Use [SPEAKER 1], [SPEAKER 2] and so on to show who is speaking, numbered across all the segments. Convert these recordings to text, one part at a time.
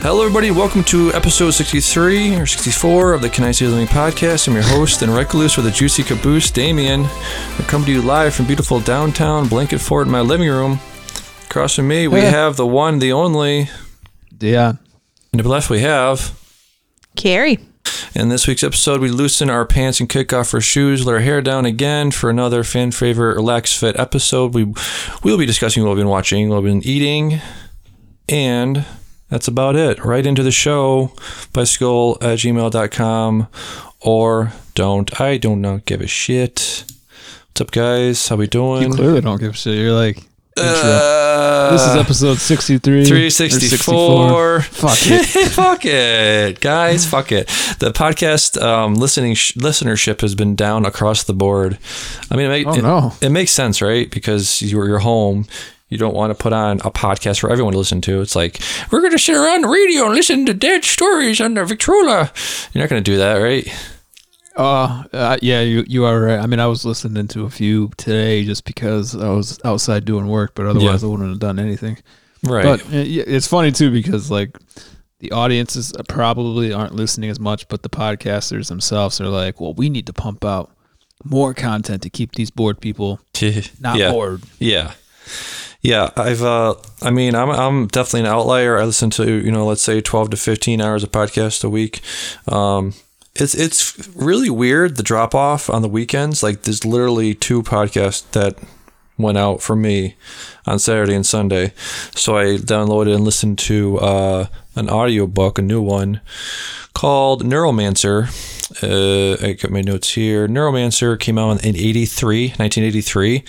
[SPEAKER 1] Hello, everybody. Welcome to episode 63 or 64 of the Can I See Living podcast. I'm your host and recluse with a juicy caboose, Damien. I come to you live from beautiful downtown Blanket Fort in my living room. Across from me, we
[SPEAKER 2] Hey.
[SPEAKER 1] have the one, the only,
[SPEAKER 2] Yeah.
[SPEAKER 1] and to the left, we have
[SPEAKER 3] Carrie.
[SPEAKER 1] In this week's episode, we loosen our pants and kick off our shoes, let our hair down again for another fan favorite relax fit episode. We we'll be discussing what we've been watching, what we've been eating, and that's about it. Right into the show, bicycle at gmail.com or don't. I do not give a shit. What's up, guys? How we
[SPEAKER 2] You
[SPEAKER 1] doing?
[SPEAKER 2] clearly don't give a shit. You're like,
[SPEAKER 1] Uh,
[SPEAKER 2] this is episode 63. or
[SPEAKER 1] 364.
[SPEAKER 2] Fuck it.
[SPEAKER 1] fuck it, guys. Fuck it. The podcast um, listening sh- listenership has been down across the board. I mean, it, make,
[SPEAKER 2] Oh,
[SPEAKER 1] it,
[SPEAKER 2] no.
[SPEAKER 1] it makes sense, right? Because you're you're home. You don't want to put on a podcast for everyone to listen to. It's like we're going to sit around the radio and listen to dead stories on the Victrola. You're not going to do that, right?
[SPEAKER 2] Uh, uh, yeah, you, you are right. I mean, I was listening to a few today just because I was outside doing work, but otherwise I wouldn't have done anything.
[SPEAKER 1] Right.
[SPEAKER 2] But uh, yeah, it's funny too because like the audiences probably aren't listening as much, but the podcasters themselves are like, well, we need to pump out more content to keep these bored people not
[SPEAKER 1] yeah.
[SPEAKER 2] bored.
[SPEAKER 1] Yeah. Yeah, I've uh I mean, I'm I'm definitely an outlier. I listen to, you know, let's say 12 to 15 hours of podcast a week. Um it's it's really weird the drop off on the weekends. Like there's literally two podcasts that went out for me on Saturday and Sunday. So I downloaded and listened to uh an audiobook, a new one called Neuromancer. Uh, I got my notes here. Neuromancer came out in 83, 1983,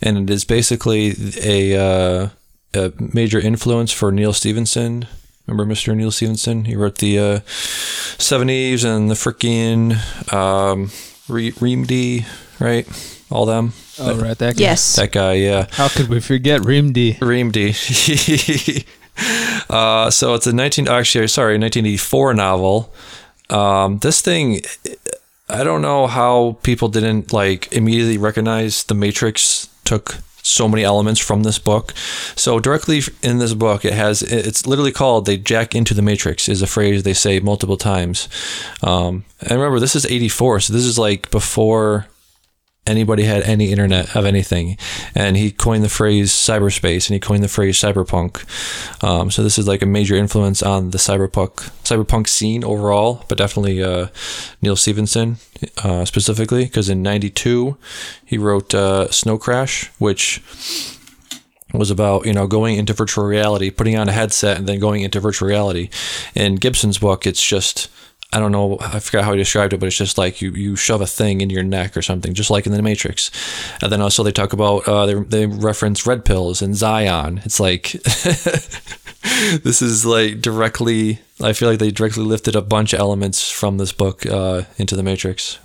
[SPEAKER 1] and it is basically a, uh, a major influence for Neil Stevenson. Remember Mr. Neil Stevenson? He wrote the uh, 70s and the freaking um, Re- Remedy, right? All them.
[SPEAKER 2] Oh, right. That guy.
[SPEAKER 3] Yes.
[SPEAKER 1] That guy, yeah.
[SPEAKER 2] How could we forget Rimdi?
[SPEAKER 1] Reamd. uh, so it's a 19 actually sorry 1984 novel. Um, this thing, I don't know how people didn't like immediately recognize the Matrix took so many elements from this book. So directly in this book, it has it's literally called "They Jack into the Matrix" is a phrase they say multiple times. Um, and remember, this is '84, so this is like before anybody had any internet of anything. And he coined the phrase cyberspace and he coined the phrase cyberpunk. Um, so this is like a major influence on the cyberpunk cyberpunk scene overall, but definitely uh, Neil Stevenson uh, specifically, because in '92 he wrote uh, Snow Crash, which was about you know going into virtual reality, putting on a headset, and then going into virtual reality. In Gibson's book, it's just I don't know, I forgot how he described it, but it's just like you you shove a thing in your neck or something, just like in the Matrix. And then also they talk about uh, they they reference red pills and Zion. It's like this is like directly. I feel like they directly lifted a bunch of elements from this book uh, into the Matrix.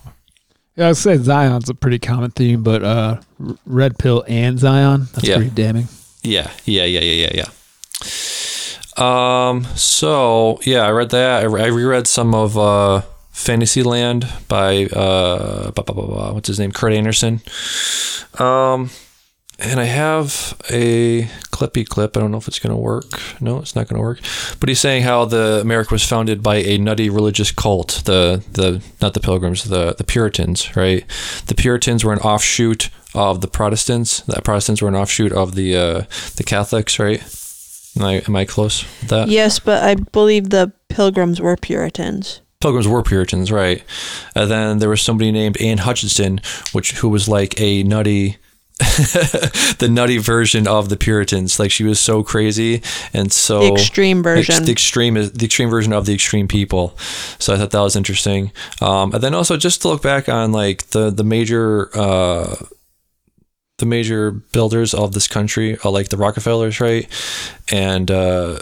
[SPEAKER 2] Yeah, I'd say Zion's a pretty common theme, but uh, r- red pill and Zion, that's
[SPEAKER 1] Yeah.
[SPEAKER 2] pretty damning.
[SPEAKER 1] Yeah, yeah, yeah, yeah, yeah, yeah. Um. So yeah, I read that. I, re- I reread some of uh, Fantasyland by uh, blah, blah, blah, blah, what's his name, Kurt Anderson. Um, and I have a clippy clip. I don't know if it's gonna work. No, it's not gonna work. But he's saying how the America was founded by a nutty religious cult. The the not the Pilgrims, the the Puritans, right? The Puritans were an offshoot of the Protestants. The Protestants were an offshoot of the uh, the Catholics, right? Am I, am I close with
[SPEAKER 2] Uh,
[SPEAKER 1] that?
[SPEAKER 3] Yes, but I believe the pilgrims were Puritans.
[SPEAKER 1] Pilgrims were Puritans, right? And then there was somebody named Anne Hutchinson, which who was like a nutty, the nutty version of the Puritans. Like she was so crazy and so
[SPEAKER 2] Oh,
[SPEAKER 3] The extreme
[SPEAKER 1] ex-
[SPEAKER 3] version.
[SPEAKER 1] the extreme is the extreme version of the extreme people. So I thought that was interesting. Um, and then also just to look back on like the the major. Uh, the major builders of this country are like the Rockefellers, right? And uh,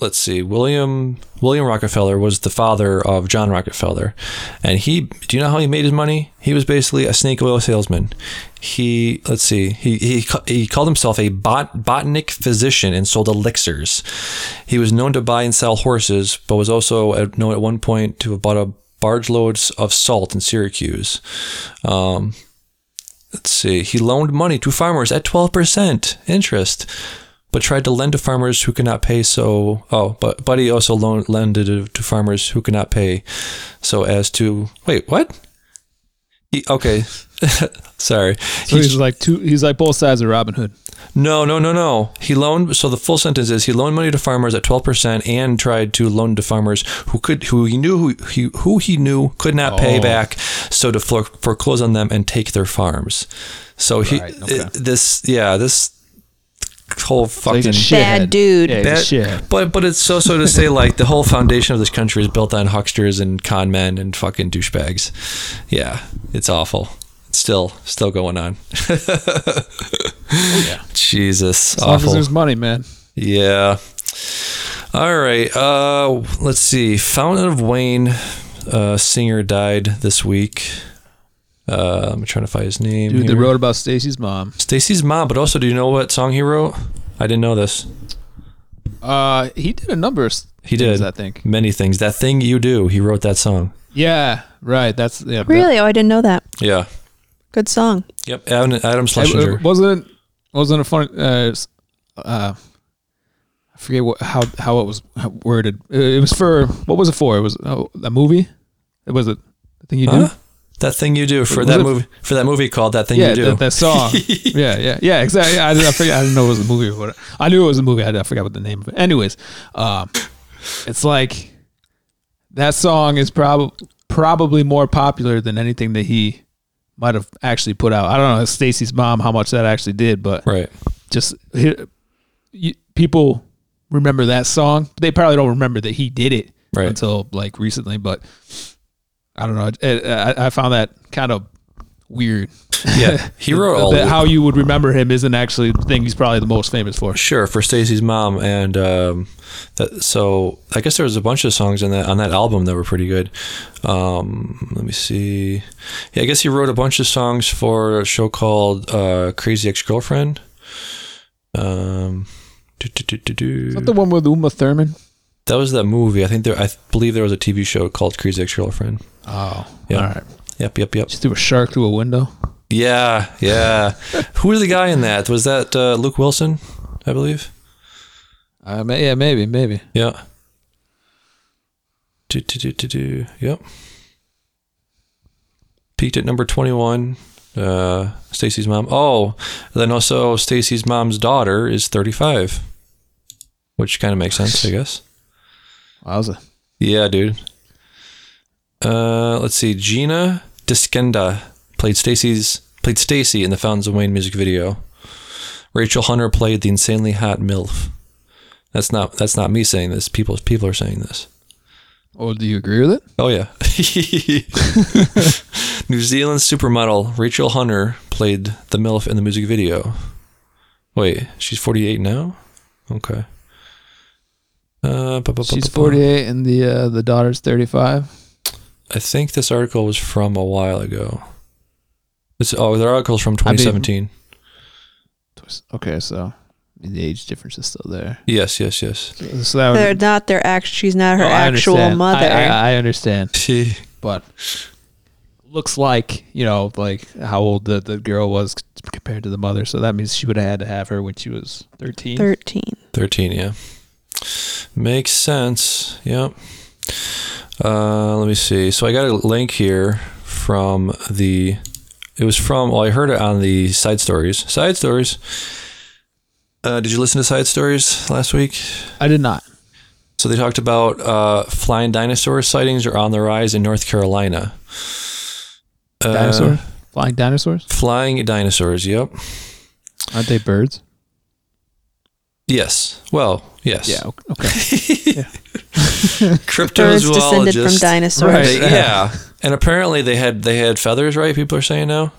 [SPEAKER 1] let's see, William William Rockefeller was the father of John Rockefeller, and he. Do you know how he made his money? He was basically a snake oil salesman. He let's see, he he ca- he called himself a bot, botanic physician and sold elixirs. He was known to buy and sell horses, but was also at, known at one point to have bought a barge loads of salt in Syracuse. Um, let's see, he loaned money to farmers at twelve percent interest. but tried to lend to farmers who could not pay. So, oh, but but he also loaned lended to- to farmers who could not pay, so as to wait, what? He, okay, sorry.
[SPEAKER 2] So
[SPEAKER 1] He-
[SPEAKER 2] he's like two. He's like both sides of Robin Hood.
[SPEAKER 1] no, no, no, no. He loaned. So the full sentence is he loaned money to farmers at twelve percent and tried to loan to farmers who could, who he knew, who he, who he knew could not pay
[SPEAKER 2] Oh.
[SPEAKER 1] back, so to fore, foreclose on them and take their farms. So he,
[SPEAKER 2] Right, okay.
[SPEAKER 1] it- this, yeah, this whole
[SPEAKER 2] So
[SPEAKER 1] fucking.
[SPEAKER 2] he's a shithead.
[SPEAKER 3] Bad dude.
[SPEAKER 2] Yeah, he's
[SPEAKER 1] Bad-
[SPEAKER 2] a shithead.
[SPEAKER 1] but but it's also to say like the whole foundation of this country is built on hucksters and con men and fucking douchebags. Yeah, it's awful. It's still still going on. Jesus,
[SPEAKER 2] As long as
[SPEAKER 1] awful.
[SPEAKER 2] there's money, man.
[SPEAKER 1] Yeah. All right. Uh, let's see. Fountain of Wayne uh, singer died this week. Uh, I'm trying to find his name.
[SPEAKER 2] Dude, they
[SPEAKER 1] here.
[SPEAKER 2] wrote about Stacy's mom.
[SPEAKER 1] Stacy's mom, but also, do you know what song he wrote? I didn't know this.
[SPEAKER 2] Uh, he did a number. Of
[SPEAKER 1] He
[SPEAKER 2] things,
[SPEAKER 1] did.
[SPEAKER 2] I think.
[SPEAKER 1] Many things. That thing you do. He wrote that song.
[SPEAKER 2] Yeah. Right. That's yeah. that-
[SPEAKER 3] Really? Oh, I didn't know that.
[SPEAKER 1] Yeah.
[SPEAKER 3] Good song.
[SPEAKER 1] Yep. Adam, Adam
[SPEAKER 2] It-
[SPEAKER 1] Schlesinger.
[SPEAKER 2] it wasn't wasn't a fun. Uh, s- uh, I forget what how how it was worded. It, it was for what was it for? It was uh, a movie. It was it. I think you do.
[SPEAKER 1] Huh? That thing you do for
[SPEAKER 2] Was
[SPEAKER 1] that
[SPEAKER 2] it-
[SPEAKER 1] movie for that movie called That Thing
[SPEAKER 2] yeah,
[SPEAKER 1] You Do.
[SPEAKER 2] That, that song. yeah, yeah, yeah. Exactly. I, did- I forget. I didn't know it was a movie or what. I knew it was a movie. I, did- I forgot what the name of it. Anyways, um, it's like that song is probably probably more popular than anything that he might have actually put out. I don't know Stacy's mom how much that actually did, but
[SPEAKER 1] right.
[SPEAKER 2] just he, you, people remember that song. They probably don't remember that he did it
[SPEAKER 1] Right.
[SPEAKER 2] until like recently. But I don't know. It, it, I, I found that kind of weird.
[SPEAKER 1] Yeah. He wrote all
[SPEAKER 2] that how you would remember him isn't actually the thing he's probably the most famous for.
[SPEAKER 1] Sure, for Stacy's mom, and um, that, so I guess there was a bunch of songs in that on that album that were pretty good. Um, let me see. Yeah, I guess he wrote a bunch of songs for a show called uh, Crazy Ex Girlfriend. Um, do, do, do, do, do.
[SPEAKER 2] Is that the one with Uma Thurman?
[SPEAKER 1] that was that movie. I think there. I believe there was a TV show called Crazy Ex Girlfriend.
[SPEAKER 2] Oh,
[SPEAKER 1] Yeah.
[SPEAKER 2] all right.
[SPEAKER 1] Yep, yep, yep.
[SPEAKER 2] She threw a shark through a window.
[SPEAKER 1] Yeah, yeah. Who was the guy in that? Was that uh, Luke Wilson? I believe.
[SPEAKER 2] Uh, may, yeah, maybe, maybe.
[SPEAKER 1] Yeah. Do, do, do, do, do. Yep. Peaked at number 21. Uh, Stacy's mom. Oh, then also Stacy's mom's daughter is 35, which kind of makes sense, I guess.
[SPEAKER 2] Wowza.
[SPEAKER 1] Yeah, dude. Uh, let's see. Gina Diskenda played Stacy's played Stacy in the Fountains of Wayne music video. Rachel Hunter played the insanely hot MILF. That's not that's not me saying this. People people are saying this.
[SPEAKER 2] Oh, do you agree with it?
[SPEAKER 1] Oh yeah. New Zealand supermodel Rachel Hunter played the MILF in the music video. Wait, she's 48 now? Okay. Uh, bu- bu- bu-
[SPEAKER 2] She's
[SPEAKER 1] bu- bu-
[SPEAKER 2] 48 and the uh, the daughter's 35.
[SPEAKER 1] I think this article was from a while ago. It's, oh, the article's from
[SPEAKER 2] I mean-
[SPEAKER 1] 2017.
[SPEAKER 2] Okay, so the age difference is still there.
[SPEAKER 1] yes, yes, yes.
[SPEAKER 2] So that would-
[SPEAKER 3] They're not their act. She's not her
[SPEAKER 2] Oh, I
[SPEAKER 3] actual
[SPEAKER 2] understand.
[SPEAKER 3] mother.
[SPEAKER 2] I, I, I understand,
[SPEAKER 1] She-
[SPEAKER 2] but looks like you know, like how old the, the girl was compared to the mother. So that means she would have had to have her when she was thirteen.
[SPEAKER 3] Thirteen.
[SPEAKER 1] 13, yeah. Makes sense. Yep. Uh, let me see. So I got a link here from the. It was from. Well, I heard it on the side stories. Side stories. Uh, did you listen to side stories last week?
[SPEAKER 2] I did not.
[SPEAKER 1] So they talked about uh, flying dinosaur sightings are on the rise in North Carolina. Uh,
[SPEAKER 2] Dinosaur, flying dinosaurs?
[SPEAKER 1] Flying dinosaurs. Yep.
[SPEAKER 2] Aren't they birds?
[SPEAKER 1] Yes. Well. Yes.
[SPEAKER 2] Yeah. o- Okay.
[SPEAKER 3] Birds descended from
[SPEAKER 1] Cryptozoologists.
[SPEAKER 3] dinosaurs.
[SPEAKER 2] Right.
[SPEAKER 1] They- yeah. And apparently they had they had feathers, right? People are saying now.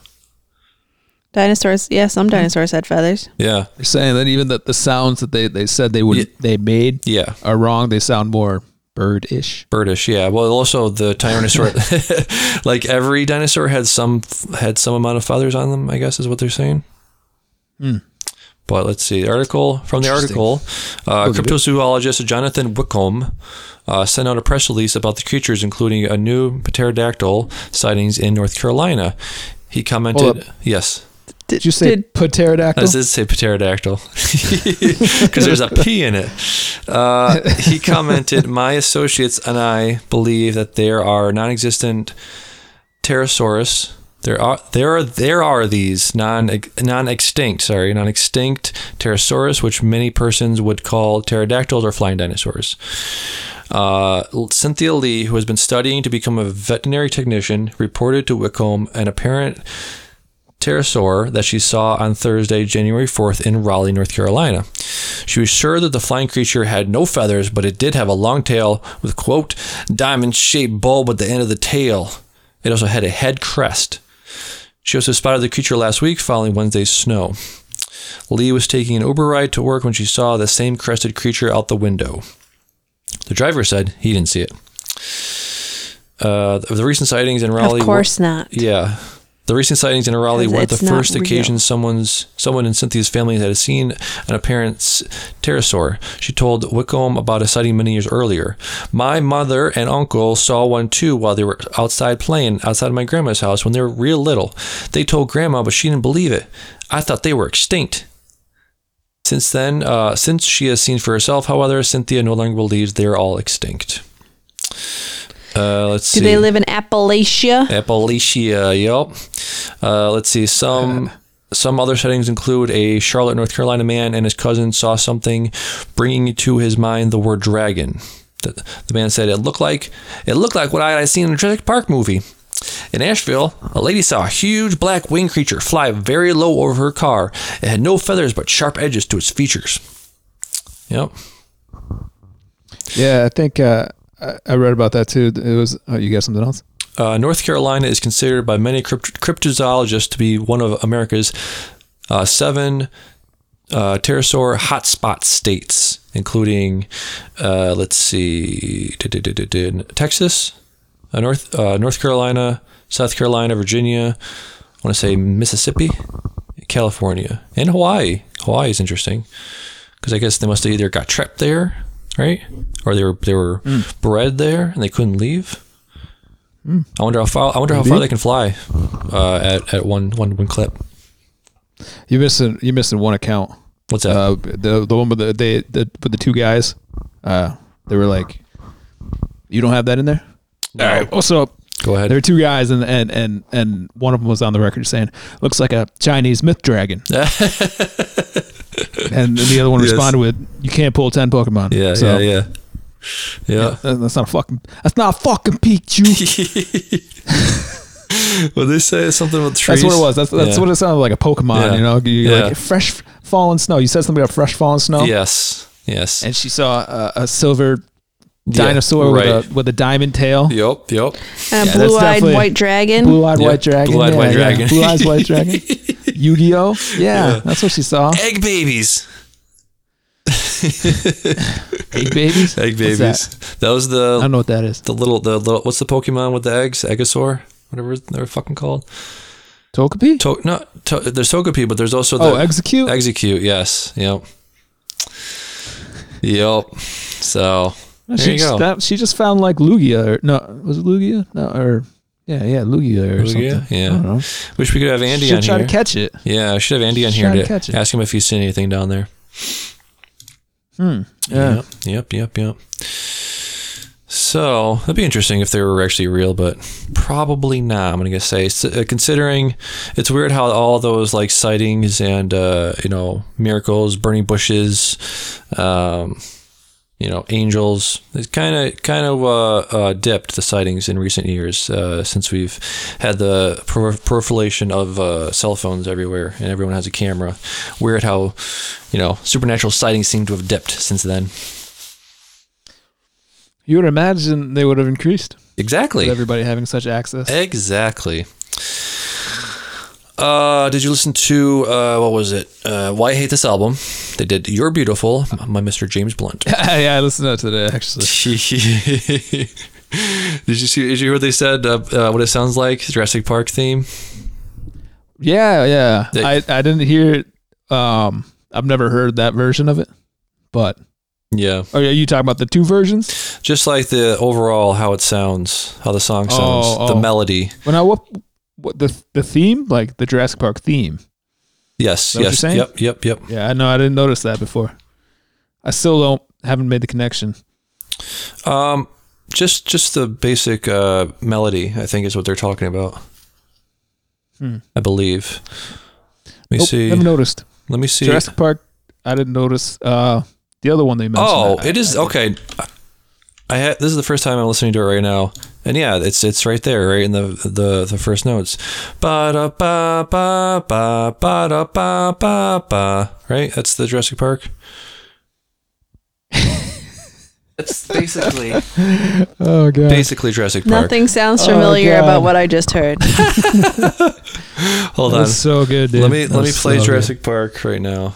[SPEAKER 3] Dinosaurs. Yeah, some dinosaurs had feathers.
[SPEAKER 1] Yeah.
[SPEAKER 2] They're saying that even that the sounds that they, they said they would
[SPEAKER 1] Yeah.
[SPEAKER 2] they made
[SPEAKER 1] Yeah.
[SPEAKER 2] are wrong. They sound more bird-ish.
[SPEAKER 1] Birdish. Yeah. Well, also the tyrannosaur, like every dinosaur had some had some amount of feathers on them. I guess is what they're saying. But let's see. The article from the
[SPEAKER 2] Hmm. Interesting.
[SPEAKER 1] article, uh,
[SPEAKER 2] Look at it.
[SPEAKER 1] cryptozoologist Jonathan Wickham uh, sent out a press release about the creatures, including a new pterodactyl sightings in North Carolina. He
[SPEAKER 2] Hold
[SPEAKER 1] commented, "Yes,
[SPEAKER 2] Did you say
[SPEAKER 3] Did-
[SPEAKER 2] pterodactyl?
[SPEAKER 1] I did say pterodactyl because there's a P in it. Uh, he commented, My associates and I believe that there are non existent pterosaurus. There are there are there are these non non extinct sorry non extinct pterosaurus which many persons would call pterodactyls or flying dinosaurs. Uh, Cynthia Lee, who has been studying to become a veterinary technician, reported to Wickham an apparent pterosaur that she saw on Thursday, January 4th in Raleigh, North Carolina. She was sure that the flying creature had no feathers, but it did have a long tail with, quote, diamond shaped bulb at the end of the tail. It also had a head crest. She also spotted the creature last week following Wednesday's snow. Lee was taking an Uber ride to work when she saw the same crested creature out the window. The driver said he didn't see it. Uh, of the recent sightings in Raleigh,
[SPEAKER 3] of course not.
[SPEAKER 1] yeah. The recent sightings in Raleigh
[SPEAKER 3] Because
[SPEAKER 1] weren't the
[SPEAKER 3] it's not
[SPEAKER 1] first
[SPEAKER 3] real.
[SPEAKER 1] occasion someone's someone in Cynthia's family had seen an apparent s- pterosaur. She told Wickham about a sighting many years earlier. My mother and uncle saw one too while they were outside playing outside of my grandma's house when they were real little. They told grandma, but she didn't believe it. I thought they were extinct. Since then, uh, since she has seen for herself, however, Cynthia no longer believes they are all extinct. Uh, let's
[SPEAKER 3] Do
[SPEAKER 1] see.
[SPEAKER 3] they live in Appalachia?
[SPEAKER 1] Appalachia. Yep. Uh, let's see. Some some other settings include a Charlotte, North Carolina man and his cousin saw something, bringing to his mind the word dragon. The, the man said it looked like it looked like what I had seen in a Jurassic Park movie. In Asheville, a lady saw a huge black winged creature fly very low over her car. It had no feathers but sharp edges to its features. Yep.
[SPEAKER 2] Yeah, I think uh, I, I read about that too. It was. Oh, you got something else?
[SPEAKER 1] Uh, North Carolina is considered by many crypt- cryptozoologists to be one of America's uh, seven uh, pterosaur hotspot states, including, uh, let's see, Texas, uh, North uh, North Carolina, South Carolina, Virginia. I want to say Mississippi, California, and Hawaii. Hawaii is interesting because I guess they must have either got trapped there, right, or they were they were bred there and they couldn't leave. I wonder how far I wonder how far
[SPEAKER 2] Maybe.
[SPEAKER 1] they can fly uh, at at one one one clip.
[SPEAKER 2] You missing? You missing one account?
[SPEAKER 1] What's that?
[SPEAKER 2] Uh, the the one with the they the with the two guys. Uh, they were like, "You don't have that in there."
[SPEAKER 1] No.
[SPEAKER 2] All right. Also,
[SPEAKER 1] Go ahead.
[SPEAKER 2] there were two guys, and and and and one of them was on the record saying, "Looks like a Chinese myth dragon," and the other one
[SPEAKER 1] Yes.
[SPEAKER 2] responded with, "You can't pull ten Pokemon."
[SPEAKER 1] yeah,
[SPEAKER 2] So,
[SPEAKER 1] yeah, yeah, yeah.
[SPEAKER 2] that- That's not a fucking. That's not a fucking Pikachu.
[SPEAKER 1] Well, they say something about trees.
[SPEAKER 2] That's what it was. That's that's
[SPEAKER 1] Yeah.
[SPEAKER 2] what it sounded like. A Pokemon,
[SPEAKER 1] Yeah.
[SPEAKER 2] you know. You
[SPEAKER 1] Yeah.
[SPEAKER 2] like fresh fallen snow. You said something about fresh fallen snow.
[SPEAKER 1] Yes, yes.
[SPEAKER 2] And she saw a, a silver
[SPEAKER 1] Yeah,
[SPEAKER 2] dinosaur
[SPEAKER 1] right.
[SPEAKER 2] with a with a diamond tail,
[SPEAKER 1] Yep, yep.
[SPEAKER 3] And a
[SPEAKER 2] Yeah, that's
[SPEAKER 3] blue-eyed
[SPEAKER 2] definitely-
[SPEAKER 3] white dragon.
[SPEAKER 2] blue eyed
[SPEAKER 1] Yeah,
[SPEAKER 2] white dragon,
[SPEAKER 1] blue-eyed
[SPEAKER 2] yeah,
[SPEAKER 1] white
[SPEAKER 2] yeah.
[SPEAKER 1] dragon.
[SPEAKER 2] blue eyed white dragon, Yu Gi Oh. Yeah,
[SPEAKER 1] Yeah.
[SPEAKER 2] that's what she saw.
[SPEAKER 1] Egg babies.
[SPEAKER 2] Egg babies.
[SPEAKER 1] Egg babies.
[SPEAKER 2] What's that?
[SPEAKER 1] That? was
[SPEAKER 2] I don't
[SPEAKER 1] the
[SPEAKER 2] know what that is.
[SPEAKER 1] the little the little, what's the Pokemon with the eggs? Eggosaur, whatever they're fucking called.
[SPEAKER 2] Togepi.
[SPEAKER 1] To, no, to, there's Togepi, but there's also the
[SPEAKER 2] oh, execute.
[SPEAKER 1] execute. Yes, yep, yep. So there
[SPEAKER 2] she,
[SPEAKER 1] you
[SPEAKER 2] just,
[SPEAKER 1] go.
[SPEAKER 2] that- she just found like Lugia or no, was it Lugia? No, or yeah, yeah, Lugia or
[SPEAKER 1] Lugia?
[SPEAKER 2] something.
[SPEAKER 1] Yeah.
[SPEAKER 2] I don't know.
[SPEAKER 1] Wish we could have Andy
[SPEAKER 2] Should
[SPEAKER 1] on
[SPEAKER 2] try
[SPEAKER 1] here.
[SPEAKER 2] to catch it.
[SPEAKER 1] yeah, I should have Andy on
[SPEAKER 2] Should
[SPEAKER 1] here
[SPEAKER 2] try to
[SPEAKER 1] to,
[SPEAKER 2] catch it.
[SPEAKER 1] ask him if he's seen anything down there.
[SPEAKER 2] Hmm. Yeah.
[SPEAKER 1] Yep, yep, yep. So that'd be interesting if they were actually real, but probably not. I'm gonna guess say, S- uh, considering it's weird how all those like sightings and uh, you know miracles, burning bushes, um, you know angels, it's kind of kind of uh, uh, dipped the sightings in recent years uh, since we've had the pro- proliferation of uh, cell phones everywhere and everyone has a camera. Weird how you know supernatural sightings seem to have dipped since then.
[SPEAKER 2] You would imagine they would have increased
[SPEAKER 1] Exactly.
[SPEAKER 2] with everybody having such access.
[SPEAKER 1] Exactly. Uh, did you listen to uh, what was it? Uh, Why I Hate This Album? They did "You're Beautiful" by Mr. James Blunt.
[SPEAKER 2] yeah, I listened to that today actually.
[SPEAKER 1] did you see? Did you hear what they said? Uh, uh, what it sounds like? Jurassic Park theme.
[SPEAKER 2] Yeah, yeah.
[SPEAKER 1] They-
[SPEAKER 2] I, I didn't hear. Um, I've never heard that version of it. But
[SPEAKER 1] Yeah,
[SPEAKER 2] oh, are you talking about the two versions?
[SPEAKER 1] just like the overall how it sounds, how the song sounds,
[SPEAKER 2] Oh,
[SPEAKER 1] the
[SPEAKER 2] oh.
[SPEAKER 1] melody.
[SPEAKER 2] Well, now what? What the the theme? Like the Jurassic Park theme?
[SPEAKER 1] Yes.
[SPEAKER 2] that what
[SPEAKER 1] yes.
[SPEAKER 2] you're saying?
[SPEAKER 1] Yep. Yep. Yep.
[SPEAKER 2] Yeah, I know. I didn't notice that before. I still don't haven't made the connection.
[SPEAKER 1] Um, just just the basic uh, melody, I think, is what they're talking about.
[SPEAKER 2] Hmm. Oh,
[SPEAKER 1] I believe. Let me
[SPEAKER 2] Nope,
[SPEAKER 1] see.
[SPEAKER 2] Never noticed.
[SPEAKER 1] Let me see.
[SPEAKER 2] Jurassic Park. I didn't notice. Uh, the other one they mentioned.
[SPEAKER 1] Oh,
[SPEAKER 2] I-
[SPEAKER 1] it is
[SPEAKER 2] I-
[SPEAKER 1] okay. I ha- this is the first time I'm listening to it right now, and yeah, it's it's right there, right in the the the first notes. Ba da ba ba ba ba da ba ba ba. Right, that's the Jurassic Park.
[SPEAKER 4] It's basically
[SPEAKER 2] Oh god.
[SPEAKER 1] Basically, Jurassic Park.
[SPEAKER 3] Nothing sounds
[SPEAKER 2] Oh,
[SPEAKER 3] familiar
[SPEAKER 2] God.
[SPEAKER 3] about what I just heard.
[SPEAKER 1] Hold
[SPEAKER 2] That
[SPEAKER 1] on.
[SPEAKER 2] was so good, dude.
[SPEAKER 1] let me
[SPEAKER 2] That
[SPEAKER 1] let me
[SPEAKER 2] was
[SPEAKER 1] play
[SPEAKER 2] so good.
[SPEAKER 1] Jurassic Park right now.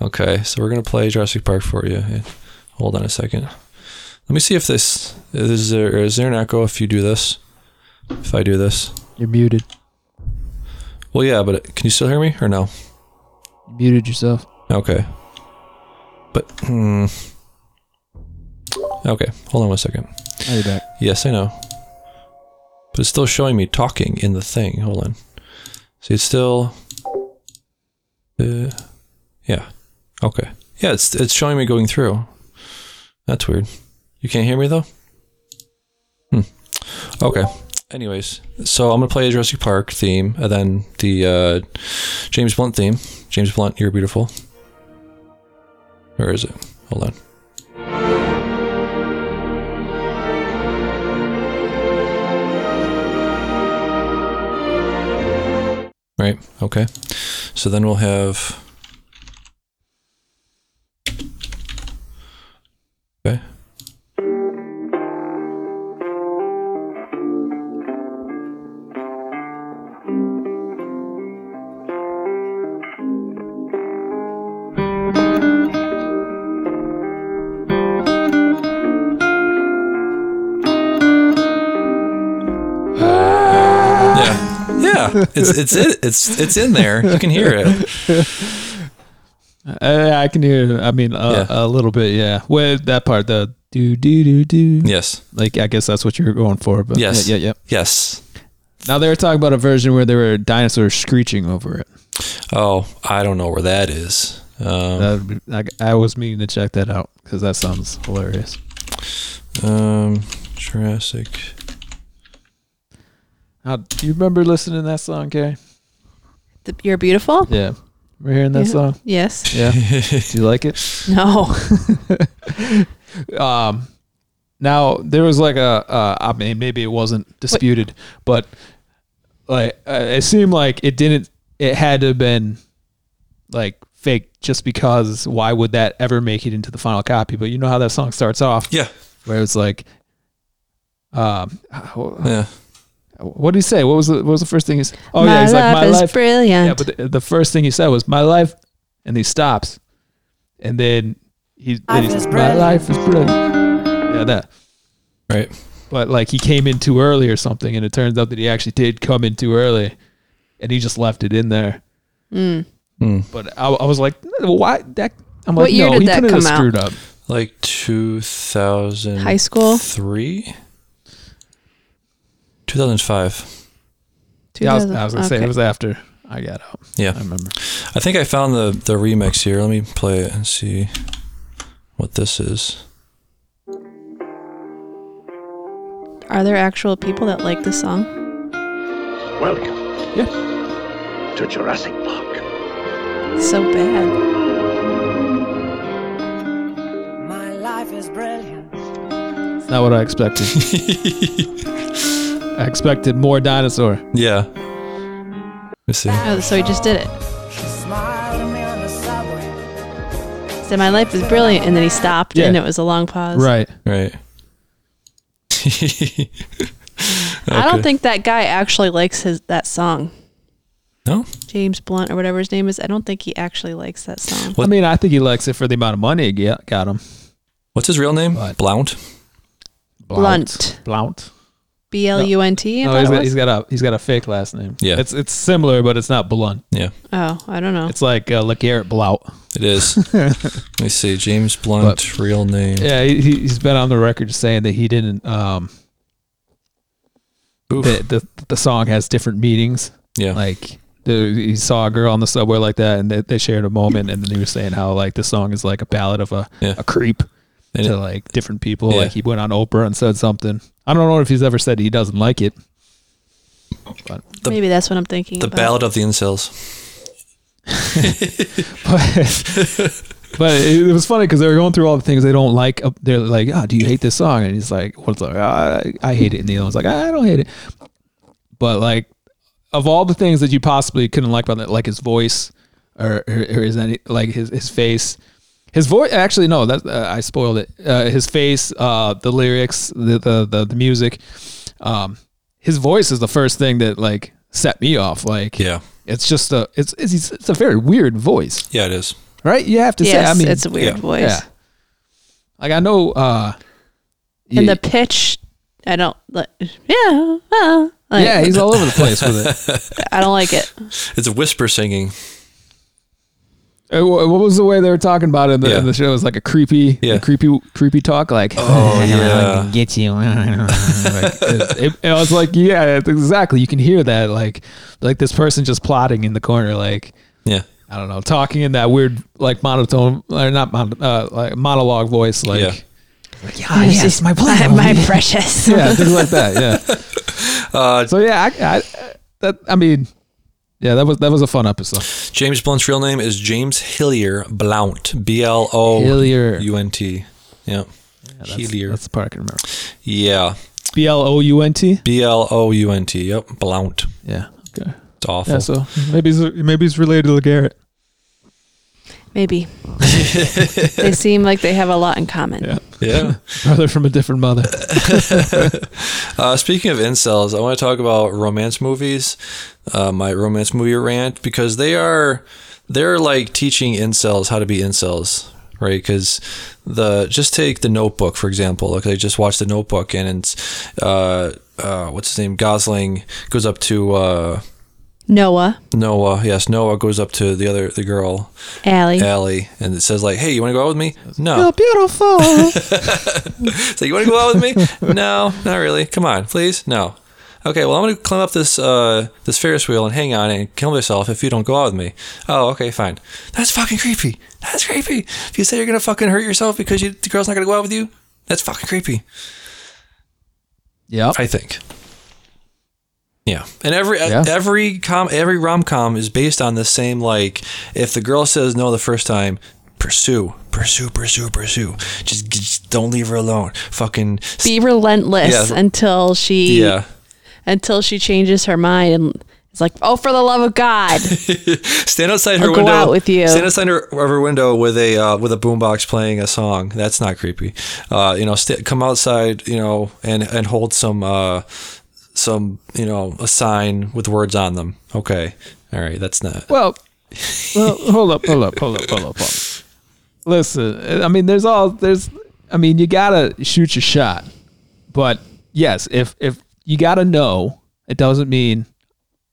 [SPEAKER 1] Okay, so we're gonna play Jurassic Park for you. Hey, Hold on a second. Let me see if this is there. Is there an echo if you do this? If I do this,
[SPEAKER 2] You're muted.
[SPEAKER 1] well, yeah, but can you still hear me or no?
[SPEAKER 2] You muted yourself.
[SPEAKER 1] Okay. But hmm. Okay, hold on one second.
[SPEAKER 2] Now you're back.
[SPEAKER 1] Yes, I know. But it's still showing me talking in the thing. Hold on. See, it's still. Uh, yeah. Okay. Yeah, it's it's showing me going through. That's weird. You can't hear me though. Hmm. Okay. Anyways, so I'm gonna play a Jurassic Park theme, and then the uh, James Blunt theme. James Blunt, you're beautiful. Where is it? Hold on. Right. Okay. So then we'll have. Okay. Yeah. Yeah. It's it's it. It's it's in there. You can hear it.
[SPEAKER 2] Uh, I can hear. I mean, uh, a little bit. Yeah. With that part, the do do do do.
[SPEAKER 1] Yes.
[SPEAKER 2] Like, I guess that's what you were going for. But
[SPEAKER 1] Yes.
[SPEAKER 2] Yeah. Yeah. yeah.
[SPEAKER 1] Yes.
[SPEAKER 2] Now they were talking about a version where there were dinosaurs screeching over it.
[SPEAKER 1] Oh, I don't know where that is. Um,
[SPEAKER 2] That would be, I, I was meaning to check that out because that sounds hilarious.
[SPEAKER 1] um Jurassic.
[SPEAKER 2] Now, do Uh, you remember listening to that song, Carrie?
[SPEAKER 3] The- You're beautiful?
[SPEAKER 2] Yeah. We're hearing that
[SPEAKER 3] Yeah.
[SPEAKER 2] song.
[SPEAKER 3] Yes.
[SPEAKER 2] Yeah. do you like it?
[SPEAKER 3] No.
[SPEAKER 2] Um, now there was like a, uh, I mean, maybe it wasn't disputed, but like uh, it seemed like it didn't. It had to have been like fake, just because why would that ever make it into the final copy? But you know how that song starts off,
[SPEAKER 1] Yeah.
[SPEAKER 2] where it's like, um, wh-
[SPEAKER 1] Yeah.
[SPEAKER 2] what do you say? What was the, what was the first thing? He said? Oh yeah,
[SPEAKER 3] my
[SPEAKER 2] he's like
[SPEAKER 3] life
[SPEAKER 2] my
[SPEAKER 3] is
[SPEAKER 2] life.
[SPEAKER 3] brilliant.
[SPEAKER 2] Yeah, but the, the first thing he said was my life, and he stops, and then he, then
[SPEAKER 4] Life
[SPEAKER 2] he's,
[SPEAKER 4] is
[SPEAKER 2] my
[SPEAKER 4] brilliant."
[SPEAKER 2] life is brilliant. Yeah, that.
[SPEAKER 1] Right.
[SPEAKER 2] But like he came in too early or something, and it turns out that he actually did come in too early, and he just left it in there.
[SPEAKER 3] Mm.
[SPEAKER 1] Mm.
[SPEAKER 2] But I, I was like, "No, why that? I'm
[SPEAKER 3] What
[SPEAKER 2] like,
[SPEAKER 3] year
[SPEAKER 2] no,
[SPEAKER 3] did
[SPEAKER 2] he
[SPEAKER 3] that
[SPEAKER 2] couldn't have
[SPEAKER 3] come out?
[SPEAKER 2] screwed up.
[SPEAKER 1] Like two thousand
[SPEAKER 3] High school?
[SPEAKER 1] three. Two thousand five.
[SPEAKER 2] Yeah, I was, I was gonna say
[SPEAKER 3] Okay.
[SPEAKER 2] it was after I got out.
[SPEAKER 1] Yeah.
[SPEAKER 2] I remember.
[SPEAKER 1] I think I found the the remix here. Let me play it and see what this is.
[SPEAKER 3] Are there actual people that like this song?
[SPEAKER 5] Welcome
[SPEAKER 2] Yeah,
[SPEAKER 5] to Jurassic Park.
[SPEAKER 3] It's so bad.
[SPEAKER 4] my life is brilliant.
[SPEAKER 2] it's not what I expected. I expected more dinosaur.
[SPEAKER 1] Yeah. Let's see.
[SPEAKER 3] Oh, so he just did it.
[SPEAKER 4] She smiled at me on the subway.
[SPEAKER 3] He said, My life is brilliant. And then he stopped
[SPEAKER 2] Yeah.
[SPEAKER 3] and it was a long pause.
[SPEAKER 2] Right.
[SPEAKER 1] Right.
[SPEAKER 3] I
[SPEAKER 1] Okay.
[SPEAKER 3] don't think that guy actually likes his that song.
[SPEAKER 1] No?
[SPEAKER 3] James Blunt or whatever his name is. I don't think he actually likes that song.
[SPEAKER 1] What-
[SPEAKER 2] I mean, I think he likes it for the amount of money he got got him.
[SPEAKER 1] What's his real name?
[SPEAKER 2] But-
[SPEAKER 1] Blount.
[SPEAKER 3] Blunt.
[SPEAKER 2] Blount.
[SPEAKER 3] B L U N T. I
[SPEAKER 2] No,
[SPEAKER 3] thought
[SPEAKER 2] he's
[SPEAKER 3] it
[SPEAKER 2] got,
[SPEAKER 3] was.
[SPEAKER 2] he's got a he's got a fake last name.
[SPEAKER 1] Yeah.
[SPEAKER 2] It's it's similar, but it's not Blunt.
[SPEAKER 1] Yeah,
[SPEAKER 3] Oh, I don't know.
[SPEAKER 2] It's like uh, LeGarrette Blount.
[SPEAKER 1] it is. Let me see. James Blunt, real name.
[SPEAKER 2] Yeah, he, he- he's been on the record saying that he didn't. Um,
[SPEAKER 1] Oof.
[SPEAKER 2] that the the song has different meanings.
[SPEAKER 1] Yeah.
[SPEAKER 2] Like the- he saw a girl on the subway like that, and they, they shared a moment, and then he was saying how like the song is like a ballad of a,
[SPEAKER 1] Yeah.
[SPEAKER 2] a creep
[SPEAKER 1] And
[SPEAKER 2] to
[SPEAKER 1] it-
[SPEAKER 2] like different people.
[SPEAKER 1] Yeah.
[SPEAKER 2] Like he went on Oprah and said something. I don't know if he's ever said he doesn't like it.
[SPEAKER 1] The-
[SPEAKER 3] Maybe that's what I'm thinking.
[SPEAKER 1] The
[SPEAKER 3] about.
[SPEAKER 1] Ballad of the Incels.
[SPEAKER 2] but but it, it was funny because they were going through all the things they don't like. up- They're like, "Ah, do you hate this song?" And he's like, "What's like? "Ah, I, I hate it." And the other one's like, "Ah, "I don't hate it." But like, of all the things that you possibly couldn't like about that, like his voice or or, or his any like his his face. His voice, actually, no, that uh, I spoiled it. Uh, his face, uh, the lyrics, the the the, the music, um, his voice is the first thing that like set me off. Like,
[SPEAKER 1] Yeah.
[SPEAKER 2] it's just a it's it's, it's a very weird voice
[SPEAKER 1] Yeah, it is.
[SPEAKER 2] right? You have to
[SPEAKER 3] Yes,
[SPEAKER 2] say. I mean,
[SPEAKER 3] it's a weird
[SPEAKER 1] yeah,
[SPEAKER 3] voice.
[SPEAKER 2] yeah. Like I know, uh,
[SPEAKER 3] And
[SPEAKER 2] yeah,
[SPEAKER 3] the pitch, I don't like. Yeah, uh, like,
[SPEAKER 2] yeah, he's all over the place with it.
[SPEAKER 3] I don't like it.
[SPEAKER 1] It's a whisper singing.
[SPEAKER 2] Uh, wha- What was the way they were talking about it in the,
[SPEAKER 1] Yeah.
[SPEAKER 2] in the show? It was like a creepy,
[SPEAKER 1] Yeah.
[SPEAKER 2] a creepy, creepy talk. Like,
[SPEAKER 1] Oh, yeah.
[SPEAKER 2] get you. like, it, it, I was like, yeah, it's exactly. You can hear that, like, like this person just plotting in the corner, like.
[SPEAKER 1] Yeah.
[SPEAKER 2] I don't know, talking in that weird like monotone or not mon- uh, like monologue voice, like,
[SPEAKER 1] Yeah.
[SPEAKER 2] like yeah, yes, my plan,
[SPEAKER 3] my precious.
[SPEAKER 2] yeah, things like that. Yeah.
[SPEAKER 1] Uh,
[SPEAKER 2] So yeah, I, I that I mean, yeah, that was that was a fun episode.
[SPEAKER 1] James Blunt's real name is James Hillier Blount. B L O
[SPEAKER 2] Hillier.
[SPEAKER 1] U N T. Yeah. Hillier.
[SPEAKER 2] That's the part I can remember.
[SPEAKER 1] yeah.
[SPEAKER 2] B L O U N T.
[SPEAKER 1] B L O U N T. Yep. Blount.
[SPEAKER 2] Yeah. Okay.
[SPEAKER 1] It's awful.
[SPEAKER 2] Yeah. So maybe he's, maybe he's related to Garrett.
[SPEAKER 3] Maybe they seem like they have a lot in common.
[SPEAKER 2] Yeah.
[SPEAKER 1] yeah.
[SPEAKER 2] Brother from a different mother.
[SPEAKER 1] Uh, speaking of incels, I want to talk about romance movies. Uh, my romance movie rant because they are they're like teaching incels how to be incels, right? Because the just take the Notebook for example. Like I just watched the Notebook and it's uh, uh, what's his name Gosling goes up to uh,
[SPEAKER 3] Noah,
[SPEAKER 1] Noah. Yes, Noah goes up to the other the girl
[SPEAKER 3] Allie,
[SPEAKER 1] Allie and it says like, "Hey, you want to go out with me?" No.
[SPEAKER 2] You're beautiful.
[SPEAKER 1] So you want to go out with me? no, not really. Come on, please. No. Okay, well I'm gonna climb up this uh, this Ferris wheel and hang on it and kill myself if you don't go out with me. Oh, okay, fine. That's fucking creepy. That's creepy. If you say you're gonna fucking hurt yourself because you, the girl's not gonna go out with you, that's fucking creepy.
[SPEAKER 2] yep.
[SPEAKER 1] I think. Yeah, and every
[SPEAKER 2] Yeah.
[SPEAKER 1] every com every rom com is based on the same like if the girl says no the first time, pursue, pursue, pursue, pursue. Just, just don't leave her alone. Fucking
[SPEAKER 3] be relentless
[SPEAKER 1] Yeah.
[SPEAKER 3] until she
[SPEAKER 1] yeah.
[SPEAKER 3] until she changes her mind and is like, "Oh, for the love of God!"
[SPEAKER 1] Stand outside her
[SPEAKER 3] I'll go
[SPEAKER 1] window.
[SPEAKER 3] out with you.
[SPEAKER 1] Stand outside her, her window with a uh, with a boombox playing a song. That's not creepy. Uh, you know, st- come outside. You know, and and hold some uh, some you know a sign with words on them. Okay, all right, that's not.
[SPEAKER 2] Well, well, hold up, hold up, hold up, hold up, hold up. Listen, I mean, there's all there's. I mean, you gotta shoot your shot, but yes, if if you gotta know, it doesn't mean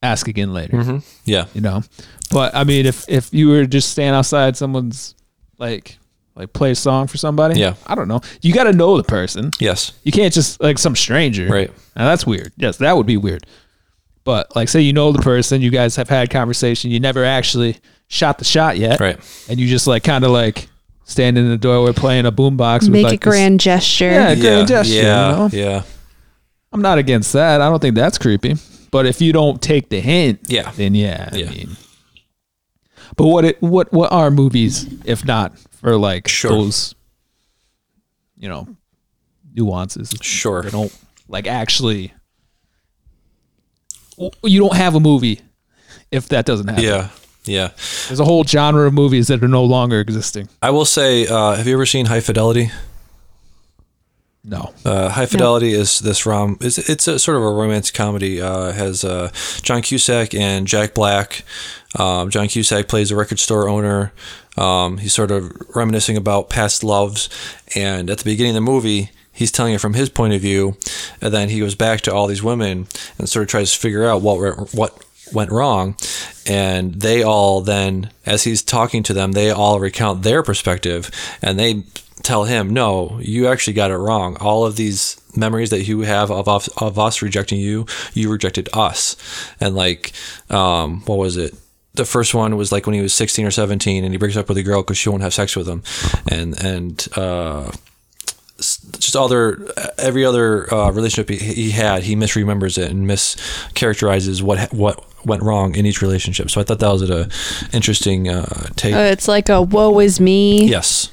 [SPEAKER 2] ask again later.
[SPEAKER 1] Yeah,
[SPEAKER 2] You know, but I mean, if if you were just standing outside someone's like like play a song for somebody,
[SPEAKER 1] Yeah.
[SPEAKER 2] I don't know. You gotta know the person.
[SPEAKER 1] yes,
[SPEAKER 2] You can't just like some stranger.
[SPEAKER 1] Right.
[SPEAKER 2] Now that's weird. Yes, that would be weird. But like say you know the person, you guys have had conversation, you never actually shot the shot yet.
[SPEAKER 1] right.
[SPEAKER 2] And you just like kind of like stand in the doorway playing a boombox with
[SPEAKER 3] Make
[SPEAKER 2] like
[SPEAKER 3] a
[SPEAKER 2] this-
[SPEAKER 3] grand gesture.
[SPEAKER 2] Yeah,
[SPEAKER 1] yeah,
[SPEAKER 2] grand gesture, you
[SPEAKER 1] yeah,
[SPEAKER 2] know?
[SPEAKER 1] yeah,
[SPEAKER 2] I'm not against that. I don't think that's creepy. But if you don't take the hint,
[SPEAKER 1] Yeah.
[SPEAKER 2] then yeah. I
[SPEAKER 1] Yeah.
[SPEAKER 2] mean. But what it what what are movies if not for like
[SPEAKER 1] Sure.
[SPEAKER 2] those you know nuances?
[SPEAKER 1] Sure.
[SPEAKER 2] They don't like actually w- you don't have a movie if that doesn't happen.
[SPEAKER 1] yeah, yeah.
[SPEAKER 2] There's a whole genre of movies that are no longer existing.
[SPEAKER 1] I will say, uh, have you ever seen High Fidelity?
[SPEAKER 2] No.
[SPEAKER 1] Uh, High Fidelity is this rom. It's, it's a sort of a romance comedy. Uh, it has uh, John Cusack and Jack Black. Um, John Cusack plays a record store owner. Um, he's sort of reminiscing about past loves, and at the beginning of the movie, he's telling it from his point of view, and then he goes back to all these women and sort of tries to figure out what re- what went wrong. And they all then, as he's talking to them, they all recount their perspective and they tell him, no, you actually got it wrong. All of these memories that you have of, of, of us rejecting you, you rejected us. And like, um, what was it? The first one was like when he was 16 or 17 and he breaks up with a girl because she won't have sex with him. And, and, uh, just other every other uh, relationship he, he had, he misremembers it and mischaracterizes what what went wrong in each relationship. So I thought that was a interesting uh, take.
[SPEAKER 3] Uh, it's like a woe is me.
[SPEAKER 1] yes,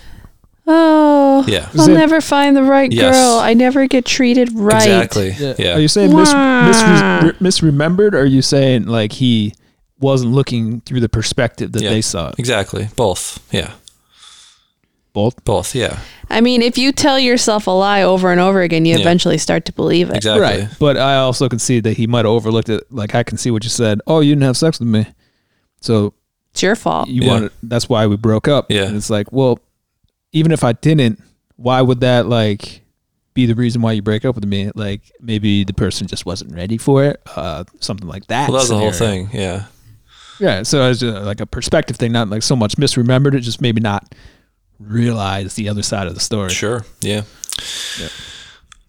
[SPEAKER 3] Oh,
[SPEAKER 1] Yeah.
[SPEAKER 3] I'll
[SPEAKER 2] Is it-
[SPEAKER 3] never find the right
[SPEAKER 1] Yes.
[SPEAKER 3] girl. I never get treated right.
[SPEAKER 1] exactly. Yeah,
[SPEAKER 2] Are you saying mis- misre- misremembered, or are you saying like he wasn't looking through the perspective that
[SPEAKER 1] Yeah.
[SPEAKER 2] they saw? it?
[SPEAKER 1] exactly. Both. Yeah,
[SPEAKER 2] Both.
[SPEAKER 1] both. Yeah,
[SPEAKER 3] I mean, if you tell yourself a lie over and over again, you
[SPEAKER 1] Yeah.
[SPEAKER 3] eventually start to believe it.
[SPEAKER 1] exactly.
[SPEAKER 2] Right. But I also can see that he might have overlooked it. Like I can see what you said. Oh, you didn't have sex with me. So
[SPEAKER 3] It's your fault.
[SPEAKER 2] you
[SPEAKER 1] Yeah.
[SPEAKER 2] wanted that's why we broke up.
[SPEAKER 1] Yeah.
[SPEAKER 2] And it's like, well, even if I didn't, why would that like be the reason why you break up with me? Like maybe the person just wasn't ready for it. Uh something like that.
[SPEAKER 1] Well, that was the whole
[SPEAKER 2] scenario.
[SPEAKER 1] thing. Yeah.
[SPEAKER 2] Yeah. So it's just uh, like a perspective thing, not like so much misremembered it, just maybe not realize the other side of the story.
[SPEAKER 1] Sure. Yeah.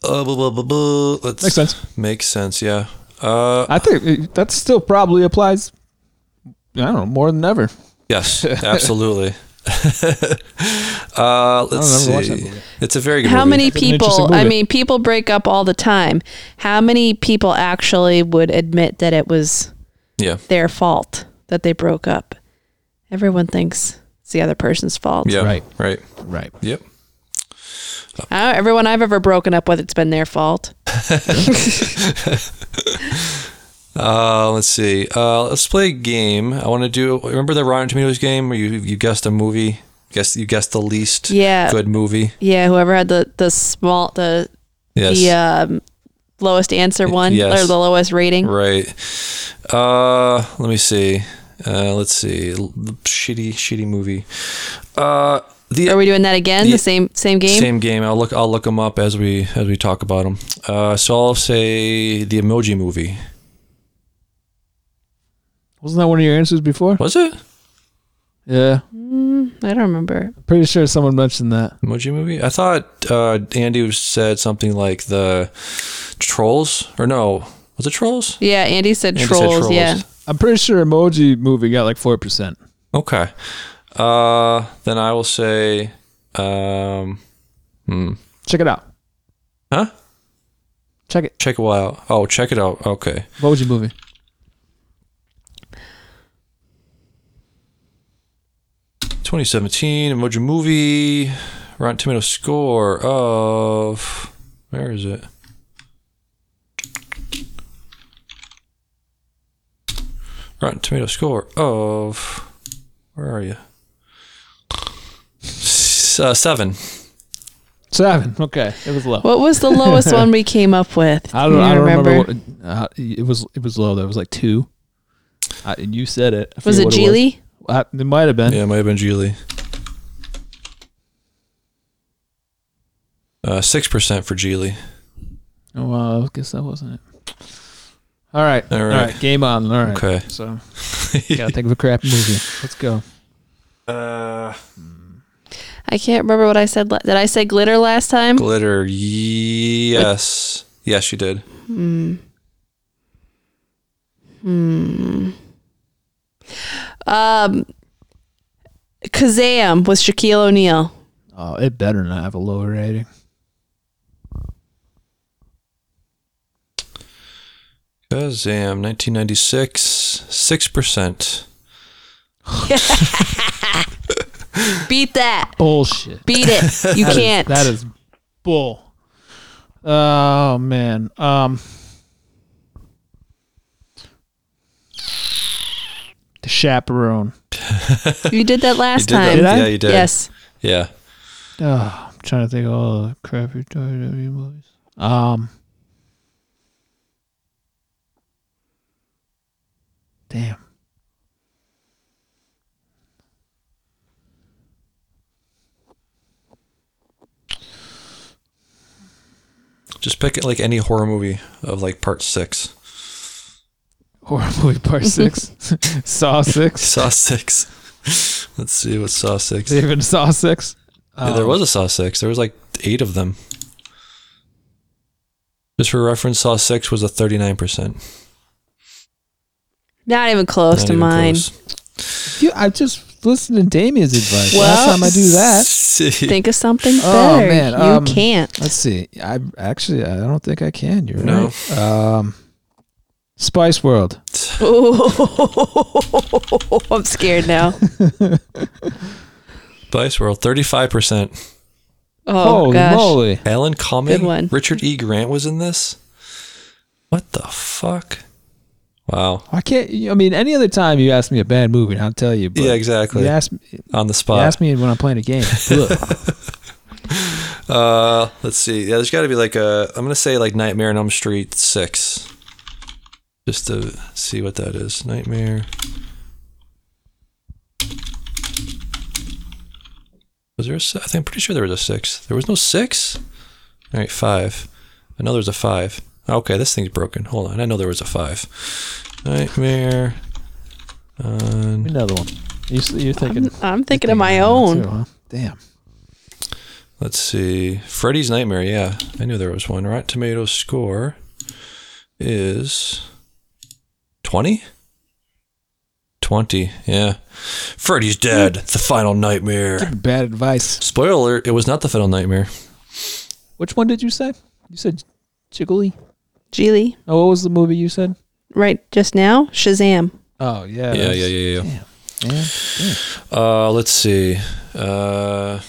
[SPEAKER 1] Uh, blah, blah, blah, blah. Let's
[SPEAKER 2] Makes sense.
[SPEAKER 1] Makes sense. Yeah. Uh,
[SPEAKER 2] I think it- that still probably applies I don't know, more than ever.
[SPEAKER 1] yes. Absolutely. uh, let's
[SPEAKER 2] I'll never watch that
[SPEAKER 1] see.
[SPEAKER 2] movie.
[SPEAKER 1] It's a very good.
[SPEAKER 3] How
[SPEAKER 1] movie.
[SPEAKER 3] many
[SPEAKER 2] an interesting
[SPEAKER 3] people, I
[SPEAKER 2] movie.
[SPEAKER 3] mean, people break up all the time. How many people actually would admit that it was
[SPEAKER 1] Yeah.
[SPEAKER 3] their fault that they broke up? Everyone thinks it's the other person's fault.
[SPEAKER 1] Yeah.
[SPEAKER 2] Right.
[SPEAKER 1] Right.
[SPEAKER 2] Right.
[SPEAKER 1] Yep.
[SPEAKER 3] Uh, everyone I've ever broken up with, it's been their fault.
[SPEAKER 1] Uh, let's see. Uh, let's play a game. I want to do. Remember the Rotten Tomatoes game where you you guessed a movie. Guess you guessed the least
[SPEAKER 3] Yeah.
[SPEAKER 1] good movie.
[SPEAKER 3] Yeah, whoever had the, the small, the,
[SPEAKER 1] Yes.
[SPEAKER 3] the um, lowest answer one
[SPEAKER 1] yes.
[SPEAKER 3] or the lowest rating.
[SPEAKER 1] Right. Uh, let me see. Uh, let's see. L- Shitty, shitty movie. Uh, the
[SPEAKER 3] Are we doing that again?
[SPEAKER 1] Yeah.
[SPEAKER 3] The same same game?
[SPEAKER 1] same game. I'll look. I'll look them up as we as we talk about them. Uh, so I'll say the Emoji Movie.
[SPEAKER 2] Wasn't that one of your answers before?
[SPEAKER 1] Was it
[SPEAKER 2] Yeah.
[SPEAKER 3] I don't remember.
[SPEAKER 2] Pretty sure someone mentioned that.
[SPEAKER 1] Emoji Movie? I thought uh, Andy said something like the Trolls or no? Was it Trolls?
[SPEAKER 3] Yeah, Andy said,
[SPEAKER 1] Andy said
[SPEAKER 3] trolls, Yeah.
[SPEAKER 2] I'm pretty sure Emoji Movie got like four percent.
[SPEAKER 1] Okay. Uh, then I will say, um,
[SPEAKER 2] Check it out.
[SPEAKER 1] huh?
[SPEAKER 2] Check it.
[SPEAKER 1] Check it out. Oh, check it out. Okay.
[SPEAKER 2] Emoji Movie.
[SPEAKER 1] Twenty seventeen emoji movie. Rotten Tomato score of where is it? Rotten Tomato score of where are you? S- uh, seven.
[SPEAKER 2] Seven. Okay, it was low.
[SPEAKER 3] What was the lowest one we came up with?
[SPEAKER 2] I don't. I don't remember. what, uh, it was. It was low. though. It was like two. I, and you said it. I
[SPEAKER 3] Was
[SPEAKER 2] forget
[SPEAKER 3] it
[SPEAKER 2] what
[SPEAKER 3] Geely?
[SPEAKER 2] was. I, it might have been.
[SPEAKER 1] Yeah, it might have been Julie. Uh, six percent for Geely.
[SPEAKER 2] Oh, well, I guess that wasn't it. All right.
[SPEAKER 1] All
[SPEAKER 2] All
[SPEAKER 1] right.
[SPEAKER 2] right. Game on. All right.
[SPEAKER 1] Okay.
[SPEAKER 2] So, gotta think of a crap movie. Let's go.
[SPEAKER 1] Uh,
[SPEAKER 3] I can't remember what I said. La- Did I say glitter last time?
[SPEAKER 1] Glitter. Yes. Yes, you did.
[SPEAKER 3] Um, Kazam was Shaquille O'Neal.
[SPEAKER 2] Oh, it better not have a lower rating.
[SPEAKER 1] Kazam, 1996, six percent.
[SPEAKER 3] Beat that.
[SPEAKER 2] Bullshit.
[SPEAKER 3] Beat it. You
[SPEAKER 2] That is-
[SPEAKER 3] can't.
[SPEAKER 2] that is bull. Oh man. Um The chaperone.
[SPEAKER 3] You did that last
[SPEAKER 1] did that.
[SPEAKER 3] time.
[SPEAKER 2] Did I?
[SPEAKER 1] Yeah, you did.
[SPEAKER 3] Yes.
[SPEAKER 1] Yeah.
[SPEAKER 2] Oh, I'm trying to think of all the crappy WWE movies. Um Damn.
[SPEAKER 1] Just pick it like any horror movie of like part six.
[SPEAKER 2] Horribly Part Six, Saw Six,
[SPEAKER 1] Saw six. Let's see what Saw six.
[SPEAKER 2] Is it even Saw Six.
[SPEAKER 1] Yeah, there was a Saw six. There was like eight of them. Just for reference, Saw six was a thirty nine percent.
[SPEAKER 3] Not even close to mine.
[SPEAKER 2] You, I just listened to Damien's advice.
[SPEAKER 3] Well-
[SPEAKER 2] Last time I do that.
[SPEAKER 1] that.
[SPEAKER 3] Think of something
[SPEAKER 2] Oh,
[SPEAKER 3] better.
[SPEAKER 2] man,
[SPEAKER 3] you
[SPEAKER 2] um,
[SPEAKER 3] can't.
[SPEAKER 2] Let's see. I actually I don't think I can. You're
[SPEAKER 1] No.
[SPEAKER 2] right. Um, Spice World.
[SPEAKER 3] Ooh. I'm scared now.
[SPEAKER 1] Vice World, thirty five percent.
[SPEAKER 3] Oh
[SPEAKER 2] Holy
[SPEAKER 3] gosh.
[SPEAKER 2] moly!
[SPEAKER 1] Alan Cumming,
[SPEAKER 3] Good one.
[SPEAKER 1] Richard E. Grant was in this. What the fuck? Wow.
[SPEAKER 2] I can't. I mean, any other time you ask me a bad movie, and I'll tell you. But
[SPEAKER 1] yeah, exactly.
[SPEAKER 2] You ask, you
[SPEAKER 1] On the spot.
[SPEAKER 2] ask me when I'm playing a game. Look,
[SPEAKER 1] Uh, let's see. Yeah, there's got to be like a. I'm gonna say like Nightmare on Elm Street six, just to see what that is. Nightmare. Was there a? se- I think I'm pretty sure there was a six. There was no six. All right, five. I know there's a five. Okay, this thing's broken. Hold on. I know there was a five. Nightmare. On
[SPEAKER 2] another one. You, s- you're thinking.
[SPEAKER 3] I'm thinking of my
[SPEAKER 2] that
[SPEAKER 3] own.
[SPEAKER 2] too, huh? Damn.
[SPEAKER 1] Let's see. Freddy's Nightmare. Yeah, I knew there was one. Rotten Tomatoes score is 20? 20, yeah. Freddy's dead. The final nightmare.
[SPEAKER 2] Bad advice.
[SPEAKER 1] Spoiler alert, it was not the final nightmare.
[SPEAKER 2] Which one did you say? You said Jiggly.
[SPEAKER 3] Geely,
[SPEAKER 2] Oh, what was the movie you said?
[SPEAKER 3] right just now? Shazam.
[SPEAKER 2] Oh yeah.
[SPEAKER 1] Yeah,
[SPEAKER 2] that's-
[SPEAKER 1] yeah, yeah, yeah.
[SPEAKER 2] Damn, man.
[SPEAKER 1] Uh, let's see. Uh,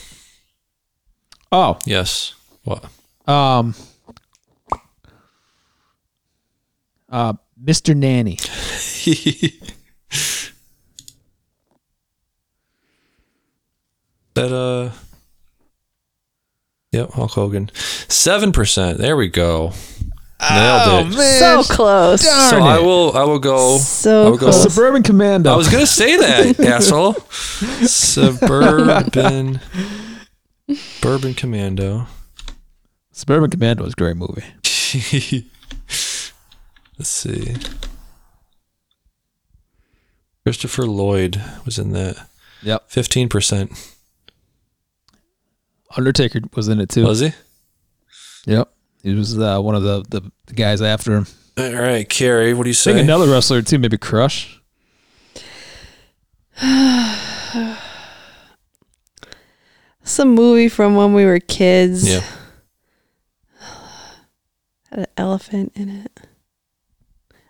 [SPEAKER 2] Oh,
[SPEAKER 1] yes. What?
[SPEAKER 2] um, uh, Mr. Nanny.
[SPEAKER 1] that, uh, yep, Hulk Hogan. 7%. There we go. Nailed it.
[SPEAKER 3] So close.
[SPEAKER 1] So I will. I will go.
[SPEAKER 3] So
[SPEAKER 1] I will go.
[SPEAKER 3] close.
[SPEAKER 2] Suburban Commando.
[SPEAKER 1] I was gonna say that, asshole. Suburban, Bourbon Commando.
[SPEAKER 2] Suburban Commando was a great movie.
[SPEAKER 1] Let's see. Christopher Lloyd was in that.
[SPEAKER 2] Yep.
[SPEAKER 1] Fifteen percent.
[SPEAKER 2] Undertaker was in it too.
[SPEAKER 1] Was he?
[SPEAKER 2] Yep. He was uh, one of the, the, the guys after him.
[SPEAKER 1] All right, Carrie. What do you
[SPEAKER 2] I think
[SPEAKER 1] say?
[SPEAKER 2] another wrestler too, maybe Crush.
[SPEAKER 3] Some movie from when we were kids.
[SPEAKER 1] Yeah.
[SPEAKER 3] Had an elephant in it.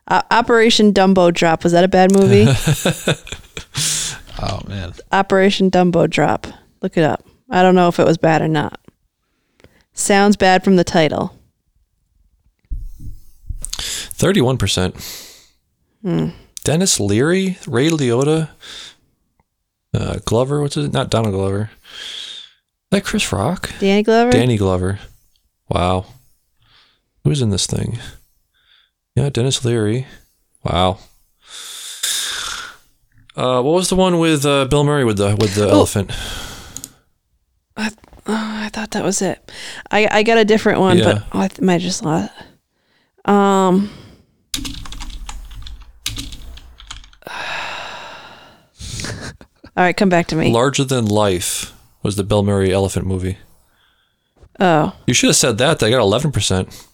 [SPEAKER 3] Uh, Operation Dumbo Drop. Was that a bad movie?
[SPEAKER 2] Oh man.
[SPEAKER 3] Operation Dumbo Drop. Look it up. I don't know if it was bad or not. Sounds bad from the title.
[SPEAKER 1] Thirty-one percent. Dennis Leary, Ray Liotta, uh, Glover. What's it? Not Donald Glover. Is that Chris Rock?
[SPEAKER 3] Danny Glover?
[SPEAKER 1] Danny Glover. Wow. Who's in this thing? Yeah, Dennis Leary. Wow. Uh, what was the one with uh, Bill Murray with the with the elephant?
[SPEAKER 3] Oh, I thought that was it. I, I got a different one,
[SPEAKER 1] Yeah.
[SPEAKER 3] but oh, I th- might just lost. Um. All right, come back to me.
[SPEAKER 1] Larger than life was the Bill Murray elephant movie.
[SPEAKER 3] Oh,
[SPEAKER 1] You should have said that. They got eleven percent.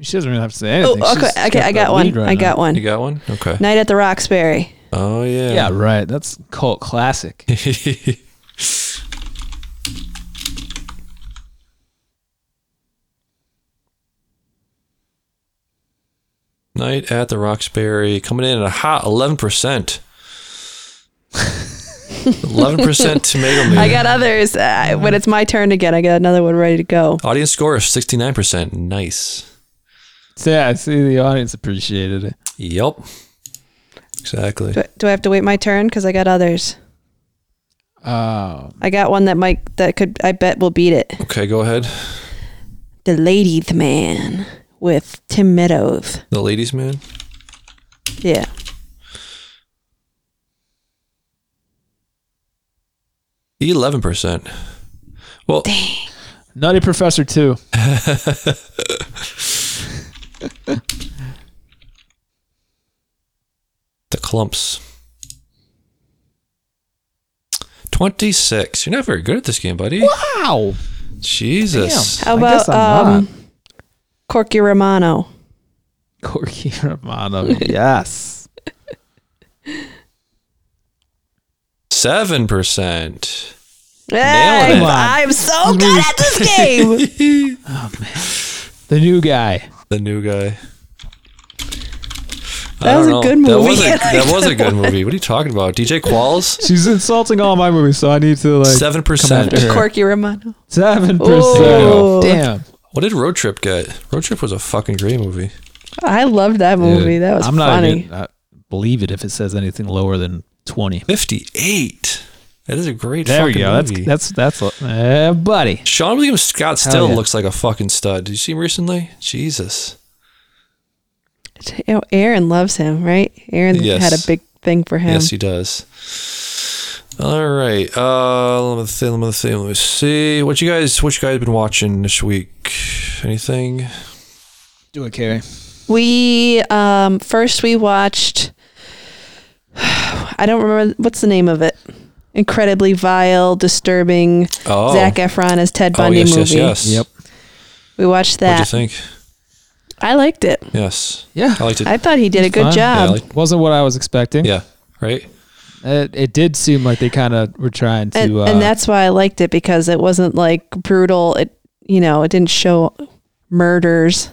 [SPEAKER 2] She doesn't really have to say
[SPEAKER 3] oh,
[SPEAKER 2] anything.
[SPEAKER 3] okay,
[SPEAKER 2] She's
[SPEAKER 3] okay, I
[SPEAKER 2] the
[SPEAKER 3] got
[SPEAKER 2] lead
[SPEAKER 3] one.
[SPEAKER 2] right
[SPEAKER 3] I
[SPEAKER 2] now.
[SPEAKER 3] got one.
[SPEAKER 1] You got one? Okay.
[SPEAKER 3] Night at the Roxbury.
[SPEAKER 1] Oh
[SPEAKER 2] Yeah,
[SPEAKER 1] yeah.
[SPEAKER 2] right. That's cult classic.
[SPEAKER 1] Night at the Roxbury coming in at a hot eleven percent. Eleven percent tomato meter.
[SPEAKER 3] I got others. Uh, when it's my turn again, I got another one ready to go.
[SPEAKER 1] Audience score of sixty nine percent. Nice.
[SPEAKER 2] So, yeah, I see the audience appreciated it.
[SPEAKER 1] Yep. Exactly.
[SPEAKER 3] Do, do I have to wait my turn? Because I got others.
[SPEAKER 2] Oh,
[SPEAKER 3] I got one that might that could I bet will beat it.
[SPEAKER 1] Okay, go ahead.
[SPEAKER 3] The Ladies Man with Tim Meadows.
[SPEAKER 1] The ladies' man.
[SPEAKER 3] Yeah.
[SPEAKER 1] Eleven percent. Well,
[SPEAKER 2] Nutty Professor too.
[SPEAKER 1] The clumps. 26. You're not very good at this game, buddy.
[SPEAKER 2] Wow.
[SPEAKER 1] Jesus.
[SPEAKER 3] How
[SPEAKER 2] I guess I'm
[SPEAKER 3] about um, Corky Romano?
[SPEAKER 2] Corky Romano. Yes.
[SPEAKER 1] 7%.
[SPEAKER 3] Hey,
[SPEAKER 1] it.
[SPEAKER 3] I'm so good at this game.
[SPEAKER 2] The new guy.
[SPEAKER 1] The new guy.
[SPEAKER 3] That was a
[SPEAKER 1] That
[SPEAKER 3] good movie.
[SPEAKER 1] was a, that
[SPEAKER 3] Like,
[SPEAKER 1] was a good movie. What are you talking about? DJ Qualls?
[SPEAKER 2] She's insulting all my movies, so I need to like
[SPEAKER 1] Seven percent.
[SPEAKER 2] come after her.
[SPEAKER 3] Corky Romano.
[SPEAKER 2] Seven
[SPEAKER 3] Ooh.
[SPEAKER 2] percent. Damn.
[SPEAKER 1] What did Road Trip get? Road Trip was a fucking great movie.
[SPEAKER 3] I loved that movie. that was
[SPEAKER 2] I'm not
[SPEAKER 3] funny.
[SPEAKER 2] even- I believe it if it says anything lower than twenty.
[SPEAKER 1] 58. That is a great
[SPEAKER 2] There we
[SPEAKER 1] fucking
[SPEAKER 2] go.
[SPEAKER 1] movie.
[SPEAKER 2] That's that's that's uh, buddy.
[SPEAKER 1] Sean William Scott
[SPEAKER 2] Hell
[SPEAKER 1] still
[SPEAKER 2] yeah.
[SPEAKER 1] looks like a fucking stud. Did you see him recently? Jesus.
[SPEAKER 3] You know, Aaron loves him, right? Aaron
[SPEAKER 1] Yes.
[SPEAKER 3] had a big thing for him.
[SPEAKER 1] Yes, he does. All right. Uh, let me see. Let me see. Let me see. What you guys? What you guys been watching this week? Anything?
[SPEAKER 2] Do it, Carrie.
[SPEAKER 3] we um, first we watched. I don't remember what's the name of it. Incredibly vile, disturbing.
[SPEAKER 1] Oh,
[SPEAKER 3] Zac Efron as Ted
[SPEAKER 1] oh,
[SPEAKER 3] Bundy
[SPEAKER 1] yes,
[SPEAKER 3] movie.
[SPEAKER 1] yes, yes.
[SPEAKER 2] Yep.
[SPEAKER 3] We watched
[SPEAKER 1] What do you
[SPEAKER 3] that.
[SPEAKER 1] think?
[SPEAKER 3] I liked it.
[SPEAKER 1] Yes.
[SPEAKER 2] Yeah.
[SPEAKER 1] I liked it.
[SPEAKER 3] I thought he did a good
[SPEAKER 2] Fun.
[SPEAKER 1] yeah, I
[SPEAKER 3] job.
[SPEAKER 1] liked-
[SPEAKER 2] Wasn't what I was expecting.
[SPEAKER 1] yeah. Right.
[SPEAKER 2] It, it did seem like they kind of were trying to.
[SPEAKER 3] and,
[SPEAKER 2] uh,
[SPEAKER 3] and that's why I liked it because it wasn't like brutal. It you know it didn't show murders,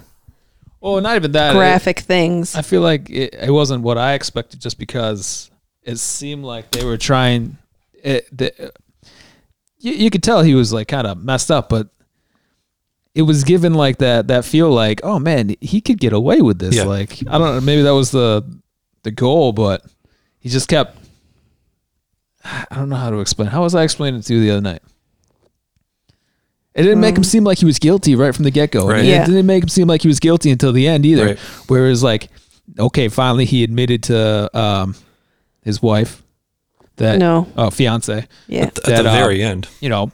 [SPEAKER 2] oh, not even that. It-
[SPEAKER 3] graphic things.
[SPEAKER 2] I feel like it, it wasn't what I expected just because it seemed like they were trying. It, the, you, you could tell he was like kind of messed up, but it was given like that that feel like, oh man, he could get away with this.
[SPEAKER 1] Yeah.
[SPEAKER 2] Like I don't know, maybe that was the the goal, but he just kept. I don't know how to explain. How was I explaining it to you the other night? It didn't make him seem like he was guilty right from the get go.
[SPEAKER 1] Right.
[SPEAKER 2] Yeah.
[SPEAKER 3] Yeah.
[SPEAKER 2] It didn't make him seem like he was guilty until the end either.
[SPEAKER 1] Right.
[SPEAKER 2] Whereas, like, okay, finally he admitted to um, his wife that
[SPEAKER 3] No.
[SPEAKER 2] oh fiance,
[SPEAKER 3] Yeah,
[SPEAKER 1] At
[SPEAKER 2] That,
[SPEAKER 1] the
[SPEAKER 2] uh,
[SPEAKER 1] very end.
[SPEAKER 2] you know,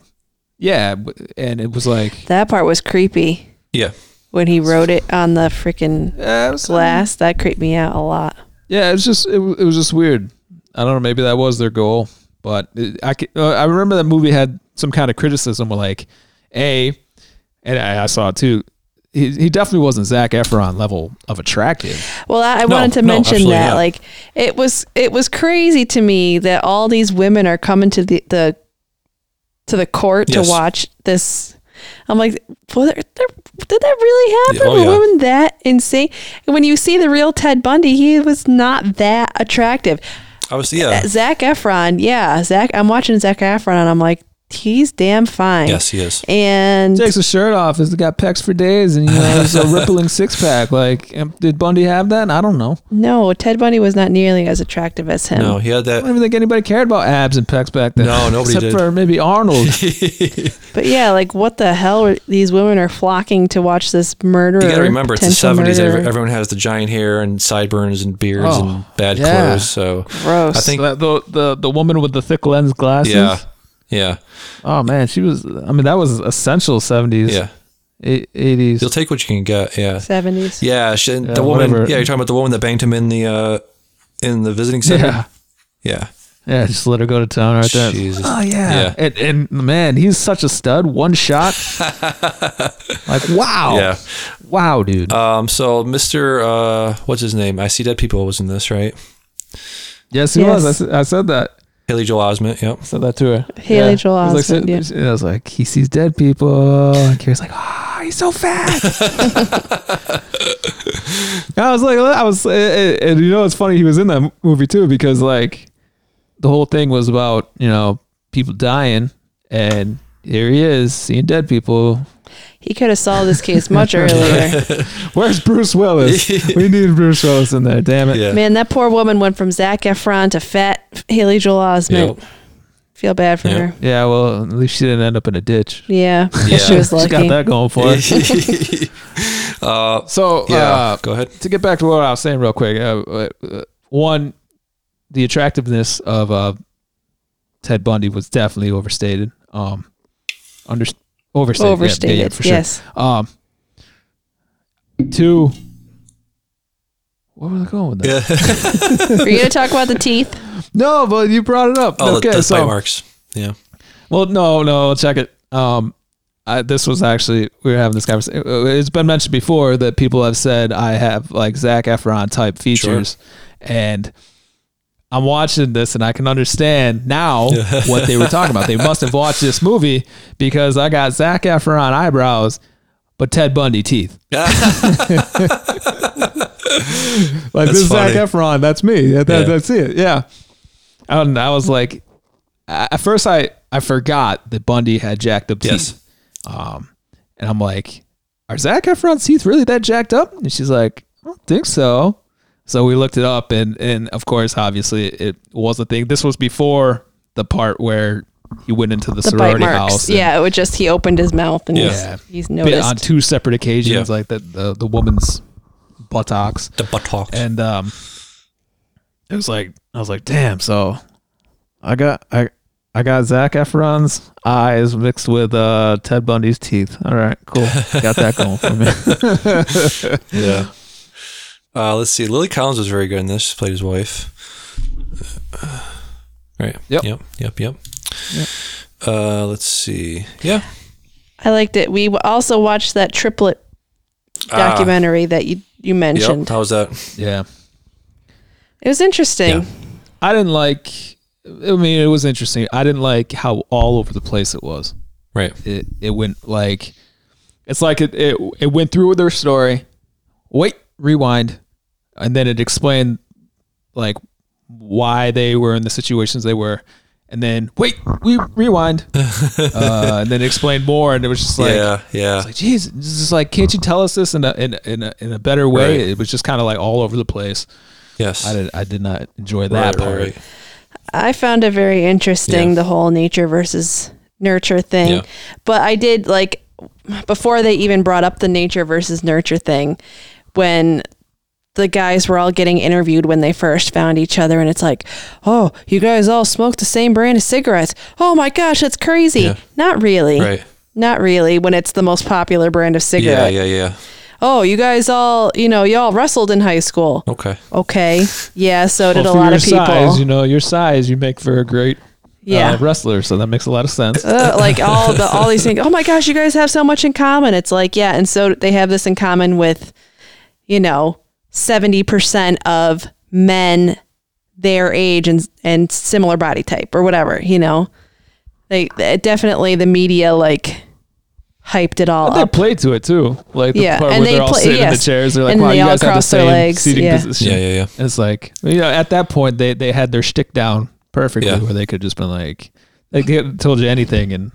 [SPEAKER 2] yeah, w- and it was like
[SPEAKER 3] that part was creepy
[SPEAKER 1] Yeah.
[SPEAKER 3] when he wrote it on the freaking
[SPEAKER 2] eh, it was-
[SPEAKER 3] glass. That creeped me out a lot.
[SPEAKER 2] yeah, it was just it, wa- it was just weird. I don't know, maybe that was their goal, but it, I c- uh, I remember that movie had some kind of criticism, where like a, and I, I saw it too. He, he definitely wasn't Zach Efron level of attractive.
[SPEAKER 3] Well, I, I
[SPEAKER 1] No,
[SPEAKER 3] wanted to
[SPEAKER 1] no,
[SPEAKER 3] mention
[SPEAKER 1] absolutely
[SPEAKER 3] that.
[SPEAKER 1] not.
[SPEAKER 3] Like it was it was crazy to me that all these women are coming to the, the to the court
[SPEAKER 1] Yes.
[SPEAKER 3] to watch this. I'm like, well, there, there, did that really happen?
[SPEAKER 1] Yeah, oh,
[SPEAKER 3] Were
[SPEAKER 1] yeah.
[SPEAKER 3] women that insane? And when you see the real Ted Bundy, he was not that attractive.
[SPEAKER 1] I was. Yeah.
[SPEAKER 3] Zach Efron, yeah, Zach. I'm watching Zach Efron, and I'm like, he's damn fine.
[SPEAKER 1] Yes, he is.
[SPEAKER 3] And
[SPEAKER 2] takes his shirt off. He's got pecs for days, and you know, it's a rippling six pack. Like, um, did Bundy have that? I don't know.
[SPEAKER 3] no, Ted Bundy was not nearly as attractive as him.
[SPEAKER 1] No, he had
[SPEAKER 2] I don't
[SPEAKER 1] that.
[SPEAKER 2] even think anybody cared about abs and pecs back then.
[SPEAKER 1] No, nobody
[SPEAKER 2] except
[SPEAKER 1] did.
[SPEAKER 2] for maybe Arnold.
[SPEAKER 3] But yeah, like what the hell? Are, these women are flocking to watch this murderer.
[SPEAKER 1] You got to remember, it's the
[SPEAKER 3] potential
[SPEAKER 1] seventies.
[SPEAKER 3] murderer.
[SPEAKER 1] Everyone has the giant hair and sideburns and beards
[SPEAKER 2] Oh,
[SPEAKER 1] and bad
[SPEAKER 2] yeah.
[SPEAKER 1] clothes. So
[SPEAKER 3] Gross.
[SPEAKER 1] I think.
[SPEAKER 2] the, the the the woman with the thick lens glasses.
[SPEAKER 1] Yeah. Yeah.
[SPEAKER 2] Oh man, she was. I mean, that was essential seventies. e,
[SPEAKER 1] Yeah.
[SPEAKER 2] Eighties.
[SPEAKER 1] You'll take what you can get. Yeah.
[SPEAKER 3] 70s.
[SPEAKER 1] Yeah, she, the woman.
[SPEAKER 2] whatever.
[SPEAKER 1] Yeah, you're talking about the woman that banged him in the uh, in the visiting center.
[SPEAKER 2] Yeah.
[SPEAKER 1] Yeah.
[SPEAKER 2] Yeah. Just let her go to town right there.
[SPEAKER 1] Jesus.
[SPEAKER 2] Oh yeah.
[SPEAKER 1] Yeah.
[SPEAKER 2] And, and man, he's such a stud. One shot. like wow.
[SPEAKER 1] Yeah.
[SPEAKER 2] Wow, dude.
[SPEAKER 1] Um. So, Mister, uh, what's his name? I see dead people was in this, right?
[SPEAKER 2] yes, he
[SPEAKER 3] Yes.
[SPEAKER 2] was. I s- I, said that.
[SPEAKER 1] Haley Joel Osment. Yep.
[SPEAKER 2] Said that to her.
[SPEAKER 3] Haley Joel
[SPEAKER 2] I was
[SPEAKER 3] Osment,
[SPEAKER 2] Like,
[SPEAKER 3] yeah.
[SPEAKER 2] sit- I was like, he sees dead people. And Kira's like, ah, he's so fat. I was like, I was, and, and you know, it's funny. He was in that movie too because like the whole thing was about you know people dying, and here he is seeing dead people.
[SPEAKER 3] He could have solved this case much earlier.
[SPEAKER 2] Where's Bruce Willis? we need Bruce Willis in there. Damn it.
[SPEAKER 1] Yeah.
[SPEAKER 3] Man, that poor woman went from Zach Efron to fat Haley Joel Osment.
[SPEAKER 1] Yep.
[SPEAKER 3] Feel bad for
[SPEAKER 1] Yep.
[SPEAKER 3] her.
[SPEAKER 2] Yeah, well, at least she didn't end up in a ditch.
[SPEAKER 3] Yeah.
[SPEAKER 1] Yeah.
[SPEAKER 3] She was
[SPEAKER 2] She got
[SPEAKER 3] lucky.
[SPEAKER 2] that going for her. So
[SPEAKER 1] yeah.
[SPEAKER 2] uh,
[SPEAKER 1] Go ahead.
[SPEAKER 2] to get back to what I was saying real quick, uh, uh, uh, one, the attractiveness of uh, Ted Bundy was definitely overstated. Um, under overstated, yeah, yeah, yeah,
[SPEAKER 3] Overstated.
[SPEAKER 2] for sure.
[SPEAKER 3] Yes.
[SPEAKER 2] Um, two, Where was I going with that?
[SPEAKER 1] Yeah.
[SPEAKER 3] Are you gonna talk about the teeth?
[SPEAKER 2] No, but you brought it up.
[SPEAKER 1] oh, the,
[SPEAKER 2] okay,
[SPEAKER 1] the
[SPEAKER 2] so
[SPEAKER 1] bite marks. Yeah.
[SPEAKER 2] well, no, no, check it. Um, I, this was actually we were having this conversation. It's been mentioned before that people have said I have like Zach Efron type features, and I'm watching this and I can understand now what they were talking about. They must have watched this movie because I got Zach Efron eyebrows, but Ted Bundy teeth. Like
[SPEAKER 1] That's
[SPEAKER 2] this is Zac
[SPEAKER 1] funny.
[SPEAKER 2] Efron, that's me. That, that-
[SPEAKER 1] Yeah.
[SPEAKER 2] That's it. Yeah. And I was like, I- at first I I forgot that Bundy had jacked up teeth,
[SPEAKER 1] Yes.
[SPEAKER 2] and I'm like, are Zac Efron's teeth really that jacked up? And she's like, I don't think so. So we looked it up, and and of course, obviously, it was a thing. This was before the part where he went into the,
[SPEAKER 3] The bite
[SPEAKER 2] sorority
[SPEAKER 3] marks.
[SPEAKER 2] house. and-
[SPEAKER 3] yeah, it was just he opened his mouth and
[SPEAKER 1] Yeah.
[SPEAKER 2] Yeah.
[SPEAKER 3] he's, he's
[SPEAKER 2] but on
[SPEAKER 3] noticed.
[SPEAKER 2] two separate occasions,
[SPEAKER 1] Yeah.
[SPEAKER 2] like the, the the woman's buttocks.
[SPEAKER 1] The buttocks.
[SPEAKER 2] and um it was like i was like damn so i got i i got zach efron's eyes mixed with uh ted bundy's teeth all right cool got that going for me
[SPEAKER 1] yeah. Uh, let's see. Lily Collins was very good in this. She played his wife. Right.
[SPEAKER 2] Yep.
[SPEAKER 1] Yep. Yep. Yep. Uh, let's see. Yeah.
[SPEAKER 3] I liked it. We w- also watched that triplet
[SPEAKER 1] Ah.
[SPEAKER 3] documentary that you you mentioned.
[SPEAKER 1] Yep. How was that?
[SPEAKER 2] yeah
[SPEAKER 3] It was interesting.
[SPEAKER 1] Yeah.
[SPEAKER 2] i didn't like i mean it was interesting i didn't like how all over the place it was
[SPEAKER 1] Right.
[SPEAKER 2] it it went like it's like it it, it went through with their story wait rewind and then it explained like why they were in the situations they were and then wait we rewind uh, and then it explained more and it was just like
[SPEAKER 1] yeah. Yeah.
[SPEAKER 2] it's like geez this is like can't you tell us this in a in a, in a, in a better way
[SPEAKER 1] Right.
[SPEAKER 2] it was just kind of like all over the place
[SPEAKER 1] yes.
[SPEAKER 2] i did i did not enjoy that
[SPEAKER 1] Right,
[SPEAKER 2] part
[SPEAKER 1] right, right.
[SPEAKER 3] I found it very interesting
[SPEAKER 1] Yeah.
[SPEAKER 3] the whole nature versus nurture thing.
[SPEAKER 1] Yeah.
[SPEAKER 3] But I did like before they even brought up the nature versus nurture thing when the guys were all getting interviewed when they first found each other and it's like, "Oh, you guys all smoke the same brand of cigarettes. Oh my gosh, that's crazy."
[SPEAKER 1] Yeah.
[SPEAKER 3] Not really.
[SPEAKER 1] Right.
[SPEAKER 3] Not really when it's the most popular brand of
[SPEAKER 1] Yeah.
[SPEAKER 3] cigarette.
[SPEAKER 1] Yeah. Yeah.
[SPEAKER 3] Oh, you guys all, you know, y'all wrestled in high school.
[SPEAKER 1] Okay.
[SPEAKER 3] Okay. Yeah, so did
[SPEAKER 2] Well,
[SPEAKER 3] a
[SPEAKER 2] for
[SPEAKER 3] lot
[SPEAKER 2] your
[SPEAKER 3] of people.
[SPEAKER 2] size you know your size you make for a great
[SPEAKER 3] Yeah.
[SPEAKER 2] uh, wrestler so that makes a lot of sense
[SPEAKER 3] uh, like all the all these things. Oh my gosh, you guys have so much in common. It's like yeah, and so they have this in common with, you know, seventy percent of men their age and and similar body type or whatever. You know, they it definitely the media like hyped it all
[SPEAKER 2] They
[SPEAKER 3] up.
[SPEAKER 2] play to it too, like the
[SPEAKER 3] Yeah,
[SPEAKER 2] part
[SPEAKER 3] and
[SPEAKER 2] where
[SPEAKER 3] they
[SPEAKER 2] they are all
[SPEAKER 3] play-
[SPEAKER 2] sitting in
[SPEAKER 3] yes.
[SPEAKER 2] the chairs. They're like,
[SPEAKER 3] And
[SPEAKER 2] "Wow,
[SPEAKER 3] they
[SPEAKER 2] you
[SPEAKER 3] all
[SPEAKER 2] guys have the
[SPEAKER 3] cross their
[SPEAKER 2] same
[SPEAKER 3] legs,
[SPEAKER 2] seating
[SPEAKER 3] yeah.
[SPEAKER 2] position."
[SPEAKER 1] Yeah. Yeah. Yeah.
[SPEAKER 2] And it's like, you know, at that point they they had their shtick down perfectly,
[SPEAKER 1] Yeah.
[SPEAKER 2] where they could just been like, they could have told you anything, and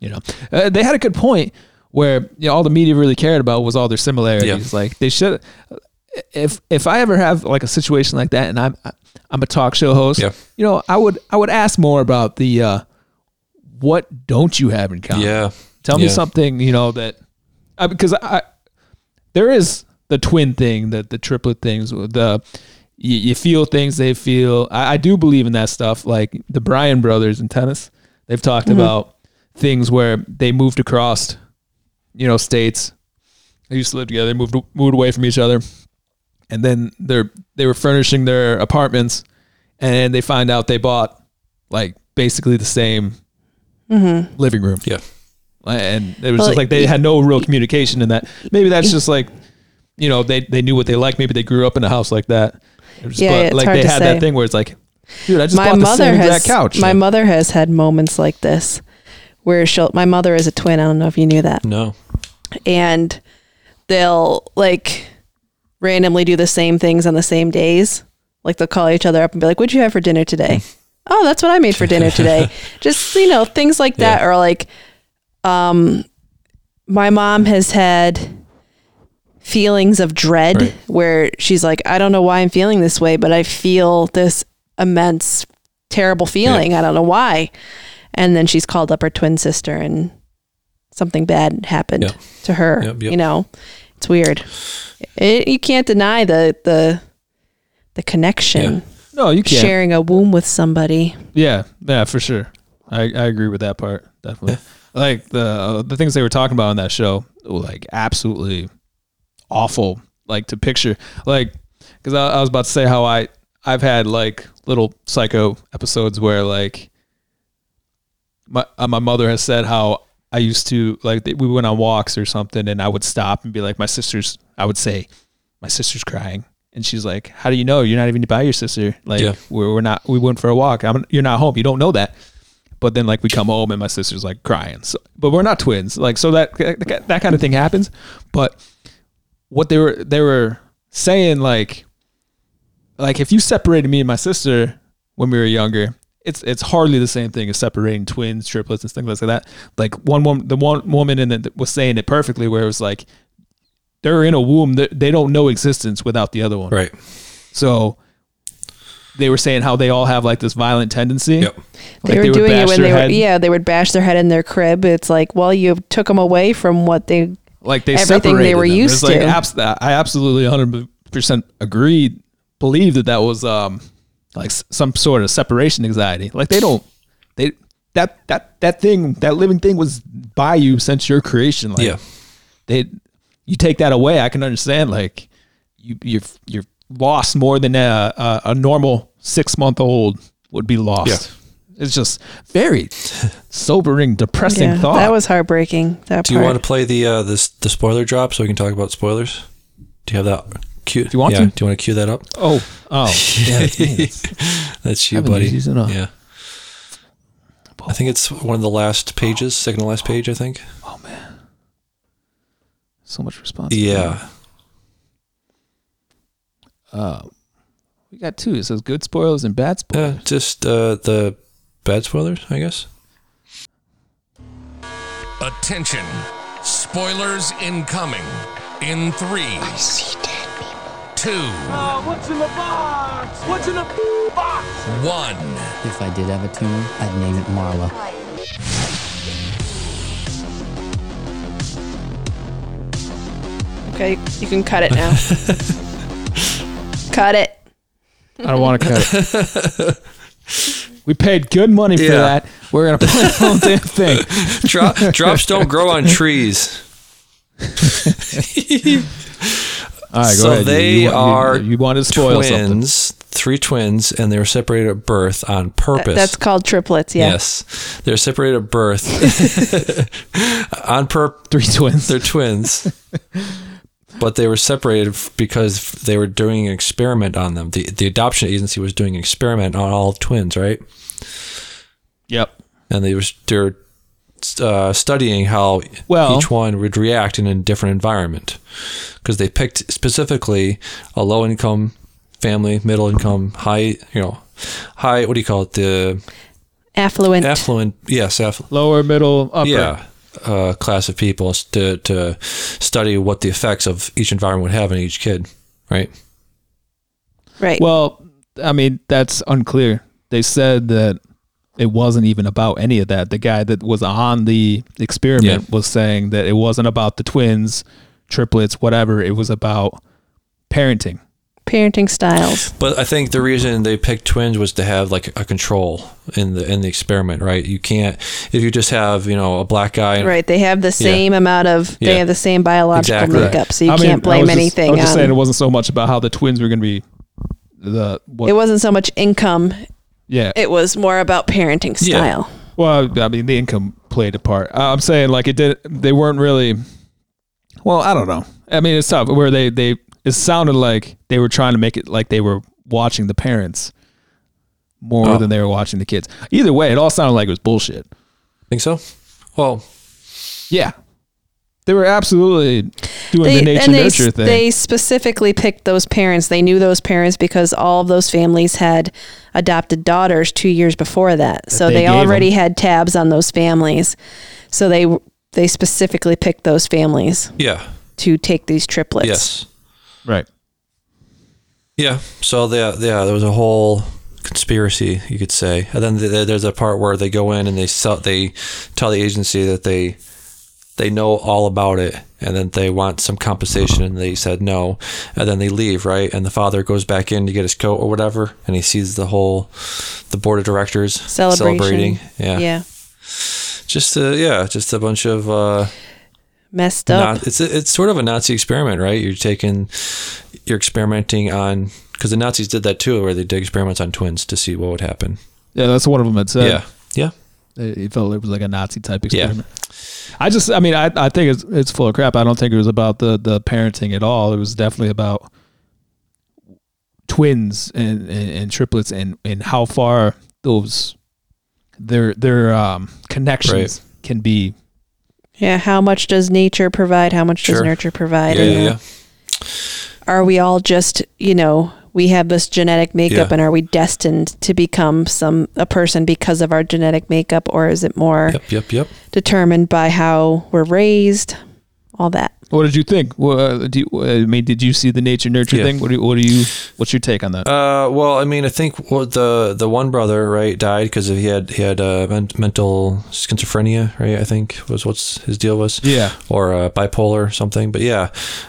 [SPEAKER 2] you know, uh, they had a good point where you know, all the media really cared about was all their similarities. Like they should. If if I ever have like a situation like that, and I'm I'm a talk show host,
[SPEAKER 1] Yeah.
[SPEAKER 2] you know, I would I would ask more about the uh, what don't you have in common?
[SPEAKER 1] Yeah.
[SPEAKER 2] Tell me
[SPEAKER 1] Yeah.
[SPEAKER 2] something, you know, that I, because I there is the twin thing, the the triplet things, the you, you feel things they feel. I, I do believe in that stuff. Like the Bryan brothers in tennis, they've talked about things where they moved across, you know, states. They used to live together, moved moved away from each other, and then they're they were furnishing their apartments, and they find out they bought like basically the same living room.
[SPEAKER 1] Yeah.
[SPEAKER 2] And it was
[SPEAKER 3] Well,
[SPEAKER 2] just like they
[SPEAKER 3] y-
[SPEAKER 2] had no real communication in that. Maybe that's just like, you know, they, they knew what they liked. Maybe they grew up in a house like that. It was-
[SPEAKER 3] Yeah,
[SPEAKER 2] but,
[SPEAKER 3] it's
[SPEAKER 2] like
[SPEAKER 3] hard
[SPEAKER 2] they
[SPEAKER 3] to
[SPEAKER 2] had
[SPEAKER 3] say.
[SPEAKER 2] that thing where it's like, dude, I just
[SPEAKER 3] my
[SPEAKER 2] bought the
[SPEAKER 3] mother
[SPEAKER 2] same
[SPEAKER 3] has
[SPEAKER 2] exact couch.
[SPEAKER 3] my
[SPEAKER 2] Like,
[SPEAKER 3] mother has had moments like this where she'll my mother is a twin. I don't know if you knew that.
[SPEAKER 1] No.
[SPEAKER 3] and they'll like randomly do the same things on the same days. Like they'll call each other up and be like, "What'd you have for dinner today?" "Oh, that's what I made for dinner today." Just you know, things like that, or like, um, my mom has had feelings of dread
[SPEAKER 1] Right.
[SPEAKER 3] where she's like, "I don't know why I'm feeling this way, but I feel this immense, terrible feeling. I don't know why." And then she's called up her twin sister and something bad happened
[SPEAKER 1] Yeah.
[SPEAKER 3] to her.
[SPEAKER 1] Yep, yep.
[SPEAKER 3] You know, it's weird. It, you can't deny the the the connection,
[SPEAKER 2] no, you can't.
[SPEAKER 3] sharing a womb with somebody.
[SPEAKER 2] Yeah, yeah, for sure. I, I agree with that part definitely. Like the uh, the things they were talking about on that show, were, like absolutely awful. Like to picture, like because I, I was about to say how I I've had like little psycho episodes where like my uh, my mother has said how I used to like that we went on walks or something and I would stop and be like my sister's I would say my sister's crying and she's like how do you know you're not even by your sister like
[SPEAKER 1] Yeah.
[SPEAKER 2] we're, we're not we went for a walk I'm, you're not home you don't know that but then like we come home and my sister's like crying so but we're not twins like so that that, that kind of thing happens but what they were they were saying like like if you separated me and my sister when we were younger it's it's hardly the same thing as separating twins triplets and things like that like one woman the one woman in it was saying it perfectly where it was like they're in a womb that they don't know existence without the other one
[SPEAKER 1] Right.
[SPEAKER 2] so they were saying how they all have like this violent tendency
[SPEAKER 1] Yep.
[SPEAKER 2] Like,
[SPEAKER 3] they were
[SPEAKER 2] would
[SPEAKER 3] doing it
[SPEAKER 2] bash
[SPEAKER 3] when
[SPEAKER 2] their
[SPEAKER 3] they were
[SPEAKER 2] head.
[SPEAKER 3] yeah they would bash their head in their crib it's like well you took them away from what they
[SPEAKER 2] like they
[SPEAKER 3] everything they
[SPEAKER 2] separated
[SPEAKER 3] were
[SPEAKER 2] them.
[SPEAKER 3] used
[SPEAKER 2] it's like,
[SPEAKER 3] to.
[SPEAKER 2] abs- I absolutely 100% agreed, believe that that was um like s- some sort of separation anxiety. Like they don't they that that that thing that living thing was by you since your creation. Like
[SPEAKER 1] yeah.
[SPEAKER 2] they you take that away, I can understand. Like you you're you're lost more than a a, a normal six month old would be lost. It's just very sobering, depressing
[SPEAKER 3] yeah,
[SPEAKER 2] thought.
[SPEAKER 3] that was heartbreaking that
[SPEAKER 1] Do you
[SPEAKER 3] part.
[SPEAKER 1] want to play the uh, this the spoiler drop so we can talk about spoilers? Do you have that? Cue, do
[SPEAKER 2] you want
[SPEAKER 1] yeah,
[SPEAKER 2] to?
[SPEAKER 1] Do you want to cue that up?
[SPEAKER 2] oh oh yeah, it's me. It's-
[SPEAKER 1] That's you,
[SPEAKER 2] Haven't
[SPEAKER 1] buddy.
[SPEAKER 2] used it in a-
[SPEAKER 1] Yeah. I think it's one of the last pages, second to last page, I think.
[SPEAKER 2] Oh man, so much response.
[SPEAKER 1] Yeah.
[SPEAKER 2] uh, we got two. It says good spoilers and bad spoilers.
[SPEAKER 1] Yeah, just uh, the bad spoilers, I guess.
[SPEAKER 6] Attention. Spoilers incoming. In three. I see dead Two.
[SPEAKER 4] Uh, what's in the box? What's in the box?
[SPEAKER 6] One.
[SPEAKER 7] If I did have a tune, I'd name it Marla.
[SPEAKER 3] okay you can cut it now cut it
[SPEAKER 2] I don't want to cut it. we paid good money for
[SPEAKER 1] Yeah.
[SPEAKER 2] that. We're gonna play the whole damn thing.
[SPEAKER 1] Drop, drops don't grow on trees.
[SPEAKER 2] All right, go
[SPEAKER 1] so
[SPEAKER 2] ahead. You-
[SPEAKER 1] they
[SPEAKER 2] you, want- you-
[SPEAKER 1] are
[SPEAKER 2] You, wanted to spoil something.
[SPEAKER 1] twins, three twins, and they were separated at birth on
[SPEAKER 3] That-
[SPEAKER 1] purpose.
[SPEAKER 3] that's called triplets yeah
[SPEAKER 1] Yes, they're separated at birth on purpose.
[SPEAKER 2] Three twins.
[SPEAKER 1] They're twins, but they were separated f- because they were doing an experiment on them. The the adoption agency was doing an experiment on all twins, right?
[SPEAKER 2] Yep.
[SPEAKER 1] And they were they're uh, studying how
[SPEAKER 2] Well-
[SPEAKER 1] each one would react in a different environment because they picked specifically a low income family, middle income, high you know high what do you call it the
[SPEAKER 3] affluent
[SPEAKER 1] affluent yes affluent
[SPEAKER 2] Lower, middle, upper.
[SPEAKER 1] yeah uh, class of people s- to to study what the effects of each environment would have on each kid, right?
[SPEAKER 3] right
[SPEAKER 2] Well, I mean that's unclear. They said that it wasn't even about any of that. The guy that was on the experiment
[SPEAKER 1] Yeah.
[SPEAKER 2] was saying that it wasn't about the twins, triplets, whatever. It was about parenting.
[SPEAKER 3] parenting styles
[SPEAKER 1] But I think the reason they picked twins was to have like a control in the in the experiment, right? You can't if you just have you know a black guy, and-
[SPEAKER 3] right they have the same amount of they
[SPEAKER 1] Yeah.
[SPEAKER 3] have the same biological
[SPEAKER 1] Exactly.
[SPEAKER 3] makeup so you
[SPEAKER 2] I mean,
[SPEAKER 3] can't
[SPEAKER 2] I was
[SPEAKER 3] blame
[SPEAKER 2] just-
[SPEAKER 3] anything
[SPEAKER 2] I was just
[SPEAKER 3] on-
[SPEAKER 2] saying it wasn't so much about how the twins were going to be the what,
[SPEAKER 3] it wasn't so much income
[SPEAKER 2] yeah.
[SPEAKER 3] it was more about parenting
[SPEAKER 1] Yeah.
[SPEAKER 3] style
[SPEAKER 2] well, I mean the income played a part. Uh, I'm saying like it did. They weren't really. Well, I don't know. I mean, it's tough. Where they they it sounded like they were trying to make it like they were watching the parents more
[SPEAKER 1] Oh.
[SPEAKER 2] than they were watching the kids. Either way, it all sounded like it was bullshit.
[SPEAKER 1] Think so? Well,
[SPEAKER 2] Yeah, they were absolutely doing the nature
[SPEAKER 3] they,
[SPEAKER 2] nurture thing.
[SPEAKER 3] they specifically picked those parents. They knew those parents because all of those families had adopted daughters two years before that. so
[SPEAKER 2] they
[SPEAKER 3] they,
[SPEAKER 2] gave
[SPEAKER 3] already had tabs on those families. So they they specifically picked those families
[SPEAKER 1] yeah,
[SPEAKER 3] to take these triplets.
[SPEAKER 1] yes,
[SPEAKER 2] right.
[SPEAKER 1] yeah. So the yeah, there was a whole conspiracy, you could say. And then th th- there's a part where they go in and they sell, they tell the agency that they they know all about it and then they want some compensation and they said no and then they leave right and the father goes back in to get his coat or whatever and he sees the whole the board of directors
[SPEAKER 3] Celebration.
[SPEAKER 1] celebrating yeah,
[SPEAKER 3] Yeah.
[SPEAKER 1] just uh, yeah just a bunch of uh
[SPEAKER 3] messed up.
[SPEAKER 1] Not, it's it's sort of a Nazi experiment, right? You're taking, you're experimenting on because the Nazis did that too, where they did experiments on twins to see what would happen.
[SPEAKER 2] Yeah, that's what one of them had said.
[SPEAKER 1] yeah, yeah.
[SPEAKER 2] It it felt like it was like a Nazi type experiment. I just, I mean, I, I think it's it's full of crap. I don't think it was about the the parenting at all. It was definitely about twins and and, and triplets and and how far those their their um, connections
[SPEAKER 1] Right.
[SPEAKER 2] can be.
[SPEAKER 3] yeah. How much does nature provide? How much does
[SPEAKER 1] Sure.
[SPEAKER 3] nurture provide?
[SPEAKER 1] Yeah,
[SPEAKER 3] And
[SPEAKER 1] yeah, yeah.
[SPEAKER 3] Are we all just, you know, we have this genetic makeup
[SPEAKER 1] Yeah.
[SPEAKER 3] and are we destined to become some a person because of our genetic makeup or is it more
[SPEAKER 1] Yep, yep, yep.
[SPEAKER 3] determined by how we're raised? All that.
[SPEAKER 2] What did you think? Well, uh, do you, I mean, did you see the nature nurture
[SPEAKER 1] Yeah.
[SPEAKER 2] thing? What do you, what do you what's your take on that?
[SPEAKER 1] Uh, well, I mean, I think what the the one brother right died because he had he had uh, men- mental schizophrenia, right? I think was what's his deal was.
[SPEAKER 2] Yeah.
[SPEAKER 1] or uh, bipolar or something. But yeah,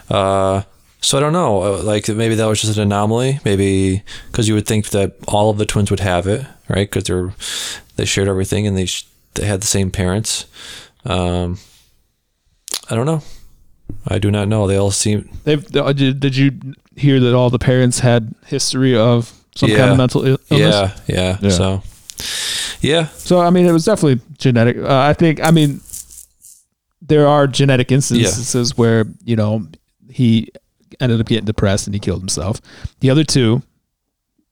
[SPEAKER 1] uh, so I don't know. uh, Like maybe that was just an anomaly. Maybe because you would think that all of the twins would have it, right? Because they're they shared everything and they sh- they had the same parents. Um, I don't know. I do not know. They all seem
[SPEAKER 2] They've, uh, did, did you hear that all the parents had history of some kind
[SPEAKER 1] Yeah.
[SPEAKER 2] of mental ill- illness?
[SPEAKER 1] yeah, yeah,
[SPEAKER 2] Yeah.
[SPEAKER 1] So yeah,
[SPEAKER 2] So I mean, it was definitely genetic. Uh, I think I mean, there are genetic instances where you know he ended up getting depressed and he killed himself. The other two,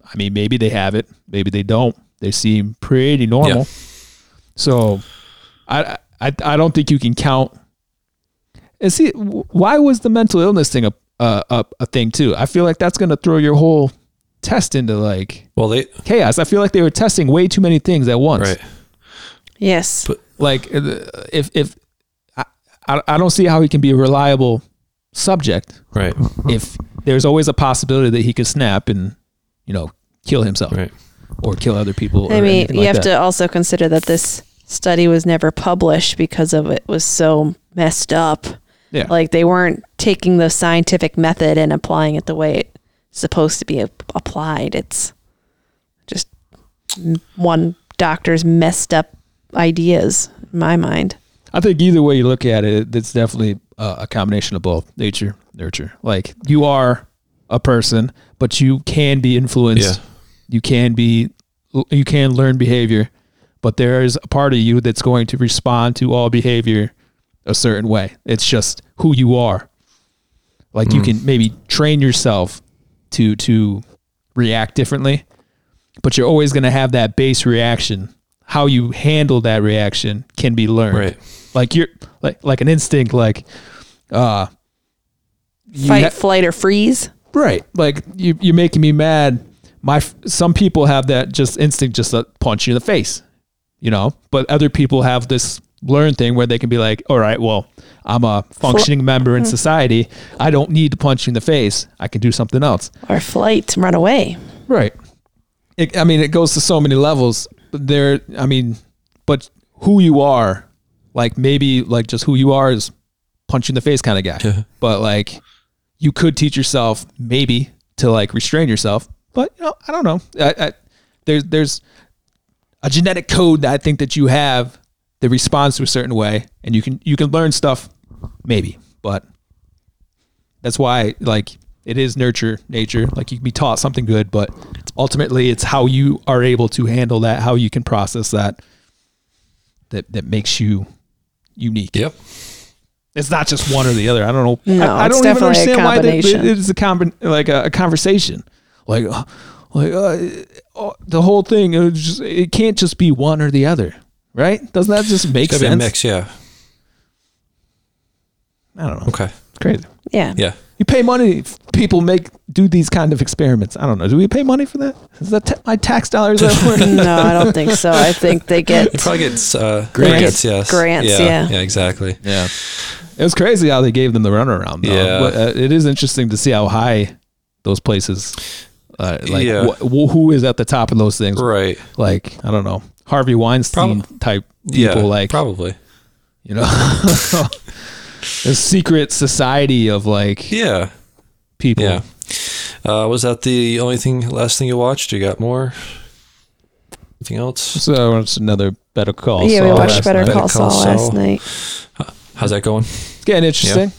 [SPEAKER 2] I mean, maybe they have it, maybe they don't. They seem pretty normal.
[SPEAKER 1] Yeah.
[SPEAKER 2] So I, I I don't think you can count. And see, w- why was the mental illness thing a a, a, a thing too? I feel like that's going to throw your whole test into like
[SPEAKER 1] Well, they
[SPEAKER 2] chaos. I feel like they were testing way too many things at once
[SPEAKER 1] right.
[SPEAKER 3] Yes.
[SPEAKER 2] like uh, if if I, I I don't see how he can be a reliable subject
[SPEAKER 1] Right.
[SPEAKER 2] if there's always a possibility that he could snap and you know kill himself
[SPEAKER 1] Right.
[SPEAKER 2] or kill other people.
[SPEAKER 3] I mean, you have to also consider that this study was never published because of it was so messed up.
[SPEAKER 2] to yeah.
[SPEAKER 3] Like they weren't taking the scientific method and applying it the way it's supposed to be ap- applied. It's just m- one doctor's messed up ideas in my mind.
[SPEAKER 2] I think either way you look at it, it's definitely uh, a combination of both nature nurture. Like you are a person, but you can be influenced.
[SPEAKER 1] Yeah.
[SPEAKER 2] You can be you can learn behavior, but there is a part of you that's going to respond to all behavior a certain way. It's just who you are. Like
[SPEAKER 1] Hmm.
[SPEAKER 2] you can maybe train yourself to to react differently, but you're always going to have that base reaction. How you handle that reaction can be learned
[SPEAKER 1] Right.
[SPEAKER 2] like you're like like an instinct like uh you
[SPEAKER 3] Fight,
[SPEAKER 2] ha-
[SPEAKER 3] flight, or freeze.
[SPEAKER 2] right like you you're making me mad my f- some people have that just instinct just to punch you in the face you know but other people have this learned thing where they can be like all right well i'm a functioning member in society i don't need to punch you in the face i can do something else
[SPEAKER 3] Or flight, run away.
[SPEAKER 2] Right. It, I mean, it goes to so many levels. But There, I mean, but who you are, like maybe like just who you are is punch you in the face kind of guy. But like, you could teach yourself maybe to like restrain yourself. But you know, I don't know. I, I, there's there's a genetic code that I think that you have that responds to a certain way, and you can you can learn stuff maybe, but that's why like it is nurture nature like you can be taught something good but ultimately it's how you are able to handle that how you can process that that that makes you unique
[SPEAKER 1] Yep.
[SPEAKER 2] it's not just one or the other i don't know
[SPEAKER 3] No,
[SPEAKER 2] I, I
[SPEAKER 3] it's
[SPEAKER 2] don't even
[SPEAKER 3] definitely a
[SPEAKER 2] understand why they,
[SPEAKER 3] combination.
[SPEAKER 2] it's a com- like a, a conversation like uh, like uh, oh, the whole thing it, just, it can't just be one or the other right doesn't that just make
[SPEAKER 1] It's gotta be a
[SPEAKER 2] sense
[SPEAKER 1] mix. Yeah.
[SPEAKER 2] i don't know
[SPEAKER 1] Okay.
[SPEAKER 2] crazy
[SPEAKER 3] Yeah.
[SPEAKER 1] Yeah.
[SPEAKER 2] You pay money. f- People make do these kind of experiments. I don't know. Do we pay money for that? Is that ta- my tax dollars? That for?
[SPEAKER 3] no, I don't think so. I think they
[SPEAKER 1] You
[SPEAKER 3] get
[SPEAKER 1] probably get uh,
[SPEAKER 2] Grants.
[SPEAKER 1] grants. Yes.
[SPEAKER 3] Grants, yeah.
[SPEAKER 1] Yeah. Exactly.
[SPEAKER 2] yeah. It was crazy how they gave them the runaround. Though.
[SPEAKER 1] Yeah.
[SPEAKER 2] But, uh, it is interesting to see how high those places. Uh, like
[SPEAKER 1] Yeah.
[SPEAKER 2] wh- wh- who is at the top of those things?
[SPEAKER 1] Right.
[SPEAKER 2] Like I don't know Harvey Weinstein type people.
[SPEAKER 1] Yeah.
[SPEAKER 2] like
[SPEAKER 1] probably.
[SPEAKER 2] you know, a secret society of like
[SPEAKER 1] Yeah.
[SPEAKER 2] people.
[SPEAKER 1] Yeah. Uh, was that the only thing, last thing you watched? You got more? Anything else?
[SPEAKER 2] So it's another Better Call.
[SPEAKER 3] Yeah, we
[SPEAKER 2] Saul
[SPEAKER 3] watched
[SPEAKER 2] last
[SPEAKER 3] Better
[SPEAKER 2] night.
[SPEAKER 3] Call
[SPEAKER 1] Better Call
[SPEAKER 3] Saul last
[SPEAKER 1] Saul.
[SPEAKER 3] night.
[SPEAKER 1] How's that going?
[SPEAKER 2] It's getting interesting.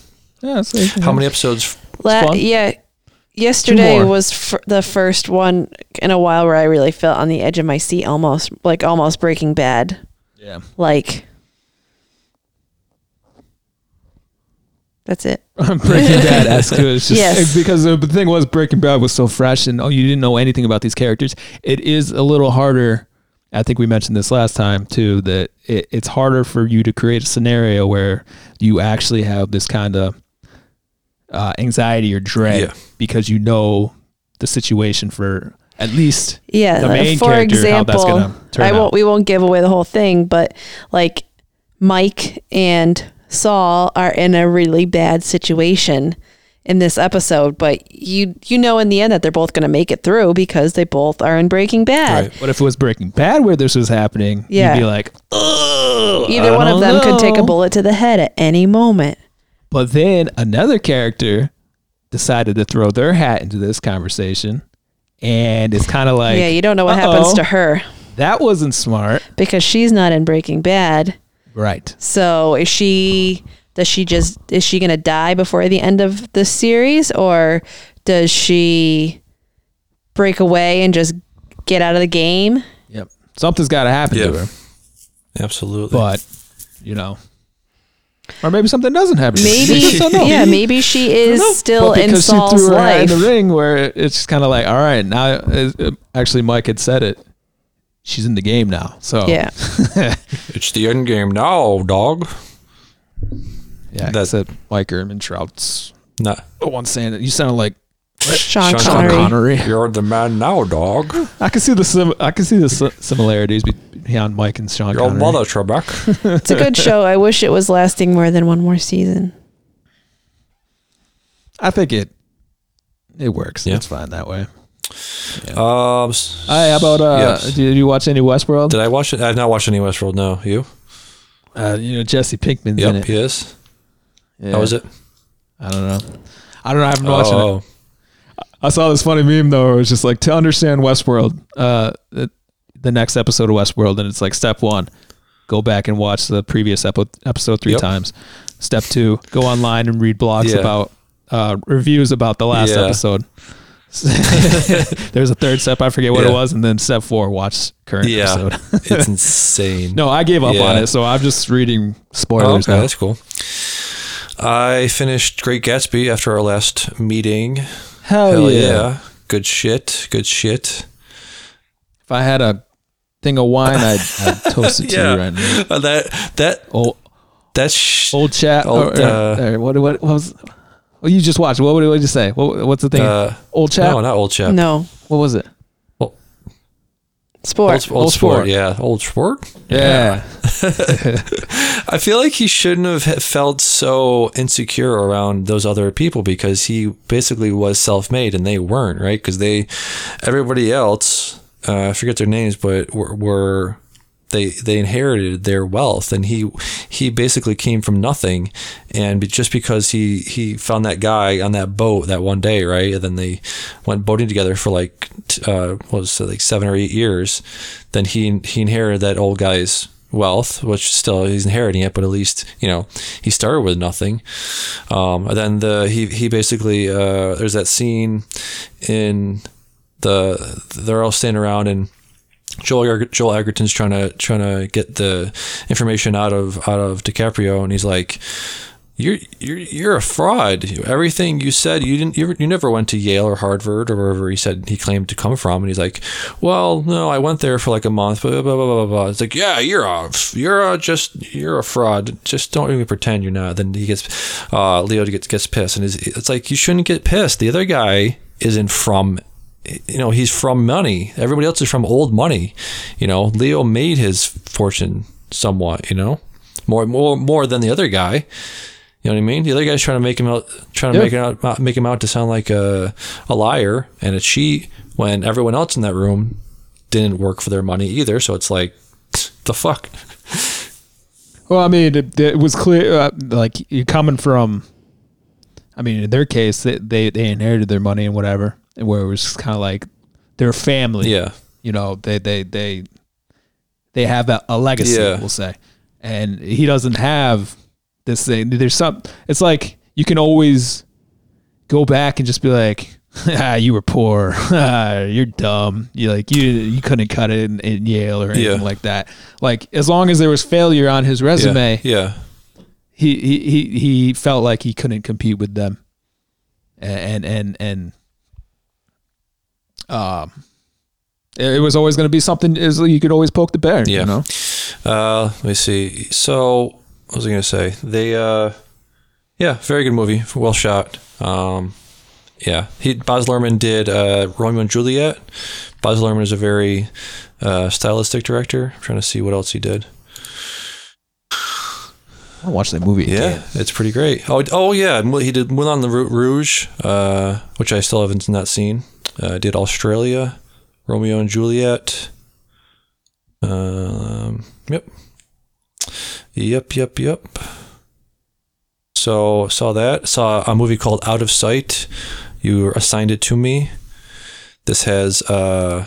[SPEAKER 2] Yeah. it's like-
[SPEAKER 1] How many episodes?
[SPEAKER 3] La-
[SPEAKER 2] fun.
[SPEAKER 3] yeah. Yesterday
[SPEAKER 2] more.
[SPEAKER 3] was fir- the first one in a while where I really felt on the edge of my seat, almost like almost Breaking Bad.
[SPEAKER 2] Yeah.
[SPEAKER 3] Like, that's it.
[SPEAKER 2] Breaking Bad esque. Just,
[SPEAKER 3] Yes.
[SPEAKER 2] Because the thing was, Breaking Bad was so fresh and oh, you didn't know anything about these characters. It is a little harder. I think we mentioned this last time too that it, it's harder for you to create a scenario where you actually have this kind of uh, anxiety or dread
[SPEAKER 1] Yeah.
[SPEAKER 2] because you know the situation for at least
[SPEAKER 3] Yeah.
[SPEAKER 2] the main
[SPEAKER 3] for
[SPEAKER 2] character, how
[SPEAKER 3] example,
[SPEAKER 2] that's gonna turn
[SPEAKER 3] I won't.
[SPEAKER 2] out.
[SPEAKER 3] We won't give away the whole thing, but like Mike and Saul are in a really bad situation in this episode, but you you know in the end that they're both going to make it through because they both are in Breaking Bad.
[SPEAKER 2] What if it was Breaking Bad where this was happening?
[SPEAKER 3] Yeah.
[SPEAKER 2] You'd be like, oh,
[SPEAKER 3] Either one of them could take a bullet to the head at any moment.
[SPEAKER 2] But then another character decided to throw their hat into this conversation. And it's kind of like,
[SPEAKER 3] yeah, you don't know what
[SPEAKER 2] uh-oh,
[SPEAKER 3] happens to her
[SPEAKER 2] That wasn't smart.
[SPEAKER 3] because she's not in Breaking Bad.
[SPEAKER 2] Right.
[SPEAKER 3] So is she? Does she just? Is she gonna die before the end of the series, or does she break away and just get out of the game?
[SPEAKER 2] Yep. Something's got to happen to
[SPEAKER 1] Yeah.
[SPEAKER 2] her.
[SPEAKER 1] Absolutely.
[SPEAKER 2] But, you know, or maybe something doesn't happen. to her.
[SPEAKER 3] Maybe,
[SPEAKER 2] We don't know.
[SPEAKER 3] yeah, maybe she is still
[SPEAKER 2] But
[SPEAKER 3] in
[SPEAKER 2] because she
[SPEAKER 3] Saul's
[SPEAKER 2] threw her hat
[SPEAKER 3] life.
[SPEAKER 2] in the ring, where it's just kind of like, all right, now. uh, Actually, Mike had said it. She's in the game now. So
[SPEAKER 3] Yeah,
[SPEAKER 1] it's the end game now, dog.
[SPEAKER 2] yeah.
[SPEAKER 1] That's-
[SPEAKER 2] That's it. Mike Erman Trout's
[SPEAKER 1] Nah,
[SPEAKER 2] the one saying that. You sounded like
[SPEAKER 3] Sean,
[SPEAKER 1] Sean
[SPEAKER 3] Connery.
[SPEAKER 2] Connery.
[SPEAKER 1] you're the man now, dog.
[SPEAKER 2] I can see the sim- I can see the si- similarities be- beyond Mike and Sean.
[SPEAKER 1] Your
[SPEAKER 2] Connery.
[SPEAKER 1] mother, Trebek.
[SPEAKER 3] It's a good show. I wish it was lasting more than one more season.
[SPEAKER 2] I think it it works.
[SPEAKER 1] Yeah.
[SPEAKER 2] It's fine that way.
[SPEAKER 1] um, s-
[SPEAKER 2] Hey, how about uh?
[SPEAKER 1] Yes.
[SPEAKER 2] Did you watch any Westworld?
[SPEAKER 1] did I watch it? I've not watched any Westworld. No, you?
[SPEAKER 2] uh, you know Jesse Pinkman's in
[SPEAKER 1] Yep,
[SPEAKER 2] it.
[SPEAKER 1] he is.
[SPEAKER 2] Yeah.
[SPEAKER 1] How was it?
[SPEAKER 2] I don't know. I don't know. I haven't watched it.
[SPEAKER 1] oh,
[SPEAKER 2] I saw this funny meme though. Where it was just like to understand Westworld, uh, the, the next episode of Westworld, and it's like step one, go back and watch the previous epi- episode three
[SPEAKER 1] Yep.
[SPEAKER 2] times. Step two, go online and read blogs
[SPEAKER 1] Yeah.
[SPEAKER 2] about uh, reviews about the last
[SPEAKER 1] Yeah.
[SPEAKER 2] episode. There's a third step, I forget what it
[SPEAKER 1] Yeah.
[SPEAKER 2] was, and then step four, watch current
[SPEAKER 1] yeah,
[SPEAKER 2] episode.
[SPEAKER 1] it's insane.
[SPEAKER 2] No, I gave up on
[SPEAKER 1] Yeah.
[SPEAKER 2] it, so I'm just reading
[SPEAKER 1] Oh,
[SPEAKER 2] spoilers
[SPEAKER 1] okay,
[SPEAKER 2] now.
[SPEAKER 1] that's cool. I finished Great Gatsby after our last meeting.
[SPEAKER 2] Hell,
[SPEAKER 1] Hell
[SPEAKER 2] yeah.
[SPEAKER 1] Oh, yeah. Good shit. Good shit.
[SPEAKER 2] If I had a thing of wine, I'd, I'd toast it to
[SPEAKER 1] Yeah.
[SPEAKER 2] you right now.
[SPEAKER 1] Uh, that that
[SPEAKER 2] Oh,
[SPEAKER 1] that sh-
[SPEAKER 2] old chat.
[SPEAKER 1] Old,
[SPEAKER 2] or, or-
[SPEAKER 1] uh,
[SPEAKER 2] or what, what, what was? Well, you just watched. What, would- what did you say? What, what's the thing?
[SPEAKER 1] Uh,
[SPEAKER 2] old chat.
[SPEAKER 1] no, not old chap.
[SPEAKER 3] No
[SPEAKER 2] What was it?
[SPEAKER 3] sport.
[SPEAKER 1] Old, old,
[SPEAKER 2] Old
[SPEAKER 1] sport.
[SPEAKER 2] sport.
[SPEAKER 1] yeah, old sport.
[SPEAKER 2] Yeah.
[SPEAKER 1] I feel like he shouldn't have he- felt so insecure around those other people because he basically was self-made and they weren't right because they, everybody else, uh, I forget their names, but were, were they they inherited their wealth and he he basically came from nothing and be- just because he he found that guy on that boat that one day right and then they went boating together for like t- uh what was it like seven or eight years then he he inherited that old guy's wealth which still he's inheriting it but at least you know he started with nothing um and then the he he basically uh there's that scene in the they're all standing around and Joel Eger- Joel Egerton's trying to trying to get the information out of out of DiCaprio, and he's like, "You're you're you're a fraud. Everything you said, you didn't. You, you never went to Yale or Harvard or wherever he said he claimed to come from." And he's like, "Well, no, I went there for like a month." Blah blah blah blah. blah, blah. It's like, "Yeah, you're a you're a just you're a fraud. Just don't even pretend you're not." Then he gets uh, Leo gets gets pissed, and is it's like you shouldn't get pissed. The other guy isn't from you know he's from money everybody else is from old money you know leo made his fortune somewhat you know more more more than the other guy you know what i mean the other guy's trying to make him out trying to
[SPEAKER 2] Yeah.
[SPEAKER 1] make him out make him out to sound like a, a liar and a cheat when everyone else in that room didn't work for their money either so it's like the fuck
[SPEAKER 2] Well, I mean, it, it was clear. Uh, like you're coming from. I mean, in their case, they they, they inherited their money and whatever, and where it was kind of like their family.
[SPEAKER 1] yeah
[SPEAKER 2] you know they they they they have a, a legacy
[SPEAKER 1] Yeah.
[SPEAKER 2] we'll say and he doesn't have this thing. There's some. It's like you can always go back and just be like, ah, "You were poor. Ah, You're dumb. You like you you couldn't cut it in, in Yale or anything
[SPEAKER 1] Yeah.
[SPEAKER 2] like that." Like as long as there was failure on his resume,
[SPEAKER 1] Yeah. yeah.
[SPEAKER 2] he he he he felt like he couldn't compete with them, and and and um, it it was always going to be something. Is you could always poke the bear.
[SPEAKER 1] Yeah.
[SPEAKER 2] You know?
[SPEAKER 1] Uh, let me see. So, what was I going to say? They, uh, yeah, very good movie. Well shot. Um, yeah. He, Baz Luhrmann did uh, Romeo and Juliet. Baz Luhrmann is a very uh, stylistic director. I'm trying to see what else he did.
[SPEAKER 2] I watched that movie.
[SPEAKER 1] Yeah,
[SPEAKER 2] again.
[SPEAKER 1] it's pretty great. Oh, oh yeah, Mul- he did Moulin the Rou- Rouge, uh, which I still haven't not seen. Uh, did Australia, Romeo and Juliet. Um, yep, yep, yep, yep. So saw that. Saw a movie called Out of Sight. You assigned it to me. This has uh,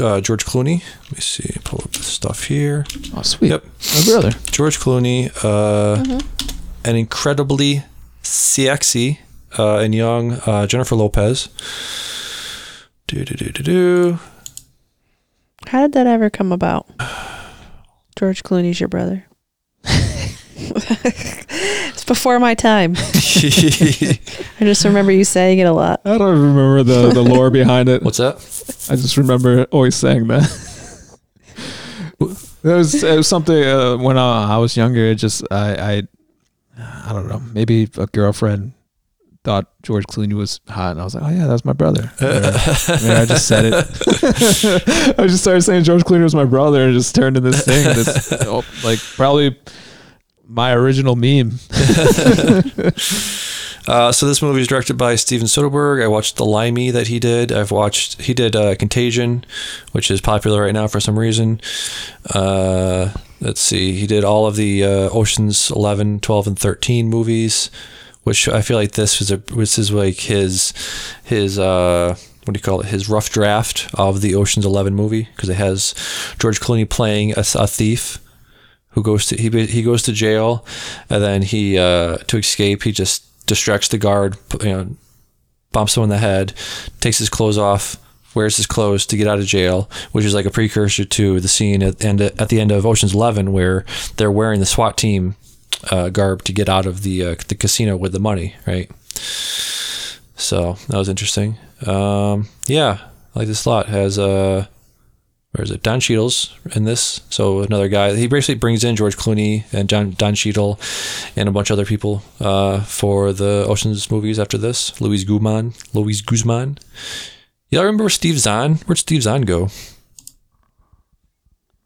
[SPEAKER 1] uh, George Clooney. Let me see. Pull up the stuff here.
[SPEAKER 2] Oh, sweet.
[SPEAKER 1] Yep.
[SPEAKER 2] My brother.
[SPEAKER 1] George Clooney, uh, an incredibly sexy uh, and young uh, Jennifer Lopez. Do do do do do.
[SPEAKER 3] How did that ever come about? George Clooney's your brother. it's before my time. I just remember you saying it a lot. Oh,
[SPEAKER 2] I don't remember the, the lore behind it.
[SPEAKER 1] What's that?
[SPEAKER 2] I just remember always saying that. it, was, it was something uh, when uh, I was younger. It just I, I I don't know. Maybe a girlfriend thought George Clooney was hot, and I was like, oh yeah, that's my brother. I, mean, I just said it. I just started saying George Clooney was my brother, and it just turned into this thing that's you know, like probably my original meme.
[SPEAKER 1] Uh, so this movie is directed by Steven Soderbergh. I watched The Limey that he did. I've watched he did uh, Contagion, which is popular right now for some reason. Uh, let's see, he did all of the uh, Ocean's 11, 12, and thirteen movies, which I feel like this was a this is like his his uh, what do you call it? His rough draft of the Ocean's Eleven movie because it has George Clooney playing a, a thief who goes to he he goes to jail, and then he uh, to escape he just distracts the guard, p- you know, bumps him in the head, takes his clothes off, wears his clothes to get out of jail, which is like a precursor to the scene at the end at the end of Ocean's Eleven where they're wearing the SWAT team uh, garb to get out of the uh, the casino with the money, right? So that was interesting. Um, yeah, I like this a lot. Has uh, where is it? Don Cheadle's in this. So another guy. He basically brings in George Clooney and John, Don Cheadle and a bunch of other people uh, for the Ocean's movies after this. Luis Guzman. Luis Guzman. Y'all remember Steve Zahn? Where'd Steve Zahn go?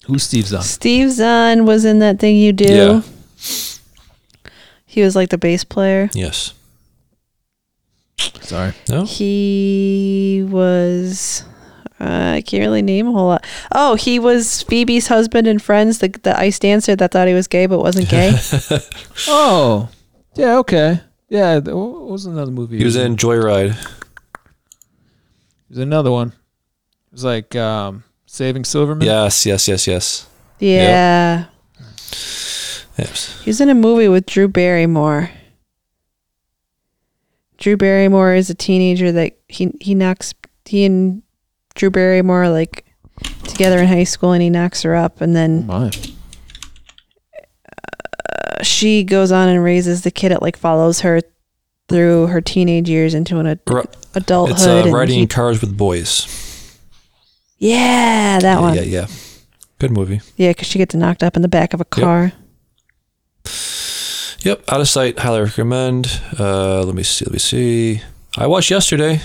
[SPEAKER 2] Who's Steve's on?
[SPEAKER 3] Steve Zahn was in that thing you do. He was like the bass player.
[SPEAKER 1] Yes.
[SPEAKER 2] Sorry.
[SPEAKER 1] No.
[SPEAKER 3] He was. Uh, I can't really name a whole lot. Oh, he was Phoebe's husband and friends, the the ice dancer that thought he was gay but wasn't gay.
[SPEAKER 2] Oh, yeah. Okay. Yeah. th- What was another movie?
[SPEAKER 1] He was in Joyride.
[SPEAKER 2] There's another one. It was like um, Saving Silverman.
[SPEAKER 1] Yes. Yes. Yes. Yes.
[SPEAKER 3] yeah,
[SPEAKER 1] Yes.
[SPEAKER 3] he's in a movie with Drew Barrymore. Drew Barrymore is a teenager that he he knocks he and Drew Barrymore are, like together in high school, and he knocks her up, and then
[SPEAKER 1] Oh,
[SPEAKER 3] Uh,
[SPEAKER 2] My.
[SPEAKER 3] she goes on and raises the kid. It like follows her through her teenage years into an ad-
[SPEAKER 1] Ru-
[SPEAKER 3] adulthood.
[SPEAKER 1] It's uh,
[SPEAKER 3] and
[SPEAKER 1] riding
[SPEAKER 3] he-
[SPEAKER 1] in cars with boys.
[SPEAKER 3] yeah, that
[SPEAKER 1] Yeah,
[SPEAKER 3] one.
[SPEAKER 1] yeah. Yeah. Good movie.
[SPEAKER 3] Yeah, because she gets knocked up in the back of a car.
[SPEAKER 1] Yep, out of sight. Highly recommend. Uh, let me see. Let me see. I watched yesterday.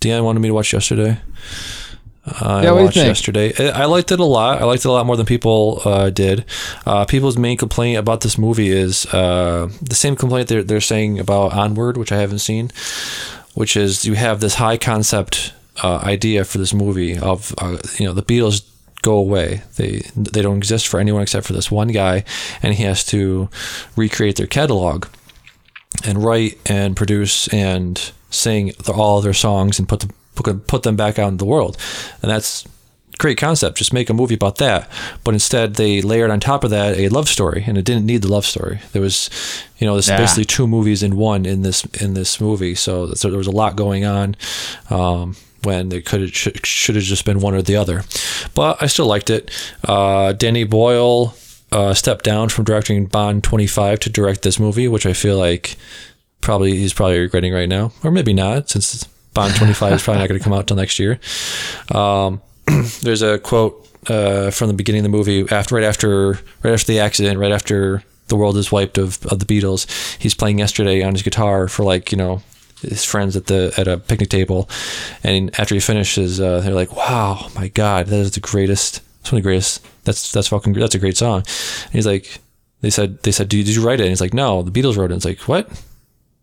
[SPEAKER 1] Deanne wanted me to watch yesterday. I
[SPEAKER 2] Yeah, what do you
[SPEAKER 1] watched
[SPEAKER 2] think?
[SPEAKER 1] yesterday. I I liked it a lot. I liked it a lot more than people uh, did. Uh, people's main complaint about this movie is uh, the same complaint they're, they're saying about Onward, which I haven't seen, which is you have this high concept uh, idea for this movie of uh, you know the Beatles go away. They they don't exist for anyone except for this one guy, and he has to recreate their catalog and write and produce and sing the, all their songs and put them put, put them back out in the world, and that's great concept. Just make a movie about that. But instead, they layered on top of that a love story, and it didn't need the love story. There was, you know, this
[SPEAKER 2] Yeah.
[SPEAKER 1] basically two movies in one in this in this movie. So, so there was a lot going on. Um, when they could have sh- should have just been one or the other, but I still liked it. Uh, Danny Boyle uh, stepped down from directing Bond 25 to direct this movie, which I feel like probably he's probably regretting right now, or maybe not, since Bond 25 is probably not going to come out till next year. Um, there's a quote uh, from the beginning of the movie, after right after right after the accident, right after the world is wiped of, of the Beatles. He's playing yesterday on his guitar for like you know his friends at the at a picnic table, and after he finishes, uh, they're like, "Wow, my God, that is the greatest! It's one of the greatest. That's that's fucking that's a great song." And he's like, "They said they said, did you, did you write it?" And he's like, "No, the Beatles wrote it." And it's like, "What?"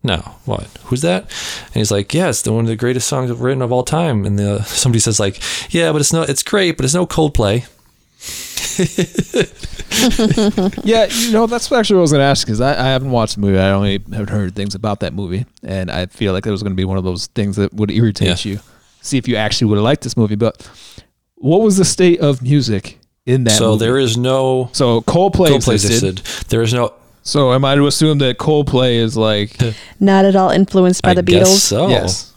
[SPEAKER 1] no, what? Who's that? And he's like, yeah, it's the, one of the greatest songs written of all time. And the, somebody says like, yeah, but it's no, it's great, but it's no Coldplay.
[SPEAKER 2] Yeah, you know, that's actually what I was going to ask because I, I haven't watched the movie. I only have heard things about that movie. And I feel like it was going to be one of those things that would irritate
[SPEAKER 1] Yeah.
[SPEAKER 2] you. See if you actually would have liked this movie. But what was the state of music in that
[SPEAKER 1] so
[SPEAKER 2] movie?
[SPEAKER 1] there is no
[SPEAKER 2] so Coldplay,
[SPEAKER 1] Coldplay
[SPEAKER 2] existed.
[SPEAKER 1] existed. There is no.
[SPEAKER 2] So am I to assume that Coldplay is like.
[SPEAKER 3] Not at all influenced by
[SPEAKER 1] I
[SPEAKER 3] the
[SPEAKER 1] guess
[SPEAKER 3] Beatles.
[SPEAKER 1] so.
[SPEAKER 2] Yes.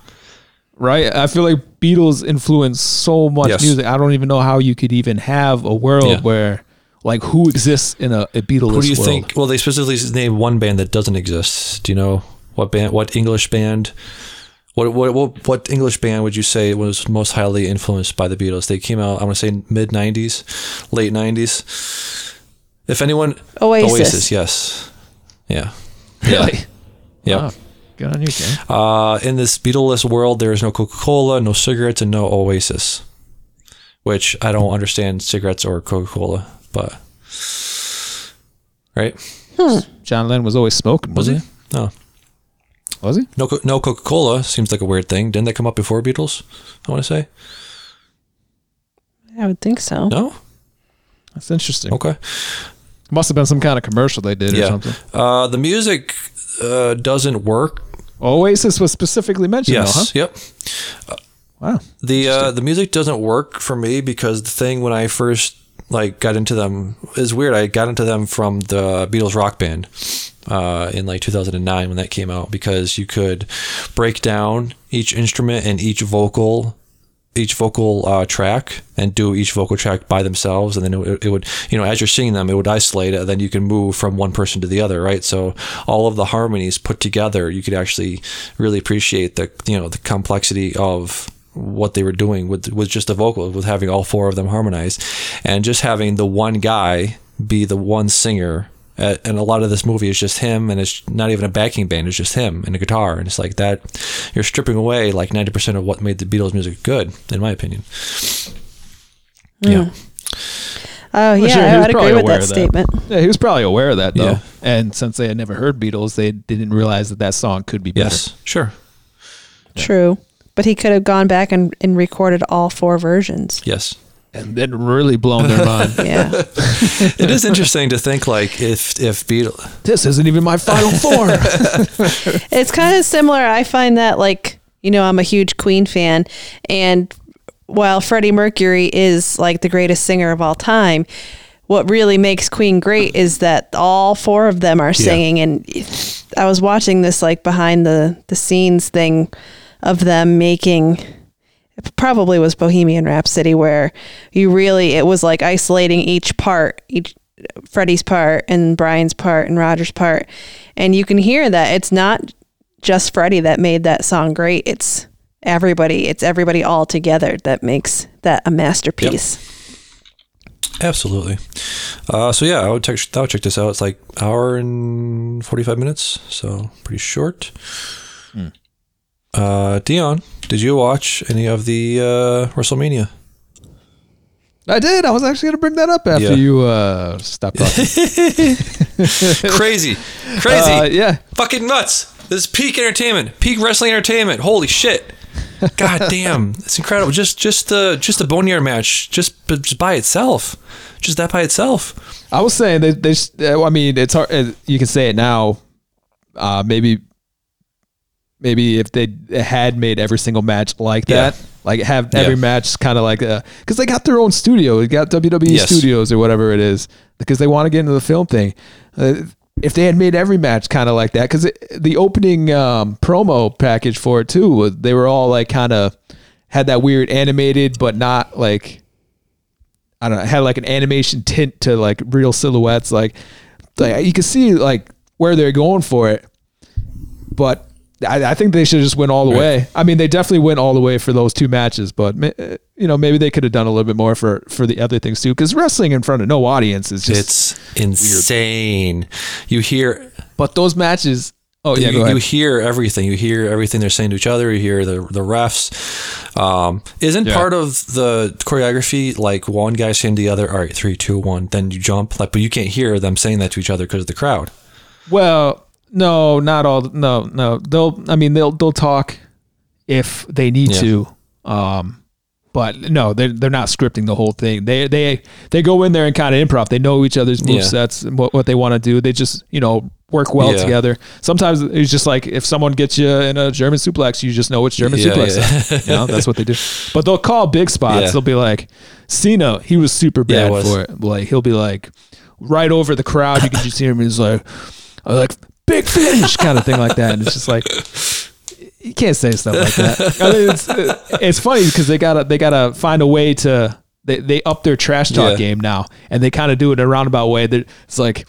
[SPEAKER 2] Right? I feel like Beatles influence so much
[SPEAKER 1] Yes.
[SPEAKER 2] music. I don't even know how you could even have a world
[SPEAKER 1] Yeah.
[SPEAKER 2] where. Like who exists in a, a Beatles
[SPEAKER 1] Who do you
[SPEAKER 2] world?
[SPEAKER 1] think? Well, they specifically named one band that doesn't exist. Do you know what band? What English band? What what what, what English band would you say was most highly influenced by the Beatles? They came out. I want to say mid '90s, late '90s. If anyone,
[SPEAKER 3] Oasis.
[SPEAKER 1] Oasis yes, yeah,
[SPEAKER 2] Really?
[SPEAKER 1] yeah.
[SPEAKER 2] Wow. Good on you, Ken.
[SPEAKER 1] Uh, in this Beatleless world, there is no Coca Cola, no cigarettes, and no Oasis, which I don't understand cigarettes or Coca Cola, but right?
[SPEAKER 2] John Lennon was always smoking,
[SPEAKER 1] Was he?
[SPEAKER 2] wasn't
[SPEAKER 1] No,
[SPEAKER 2] he? Was he?
[SPEAKER 1] no, Co- no Coca Cola seems like a weird thing. Didn't that come up before Beatles? I want to say
[SPEAKER 3] I would think so.
[SPEAKER 1] no.
[SPEAKER 2] That's interesting.
[SPEAKER 1] Okay.
[SPEAKER 2] Must have been some kind of commercial they did or
[SPEAKER 1] Yeah.
[SPEAKER 2] something.
[SPEAKER 1] Uh, the music uh, doesn't work.
[SPEAKER 2] Oasis was specifically mentioned,
[SPEAKER 1] Yes.
[SPEAKER 2] though,
[SPEAKER 1] Yep.
[SPEAKER 2] huh? Wow.
[SPEAKER 1] the uh, the music doesn't work for me because the thing when I first like got into them is weird. I got into them from the Beatles Rock Band uh, in like 2009 when that came out because you could break down each instrument and each vocal each vocal uh, track and do each vocal track by themselves and then it, it would you know as you're seeing them it would isolate and then you can move from one person to the other right so all of the harmonies put together you could actually really appreciate the you know the complexity of what they were doing with with just the vocal with having all four of them harmonize and just having the one guy be the one singer uh, and a lot of this movie is just him and it's not even a backing band it's just him and a guitar and it's like that you're stripping away like 90% of what made the beatles music good in my opinion yeah
[SPEAKER 3] Oh
[SPEAKER 2] Well,
[SPEAKER 3] yeah,
[SPEAKER 2] sure, he
[SPEAKER 3] I
[SPEAKER 2] was
[SPEAKER 3] would
[SPEAKER 2] probably
[SPEAKER 3] agree with
[SPEAKER 2] aware
[SPEAKER 3] that
[SPEAKER 2] of that.
[SPEAKER 3] statement.
[SPEAKER 2] Yeah, he was probably aware of that, though.
[SPEAKER 1] Yeah.
[SPEAKER 2] And since they had never heard Beatles, they didn't realize that that song could be better.
[SPEAKER 1] yes sure
[SPEAKER 3] True. But he could have gone back and, and recorded all four versions.
[SPEAKER 1] yes
[SPEAKER 2] And then really blown their mind.
[SPEAKER 3] Yeah.
[SPEAKER 1] it is interesting to think like if if beatles
[SPEAKER 2] this isn't even my final four.
[SPEAKER 3] it's kind of similar. I find that like, you know, I'm a huge Queen fan and while Freddie Mercury is like the greatest singer of all time, what really makes Queen great is that all four of them are singing and I was watching this like behind the the scenes thing of them making it probably was Bohemian Rhapsody where you really it was like isolating each part, each Freddie's part and Brian's part and Roger's part, and you can hear that it's not just Freddie that made that song great. It's everybody. It's everybody all together that makes that a masterpiece.
[SPEAKER 1] absolutely uh, so yeah i would check i would check this out it's like hour and 45 minutes so pretty short Hmm. uh, dion did you watch any of the uh, wrestlemania
[SPEAKER 2] I did. I was actually going to bring that up after
[SPEAKER 1] Yeah.
[SPEAKER 2] you uh, stopped talking.
[SPEAKER 1] crazy crazy
[SPEAKER 2] uh, yeah.
[SPEAKER 1] fucking nuts. This is peak entertainment, peak wrestling entertainment. Holy shit. God damn, it's incredible. Just just the just the boneyard match, just, just by itself, just that by itself.
[SPEAKER 2] I was saying they they. sh- uh, I mean, it's hard. uh, You can say it now. Uh, maybe, maybe if they had made every single match like
[SPEAKER 1] Yeah.
[SPEAKER 2] that, Like have every
[SPEAKER 1] Yeah.
[SPEAKER 2] match kind of like because they got their own studio, they got WWE
[SPEAKER 1] Yes.
[SPEAKER 2] Studios or whatever it is because they want to get into the film thing. Uh, if they had made every match kind of like that, because the opening um, promo package for it too, was they were all like kind of had that weird animated but not like I don't know, had like an animation tint to like real silhouettes. Like, like you could see like where they're going for it, but I, I think they should have just went all the way. I mean, they definitely went all the way for those two matches, but ma- eh, you know, maybe they could have done a little bit more for for the other things too. Because wrestling in front of no audience is just.
[SPEAKER 1] it's insane. You hear
[SPEAKER 2] but those matches. Oh yeah,
[SPEAKER 1] you,
[SPEAKER 2] go ahead.
[SPEAKER 1] you hear everything. You hear everything they're saying to each other. You hear the the refs. Um, isn't
[SPEAKER 2] Yeah.
[SPEAKER 1] part of the choreography like one guy saying to the other, "All right, three, two, one," then you jump. Like, but you can't hear them saying that to each other because of the crowd.
[SPEAKER 2] Well, no, not all. No, no. They'll. I mean, they'll they'll talk if they need
[SPEAKER 1] Yeah.
[SPEAKER 2] to. Um, but no, they're they're not scripting the whole thing. They they they go in there and kind of improv. They know each other's
[SPEAKER 1] Yeah.
[SPEAKER 2] move sets and what what they want to do. They just you know work well
[SPEAKER 1] Yeah.
[SPEAKER 2] together. Sometimes it's just like if someone gets you in a German suplex, you just know it's German
[SPEAKER 1] Yeah,
[SPEAKER 2] suplex.
[SPEAKER 1] yeah.
[SPEAKER 2] You know, that's what they do. But they'll call big spots.
[SPEAKER 1] Yeah.
[SPEAKER 2] They'll be like, Cena, he was super
[SPEAKER 1] Yeah,
[SPEAKER 2] bad
[SPEAKER 1] it was.
[SPEAKER 2] for it. Like he'll be like right over the crowd. You can just hear him. He's like, uh, like big finish kind of thing like that. And it's just like you can't say stuff like that. I mean, it's, uh, it's funny because they gotta they gotta find a way to they, they up their trash talk
[SPEAKER 1] Yeah.
[SPEAKER 2] game now, and they kind of do it in a roundabout way. That it's like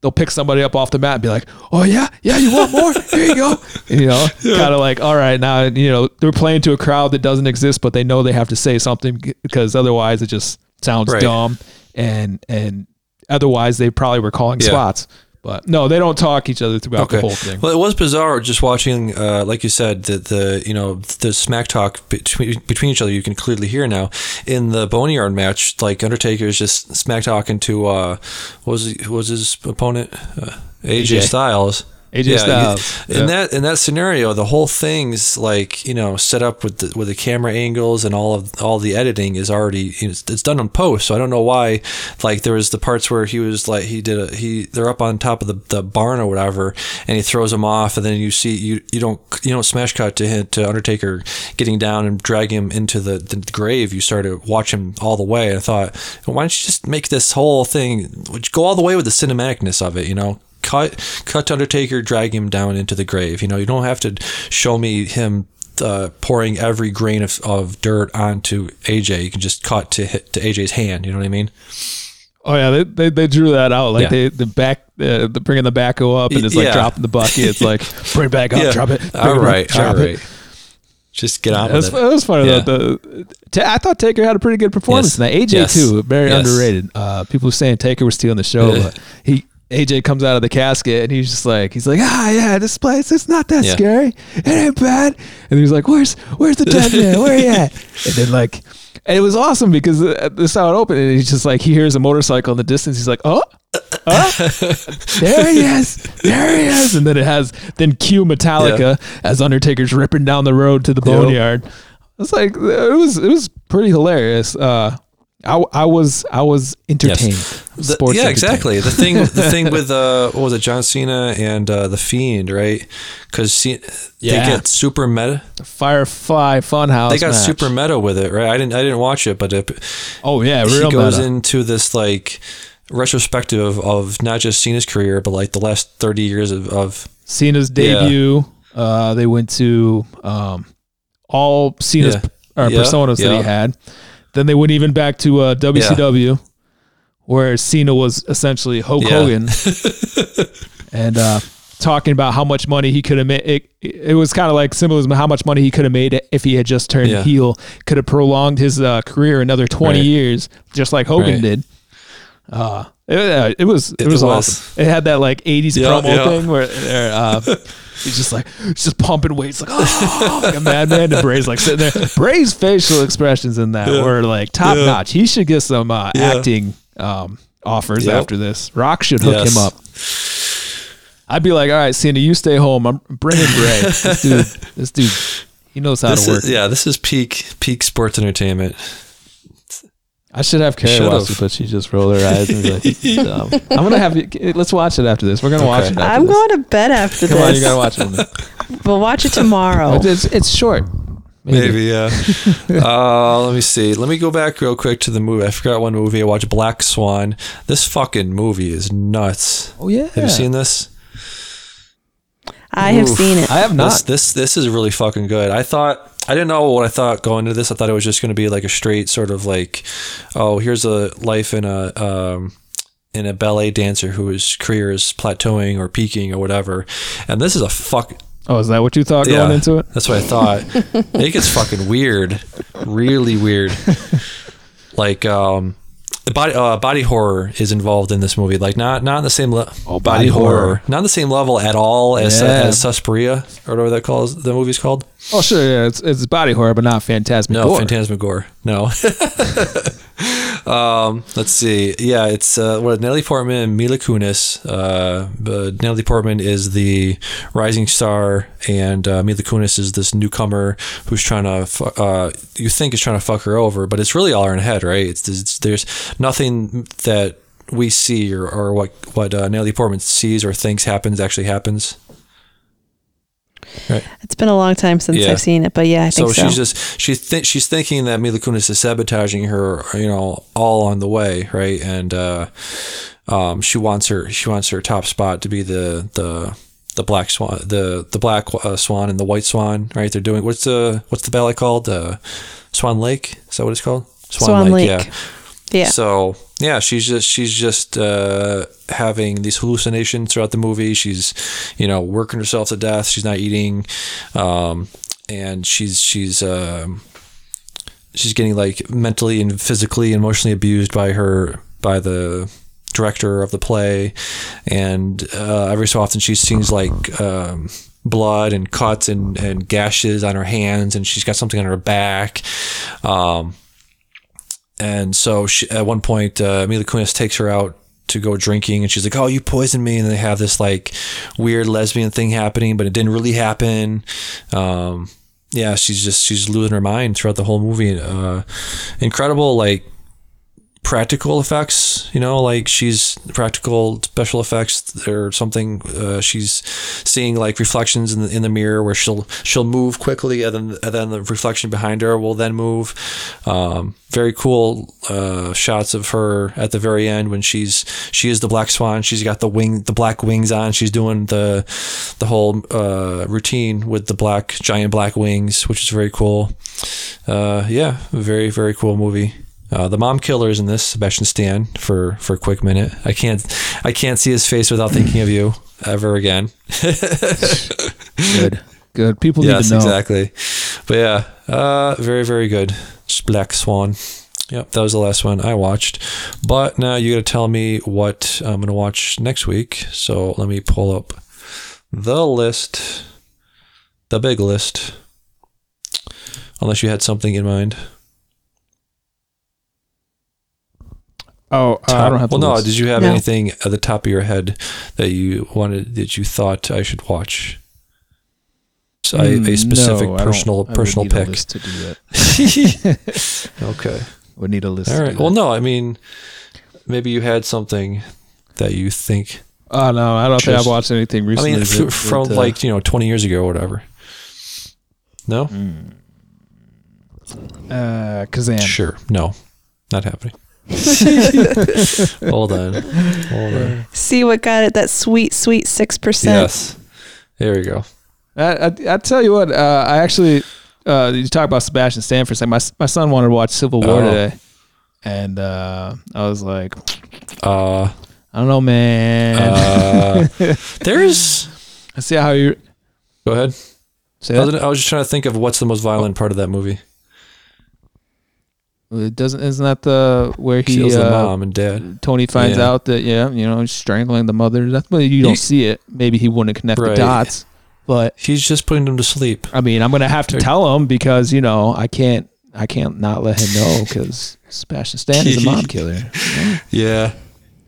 [SPEAKER 2] they'll pick somebody up off the mat and be like, "Oh yeah, yeah, you want more? Here you go." You know, kind of like, "All right, now you know they're playing to a crowd that doesn't exist, but they know they have to say something because otherwise it just sounds
[SPEAKER 1] Right.
[SPEAKER 2] dumb, um, and and otherwise they probably were calling
[SPEAKER 1] Yeah.
[SPEAKER 2] spots." But no, they don't talk each other throughout the whole thing.
[SPEAKER 1] Well, it was bizarre just watching, uh, like you said, the, the you know the smack talk between between each other. You can clearly hear now in the Boneyard match. Like Undertaker is just smack talking to uh, what was he, what was his opponent uh, AJ,
[SPEAKER 2] AJ.
[SPEAKER 1] Styles.
[SPEAKER 2] AJ Styles,
[SPEAKER 1] In
[SPEAKER 2] yeah.
[SPEAKER 1] that in that scenario, the whole thing's like you know set up with the, with the camera angles and all of all the editing is already it's, it's done in post. So I don't know why like there was the parts where he was like he did a he they're up on top of the, the barn or whatever and he throws him off and then you see you you don't you don't smash cut to him to Undertaker getting down and drag him into the, the grave. You started to watch him all the way. And I thought why don't you just make this whole thing go all the way with the cinematicness of it? You know cut cut Undertaker, drag him down into the grave. You know, you don't have to show me him uh, pouring every grain of, of dirt onto AJ. You can just cut to hit to AJ's hand. You know what I mean?
[SPEAKER 2] Oh yeah, they, they, they drew that out like
[SPEAKER 1] Yeah.
[SPEAKER 2] they the back uh, the bringing the backhoe up and it's like
[SPEAKER 1] Yeah.
[SPEAKER 2] dropping the bucket. It's like bring it back up, drop it. bring it
[SPEAKER 1] All
[SPEAKER 2] up,
[SPEAKER 1] right, all
[SPEAKER 2] drop it. uh,
[SPEAKER 1] right. Just get on
[SPEAKER 2] That was,
[SPEAKER 1] with it.
[SPEAKER 2] that was funny
[SPEAKER 1] Yeah.
[SPEAKER 2] though. The, Ta- I thought Taker had a pretty good performance
[SPEAKER 1] Yes.
[SPEAKER 2] in that. AJ
[SPEAKER 1] Yes.
[SPEAKER 2] too, very
[SPEAKER 1] Yes.
[SPEAKER 2] underrated. Uh, people were saying Taker was stealing the show, but he AJ comes out of the casket and he's just like he's like ah yeah this place it's not that
[SPEAKER 1] Yeah.
[SPEAKER 2] scary it ain't bad and he's like where's where's the dead man where he at and then like and it was awesome because uh, this is how it opened and he's just like he hears a motorcycle in the distance he's like oh there he is. There he is. And then it has then cue Metallica as Undertaker's ripping down the road to the boneyard. It's like it was it was pretty hilarious. Uh I, I was I was entertained.
[SPEAKER 1] The-
[SPEAKER 2] Sports
[SPEAKER 1] yeah,
[SPEAKER 2] entertained.
[SPEAKER 1] exactly. The thing, the thing with uh, what was it, John Cena and uh, the Fiend, right? Because
[SPEAKER 2] Yeah.
[SPEAKER 1] they get super meta.
[SPEAKER 2] Firefly Funhouse.
[SPEAKER 1] They got
[SPEAKER 2] match.
[SPEAKER 1] super meta with it, right? I didn't, I didn't watch it, but it,
[SPEAKER 2] Oh yeah, real
[SPEAKER 1] he goes
[SPEAKER 2] meta.
[SPEAKER 1] into this like retrospective of not just Cena's career, but like the last thirty years of, of
[SPEAKER 2] Cena's
[SPEAKER 1] Yeah.
[SPEAKER 2] debut. Uh, they went to um, all Cena's
[SPEAKER 1] Yeah.
[SPEAKER 2] or
[SPEAKER 1] Yeah.
[SPEAKER 2] personas that
[SPEAKER 1] Yeah.
[SPEAKER 2] he had. Then they went even back to uh, WCW, where Cena was essentially Hulk
[SPEAKER 1] Yeah.
[SPEAKER 2] Hogan, and uh, talking about how much money he could have made. It, it was kind of like symbolism of how much money he could have made if he had just turned
[SPEAKER 1] Yeah.
[SPEAKER 2] heel. Could have prolonged his uh, career another twenty
[SPEAKER 1] Right.
[SPEAKER 2] years, just like Hogan
[SPEAKER 1] Right.
[SPEAKER 2] did. Uh, it, uh, it was it,
[SPEAKER 1] It was.
[SPEAKER 2] was, awesome. It had that like '80s
[SPEAKER 1] Yeah,
[SPEAKER 2] promo
[SPEAKER 1] yeah.
[SPEAKER 2] thing where where, uh, he's just like he's just pumping weights, like oh, like a madman. And Bray's like sitting there. Bray's facial expressions in that were like top notch. He should get some uh,
[SPEAKER 1] Yeah.
[SPEAKER 2] acting um, offers
[SPEAKER 1] Yep.
[SPEAKER 2] after this. Rock should hook
[SPEAKER 1] Yes.
[SPEAKER 2] him up. I'd be like, all right, Cena, you stay home. I'm bringing Bray. This dude, this dude, he knows how
[SPEAKER 1] this
[SPEAKER 2] to work.
[SPEAKER 1] is, yeah, this is peak peak sports entertainment.
[SPEAKER 2] I should have Carrie
[SPEAKER 1] Should've.
[SPEAKER 2] watch it, but she just rolled her eyes and was like, "Dumb." I'm gonna have you. Let's watch it after this. We're gonna watch it. After
[SPEAKER 3] I'm
[SPEAKER 2] this.
[SPEAKER 3] going to bed after
[SPEAKER 2] Come on, you
[SPEAKER 3] this.
[SPEAKER 2] gotta watch it. Oh.
[SPEAKER 3] We'll watch it tomorrow.
[SPEAKER 2] It's it's short.
[SPEAKER 1] Maybe, yeah. uh, let me see. Let me go back real quick to the movie. I forgot one movie I watched, Black Swan. This fucking movie is nuts.
[SPEAKER 2] Oh yeah.
[SPEAKER 1] Have you seen this?
[SPEAKER 3] I have
[SPEAKER 1] Oof.
[SPEAKER 3] seen it.
[SPEAKER 2] I have not.
[SPEAKER 1] This, this this is really fucking good. I thought I didn't know what I thought going into this. I thought it was just going to be like a straight sort of like, oh, here's a life in a um, in a ballet dancer whose career is plateauing or peaking or whatever. And this is a fuck.
[SPEAKER 2] oh, is that what you thought going into it?
[SPEAKER 1] That's what I thought. it gets fucking weird, really weird. like um, the body uh, body horror is involved in this movie. Like not not on the same level.
[SPEAKER 2] Oh, body horror.
[SPEAKER 1] not on the same level at all as
[SPEAKER 2] Yeah.
[SPEAKER 1] as Suspiria or whatever that calls the movie's called.
[SPEAKER 2] Oh sure, yeah. It's it's body horror, but not phantasmagor.
[SPEAKER 1] No, Phantasmagor. No. um, let's see. Yeah, it's uh, what Natalie Portman and Mila Kunis. Uh, uh, Natalie Portman is the rising star, and uh, Mila Kunis is this newcomer who's trying to, fu- uh, you think is trying to fuck her over, but it's really all in her head, right? It's, it's there's nothing that we see or, or what what uh, Natalie Portman sees or thinks happens actually happens.
[SPEAKER 3] It's been a long time since
[SPEAKER 1] Yeah.
[SPEAKER 3] I've seen it, but yeah, I think
[SPEAKER 1] so
[SPEAKER 3] so.
[SPEAKER 1] she's just she th- she's thinking that Mila Kunis is sabotaging her, you know, all on the way, right? And uh, um, she wants her she wants her top spot to be the the the black swan the the black uh, swan and the white swan, right? They're doing what's the what's the ballet called? Uh, Swan Lake is that what it's called?
[SPEAKER 3] Swan Lake.
[SPEAKER 1] yeah.
[SPEAKER 3] yeah.
[SPEAKER 1] So yeah, she's just she's just uh, having these hallucinations throughout the movie. She's you know working herself to death. She's not eating, um, and she's she's um, she's getting like mentally and physically, emotionally abused by her by the director of the play, and uh, every so often she sees like. Um, blood and cuts and, and gashes on her hands and she's got something on her back um, and so she, at one point, uh, Mila Kunis takes her out to go drinking, and she's like, "Oh, you poisoned me!" And they have this like weird lesbian thing happening, but it didn't really happen. Um, yeah, she's just she's losing her mind throughout the whole movie. Uh, incredible, like practical effects you know like she's practical special effects or something uh, she's seeing like reflections in the, in the mirror where she'll she'll move quickly and then and then the reflection behind her will then move um, very cool uh, shots of her at the very end when she's she is the black swan she's got the wing the black wings on she's doing the the whole uh, routine with the black giant black wings which is very cool uh, yeah very very cool movie uh, the mom killer is in this Sebastian Stan for for a quick minute. I can't I can't see his face without thinking of you ever again.
[SPEAKER 2] good. Good. People need
[SPEAKER 1] yes,
[SPEAKER 2] to know.
[SPEAKER 1] exactly. But yeah, uh, very very good. Just Black Swan. Yep, that was the last one I watched. But now you got to tell me what I'm gonna watch next week. So let me pull up the list, the big list. Unless you had something in mind.
[SPEAKER 2] Oh, uh, I don't have.
[SPEAKER 1] Well,
[SPEAKER 2] the
[SPEAKER 1] no.
[SPEAKER 2] list.
[SPEAKER 1] Did you have
[SPEAKER 3] No.
[SPEAKER 1] anything at the top of your head that you wanted that you thought I should watch? So I-
[SPEAKER 2] Mm,
[SPEAKER 1] a specific
[SPEAKER 2] no, I don't- I
[SPEAKER 1] personal
[SPEAKER 2] would
[SPEAKER 1] personal
[SPEAKER 2] need a
[SPEAKER 1] pick.
[SPEAKER 2] list to do that.
[SPEAKER 1] okay.
[SPEAKER 2] Would need a list.
[SPEAKER 1] All right. Well, no. I mean, maybe you had something that you think.
[SPEAKER 2] Oh no, I don't think I've
[SPEAKER 1] Just-
[SPEAKER 2] watched anything
[SPEAKER 1] I
[SPEAKER 2] recently.
[SPEAKER 1] mean,
[SPEAKER 2] that-
[SPEAKER 1] f-
[SPEAKER 2] that,
[SPEAKER 1] from
[SPEAKER 2] uh,
[SPEAKER 1] like you know twenty years ago or whatever. No.
[SPEAKER 2] Mm, uh, Kazan.
[SPEAKER 1] Sure. No. Not happening. Hold on. Hold on.
[SPEAKER 3] See what got it? That sweet, sweet 6%.
[SPEAKER 1] Yes. There we go.
[SPEAKER 2] I, I, I tell you what, uh, I actually, uh, you talk about Sebastian Stan for a second. My, s- my son wanted to watch Civil War
[SPEAKER 1] Oh.
[SPEAKER 2] today, and uh, I was like,
[SPEAKER 1] Uh,
[SPEAKER 2] I don't know, man.
[SPEAKER 1] uh, there's.
[SPEAKER 2] I see how you
[SPEAKER 1] Go ahead.
[SPEAKER 2] say
[SPEAKER 1] I was,
[SPEAKER 2] that.
[SPEAKER 1] I was just trying to think of what's the most violent part of that movie.
[SPEAKER 2] It doesn't isn't that the where he
[SPEAKER 1] Kills the
[SPEAKER 2] uh,
[SPEAKER 1] mom and dad.
[SPEAKER 2] Tony finds
[SPEAKER 1] Yeah.
[SPEAKER 2] out that yeah, you know, he's strangling the mother. That's why you don't
[SPEAKER 1] You-
[SPEAKER 2] see it. Maybe he wouldn't connect the
[SPEAKER 1] Right.
[SPEAKER 2] dots. But
[SPEAKER 1] He's just putting them to sleep.
[SPEAKER 2] I mean, I'm gonna have to
[SPEAKER 1] Or-
[SPEAKER 2] tell him because you know I can't I can't not let him know because Sebastian Stan is a mob killer.
[SPEAKER 1] Yeah.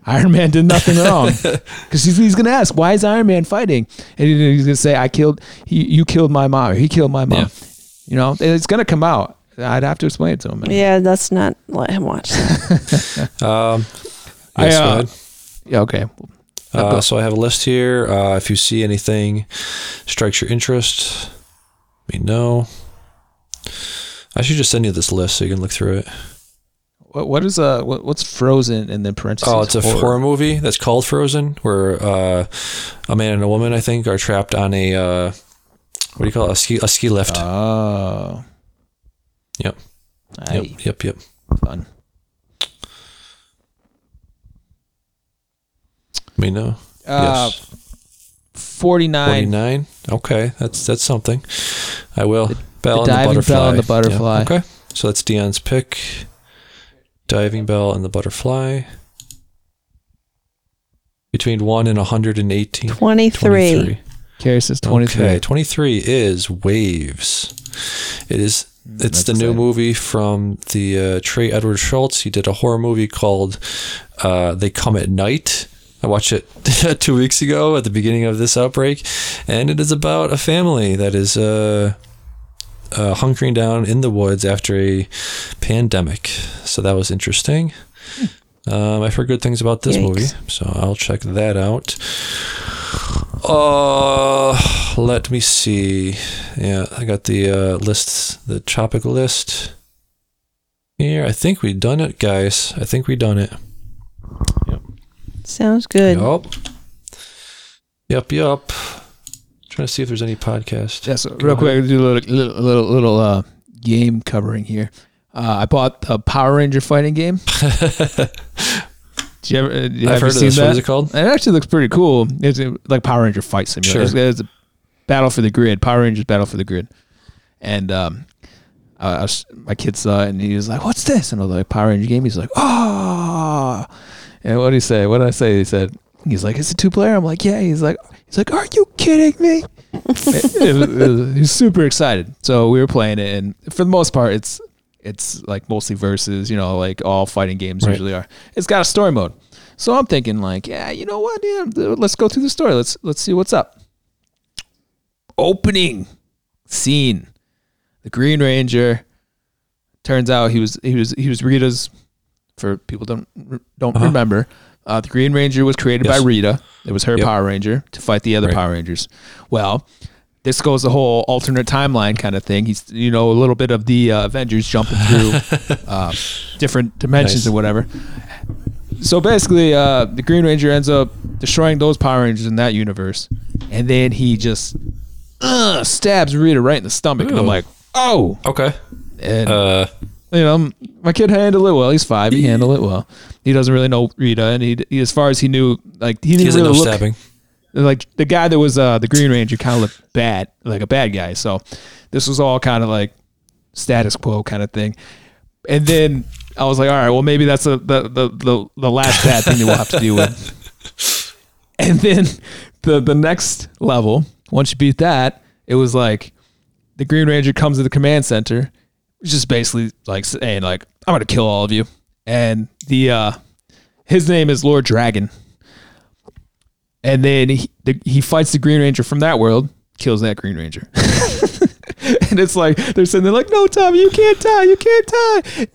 [SPEAKER 2] Iron Man did nothing wrong because he's, he's gonna ask why is Iron Man fighting, and he- he's gonna say I killed he, you killed my mom or he killed my mom.
[SPEAKER 1] Yeah.
[SPEAKER 2] You know, and it's gonna come out. I'd have to explain it to him.
[SPEAKER 3] Yeah, let's not let him watch that.
[SPEAKER 1] Um,
[SPEAKER 2] I,
[SPEAKER 1] yes, go
[SPEAKER 2] uh,
[SPEAKER 1] ahead.
[SPEAKER 2] Yeah, okay.
[SPEAKER 1] Uh, so I have a list here. Uh, if you see anything strikes your interest, let me know. I should just send you this list so you can look through it.
[SPEAKER 2] What, what is uh what, what's Frozen and then parentheses?
[SPEAKER 1] Oh, it's a horror, movie that's called Frozen, where uh, a man and a woman, I think, are trapped on a uh, what do you call it? a ski a ski lift.
[SPEAKER 2] Oh,
[SPEAKER 1] yep,
[SPEAKER 2] aye,
[SPEAKER 1] yep, yep, yep.
[SPEAKER 2] fun.
[SPEAKER 1] Let me know.
[SPEAKER 2] Uh,
[SPEAKER 1] yes,
[SPEAKER 2] Forty
[SPEAKER 1] forty
[SPEAKER 2] nine.
[SPEAKER 1] nine. Okay, that's that's something. I will. bell
[SPEAKER 2] the
[SPEAKER 1] and the
[SPEAKER 2] diving
[SPEAKER 1] butterfly.
[SPEAKER 2] bell and the
[SPEAKER 1] Yeah,
[SPEAKER 2] butterfly.
[SPEAKER 1] Okay, so that's Dion's pick. Diving bell and the butterfly. Between one and hundred and eighteen.
[SPEAKER 3] 23.
[SPEAKER 2] Carrie says twenty three.
[SPEAKER 1] Okay, 23 is Waves. It is it's the new movie from the uh, Trey Edward Schultz. He did a horror movie called uh, They Come at Night. I watched it two weeks ago at the beginning of this outbreak, and it is about a family that is uh, uh, hunkering down in the woods after a pandemic. So that was interesting. Um, I've heard good things about this
[SPEAKER 3] Yikes.
[SPEAKER 1] movie, so I'll check that out. Uh, let me see. Yeah, I got the uh, lists, the topic list here. I think we done it, guys. I think we done it.
[SPEAKER 3] Sounds good.
[SPEAKER 1] Yup. Yup, yup. Trying to see if there's any podcast.
[SPEAKER 2] Yeah, so real quick, I'll do a little little little, little uh, game covering here. Uh, I bought a Power Ranger fighting game. Do you ever, uh, you
[SPEAKER 1] I've heard
[SPEAKER 2] ever
[SPEAKER 1] of
[SPEAKER 2] seen
[SPEAKER 1] this.
[SPEAKER 2] That?
[SPEAKER 1] What is it called?
[SPEAKER 2] It actually looks pretty cool. It's uh, like Power Ranger Fight Simulator.
[SPEAKER 1] Sure.
[SPEAKER 2] It's, it's a battle for the grid. Power Rangers battle for the grid. And um, I, I was, my kid saw it and he was like, "What's this?" And I was like, "Power Ranger game." He's like, "Oh!" And what did he say? What did I say? He said, "He's like, it's a two player." I'm like, "Yeah." He's like, "He's like, are you kidding me?" it, it was, it was- he was super excited. So we were playing it, and for the most part, it's it's like mostly versus, you know, like all fighting games
[SPEAKER 1] Right.
[SPEAKER 2] usually are. It's got a story mode, so I'm thinking like, yeah, you know what? Yeah, th- let's go through the story. Let's let's see what's up. Opening scene, the Green Ranger. Turns out he was he was he was Rita's. For people don't don't remember, uh, the Green Ranger was created
[SPEAKER 1] Uh-huh. Yes.
[SPEAKER 2] by Rita. It was her
[SPEAKER 1] Yep.
[SPEAKER 2] Power Ranger to fight the other
[SPEAKER 1] Right.
[SPEAKER 2] Power Rangers. Well, this goes the whole alternate timeline kind of thing. He's you know a little bit of the uh, Avengers jumping through uh, different dimensions
[SPEAKER 1] Nice.
[SPEAKER 2] or whatever. So basically, uh, the Green Ranger ends up destroying those Power Rangers in that universe, and then he just uh, stabs Rita right in the stomach, and I'm
[SPEAKER 1] Ooh.
[SPEAKER 2] like, oh,
[SPEAKER 1] Okay.
[SPEAKER 2] and
[SPEAKER 1] Uh,
[SPEAKER 2] you know, my kid handled it well. He's five. He handled it well. He doesn't really know Rita, and he, he as far as he knew, like he
[SPEAKER 1] he
[SPEAKER 2] didn't
[SPEAKER 1] doesn't
[SPEAKER 2] really
[SPEAKER 1] know
[SPEAKER 2] look
[SPEAKER 1] stabbing.
[SPEAKER 2] like the guy that was uh, the Green Ranger kind of looked bad, like a bad guy. So this was all kind of like status quo kind of thing. And then I was like, all right, well maybe that's the the the the, the last bad thing that we'll have to deal with. And then the the next level, once you beat that, it was like the Green Ranger comes to the command center, just basically like saying like I'm gonna kill all of you. And the uh, his name is Lord Dragon and then he, the, he fights the Green Ranger from that world, kills that Green Ranger. and it's like they're sitting there like, "No, Tommy, you can't die, you can't die,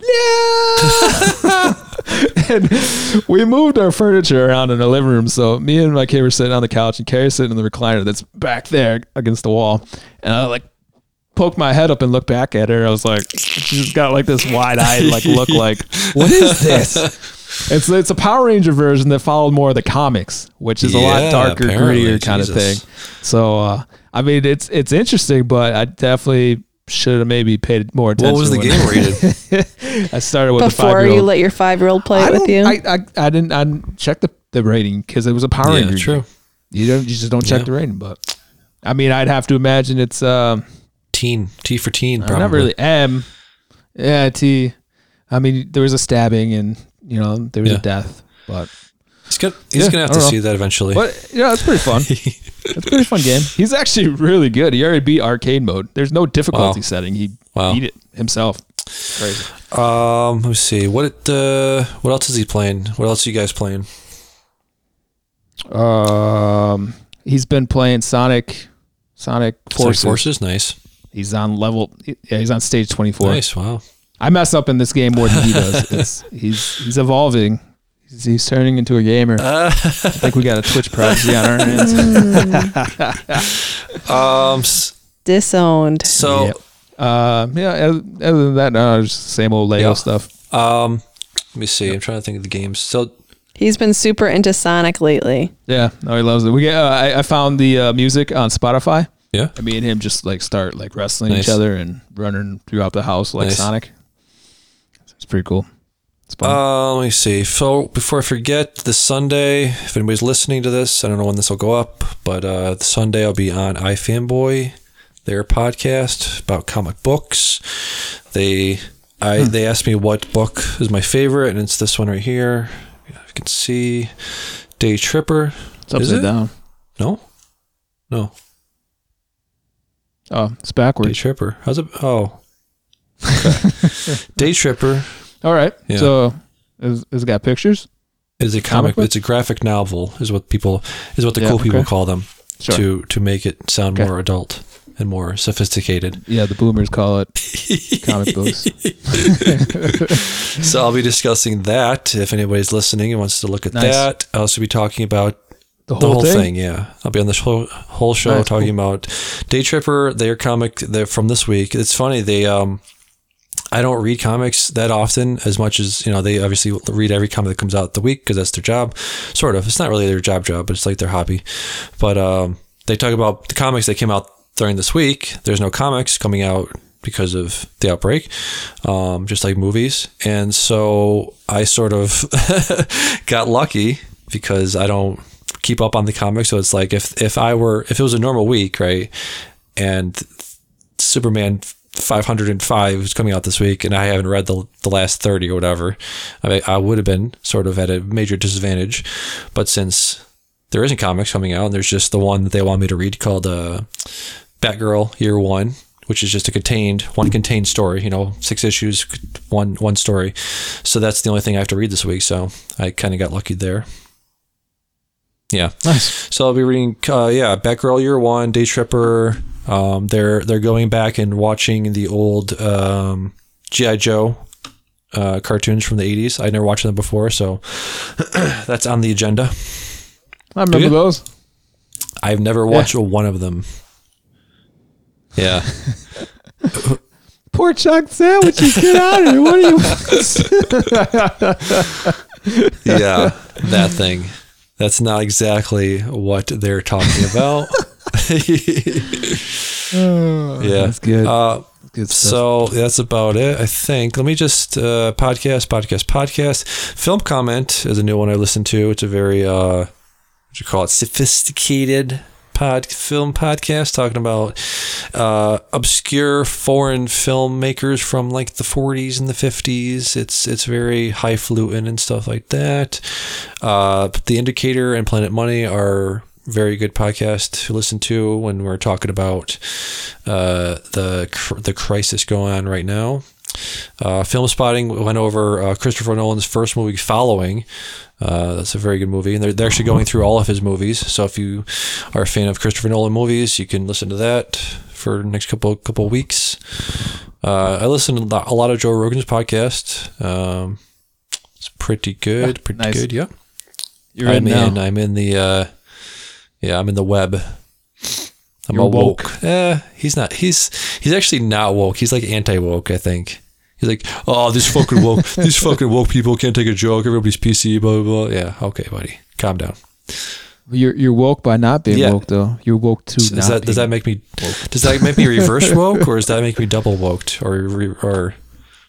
[SPEAKER 2] no!" and we moved our furniture around in the living room, so me and my kid were sitting on the couch, and Carrie's sitting in the recliner that's back there against the wall, and I like poked my head up and looked back at her. I was like, she's got like this wide eyed like look, like, "What is this?" It's it's a Power Ranger version that followed more of the comics, which is a lot
[SPEAKER 1] Yeah,
[SPEAKER 2] darker,
[SPEAKER 1] apparently,
[SPEAKER 2] grittier kind of
[SPEAKER 1] Jesus.
[SPEAKER 2] thing. So uh, I mean, it's it's interesting, but I definitely should have maybe paid more attention.
[SPEAKER 1] What was the
[SPEAKER 2] when
[SPEAKER 1] game rated?
[SPEAKER 2] I started with the
[SPEAKER 3] Before
[SPEAKER 2] five
[SPEAKER 3] you let your five year old play
[SPEAKER 2] I
[SPEAKER 3] it with
[SPEAKER 2] don't-
[SPEAKER 3] you.
[SPEAKER 2] I, I, I didn't I didn't check the, the rating because it was a Power
[SPEAKER 1] yeah,
[SPEAKER 2] Ranger.
[SPEAKER 1] true.
[SPEAKER 2] You don't you just don't check
[SPEAKER 1] Yeah.
[SPEAKER 2] the rating, but I mean, I'd have to imagine it's um
[SPEAKER 1] Teen. T for teen. Probably.
[SPEAKER 2] not really M, yeah T. I mean, there was a stabbing and you know there was
[SPEAKER 1] Yeah.
[SPEAKER 2] a death, but.
[SPEAKER 1] He's gonna, he's
[SPEAKER 2] Yeah,
[SPEAKER 1] gonna have
[SPEAKER 2] I
[SPEAKER 1] to
[SPEAKER 2] don't
[SPEAKER 1] see that eventually.
[SPEAKER 2] But yeah, it's pretty fun. it's a pretty fun game. He's actually really good. He already beat arcade mode. There's no difficulty
[SPEAKER 1] Wow.
[SPEAKER 2] setting. He
[SPEAKER 1] Wow.
[SPEAKER 2] beat it himself. Crazy.
[SPEAKER 1] Um, let me see. What it, uh, what else is he playing? What else are you guys playing?
[SPEAKER 2] Um, he's been playing Sonic, Sonic Forces.
[SPEAKER 1] Sonic Forces, nice,
[SPEAKER 2] He's on level. Yeah, he's on stage 24.
[SPEAKER 1] nice. Wow.
[SPEAKER 2] I mess up in this game more than he does. It's, he's he's evolving. He's, he's turning into a gamer.
[SPEAKER 1] Uh.
[SPEAKER 2] I think we got a Twitch prodigy on our hands.
[SPEAKER 1] Um, s-
[SPEAKER 3] Disowned.
[SPEAKER 1] so
[SPEAKER 2] Yep. Uh, yeah. Other other than that, no, it's just the same old Lego
[SPEAKER 1] Yeah.
[SPEAKER 2] stuff.
[SPEAKER 1] Um, let me see. I'm trying to think of the games. So
[SPEAKER 3] He's been super into Sonic lately.
[SPEAKER 2] Yeah. No, he loves it. We get. Uh, I, I found the uh, music on Spotify.
[SPEAKER 1] yeah,
[SPEAKER 2] And me and him just like start like wrestling each
[SPEAKER 1] Nice.
[SPEAKER 2] other and running throughout the house like
[SPEAKER 1] Nice.
[SPEAKER 2] Sonic. It's pretty cool. It's fun.
[SPEAKER 1] Uh, let me see. So before I forget, this Sunday, if anybody's listening to this, I don't know when this will go up, but uh, this Sunday I'll be on iFanboy, their podcast about comic books. They I
[SPEAKER 2] Hmm.
[SPEAKER 1] they asked me what book is my favorite, and it's this one right here. Yeah, you can see Day Tripper.
[SPEAKER 2] it's upside
[SPEAKER 1] is it?
[SPEAKER 2] down.
[SPEAKER 1] No, no,
[SPEAKER 2] Oh, it's
[SPEAKER 1] Day
[SPEAKER 2] backwards.
[SPEAKER 1] Tripper. How's it? Oh, okay. Day Tripper
[SPEAKER 2] All right.
[SPEAKER 1] Yeah.
[SPEAKER 2] So, is, is it got pictures?
[SPEAKER 1] is a comic.
[SPEAKER 2] Comic book?
[SPEAKER 1] it's a graphic novel. Is what people is what the
[SPEAKER 2] Yeah,
[SPEAKER 1] cool people
[SPEAKER 2] okay.
[SPEAKER 1] call them.
[SPEAKER 2] Sure.
[SPEAKER 1] to to make it sound
[SPEAKER 2] Okay.
[SPEAKER 1] more adult and more sophisticated.
[SPEAKER 2] Yeah, the boomers call it comic books.
[SPEAKER 1] so I'll be discussing that if anybody's listening and wants to look at
[SPEAKER 2] Nice.
[SPEAKER 1] that. I'll also be talking about
[SPEAKER 2] The
[SPEAKER 1] the whole, thing? Yeah, I'll be on this whole whole show
[SPEAKER 2] Nice,
[SPEAKER 1] talking about Day Tripper, their comic they're from this week. It's funny they um. I don't read comics that often as much as, you know, they obviously read every comic that comes out the week because that's their job, sort of. It's not really their job job, but it's like their hobby. But um, they talk about the comics that came out during this week. There's no comics coming out because of the outbreak, um, just like movies. And so I sort of got lucky because I don't keep up on the comics. So it's like if, if I were, if it was a normal week, right? And Superman 505 is coming out this week, and I haven't read the, the last 30 or whatever. I mean, I would have been sort of at a major disadvantage, but since there isn't comics coming out, and there's just the one that they want me to read called uh, Batgirl Year One, which is just a contained one contained story. You know, six issues, one one story. So that's the only thing I have to read this week. So I kind of got lucky there. Yeah.
[SPEAKER 2] Nice.
[SPEAKER 1] So I'll be reading, uh, yeah, Batgirl Year One, Day Tripper. Um, they're they're going back and watching the old um, GI Joe uh, cartoons from the '80s. I never watched them before, so that's on the agenda.
[SPEAKER 2] I remember
[SPEAKER 1] you?
[SPEAKER 2] those.
[SPEAKER 1] I've never watched one of them. Yeah,
[SPEAKER 2] Pork chop sandwiches. Get out of here. What are you?
[SPEAKER 1] yeah, that thing. That's not exactly what they're talking about. yeah,
[SPEAKER 2] Oh, That's good.
[SPEAKER 1] Uh,
[SPEAKER 2] Good stuff.
[SPEAKER 1] So that's about it, I think. Let me just uh, podcast, podcast, podcast. Film comment is a new one I listened to. It's a very uh, what you call it, sophisticated pod film podcast talking about uh, obscure foreign filmmakers from like the 40s and the 50s. It's it's very highfalutin and stuff like that. Uh, but the Indicator and Planet Money are very good podcast to listen to when we're talking about uh, the cr- the crisis going on right now. Uh, film spotting went over uh, Christopher Nolan's first movie, Following. Uh, that's a very good movie, and they're, they're actually going through all of his movies. So if you are a fan of Christopher Nolan movies, you can listen to that for the next couple couple weeks. Uh, I listen to lo- a lot of Joe Rogan's podcast. Um, it's pretty good, pretty
[SPEAKER 2] nice.
[SPEAKER 1] good. Yeah,
[SPEAKER 2] You're in
[SPEAKER 1] I'm
[SPEAKER 2] now.
[SPEAKER 1] in. I'm in the. Uh, yeah, I'm in the web. I'm
[SPEAKER 2] You're
[SPEAKER 1] a woke.
[SPEAKER 2] woke.
[SPEAKER 1] Eh, he's not. He's he's actually not woke. He's like anti woke. I think. He's like, oh, these fucking woke, these fucking woke people can't take a joke. Everybody's PC. Blah blah. blah. Yeah. Okay, buddy. Calm down.
[SPEAKER 2] You're you're woke by not being
[SPEAKER 1] Yeah.
[SPEAKER 2] woke though. You're woke too.
[SPEAKER 1] Does that does that make me does that make me reverse woke or does that make me double woked or re, or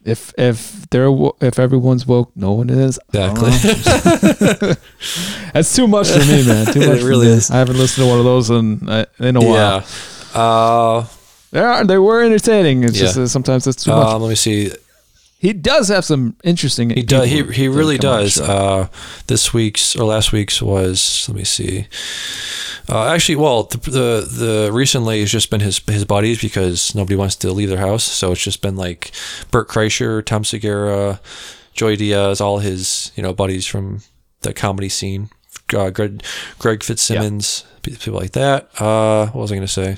[SPEAKER 2] if if they're wo- if everyone's woke, no one is. I don't
[SPEAKER 1] exactly?
[SPEAKER 2] know. That's too much for me, man. Too
[SPEAKER 1] It
[SPEAKER 2] much. for
[SPEAKER 1] really
[SPEAKER 2] me.
[SPEAKER 1] is.
[SPEAKER 2] I haven't listened to one of those in uh, in a while.
[SPEAKER 1] yeah. Uh,
[SPEAKER 2] They are they were entertaining. It's
[SPEAKER 1] Yeah.
[SPEAKER 2] just that sometimes it's too much.
[SPEAKER 1] um, let me see.
[SPEAKER 2] He does have some interesting.
[SPEAKER 1] He does. He, he really does. Uh, this week's or last week's was. Let me see. Uh, actually, well, the, the the recently has just been his his buddies because nobody wants to leave their house, so it's just been like Bert Kreischer, Tom Segura, Joy Diaz, all his you know buddies from the comedy scene. Uh, Greg, Greg Fitzsimmons, pe- people like that. Uh, what was I going to say?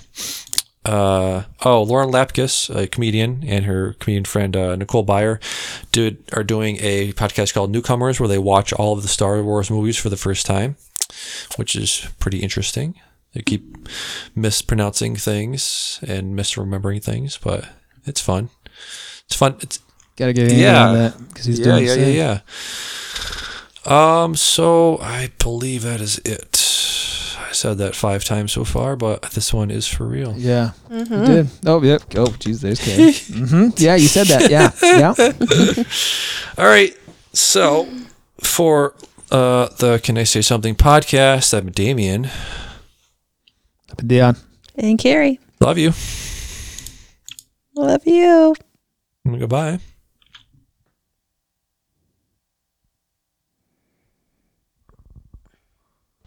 [SPEAKER 1] uh, oh, Lauren Lapkus, a comedian, and her comedian friend uh, Nicole Byer, did are doing a podcast called Newcomers, where they watch all of the Star Wars movies for the first time, which is pretty interesting. They keep mispronouncing things and misremembering things, but It's fun. It's fun. It's
[SPEAKER 2] Gotta give him
[SPEAKER 1] Yeah.
[SPEAKER 2] on that because he's
[SPEAKER 1] yeah,
[SPEAKER 2] doing
[SPEAKER 1] yeah,
[SPEAKER 2] the same.
[SPEAKER 1] yeah, yeah. Um, so I believe that is it. I said that five times so far, but this one is for real.
[SPEAKER 2] Yeah, you did. Oh, yep. Oh, jeez, there's Kay. hmm Yeah, you said that. Yeah, yeah.
[SPEAKER 1] All right. So for uh the Can I Say Something podcast, I'm Damien.
[SPEAKER 2] Dion.
[SPEAKER 3] And Carrie,
[SPEAKER 1] Love you.
[SPEAKER 3] love you.
[SPEAKER 1] Goodbye.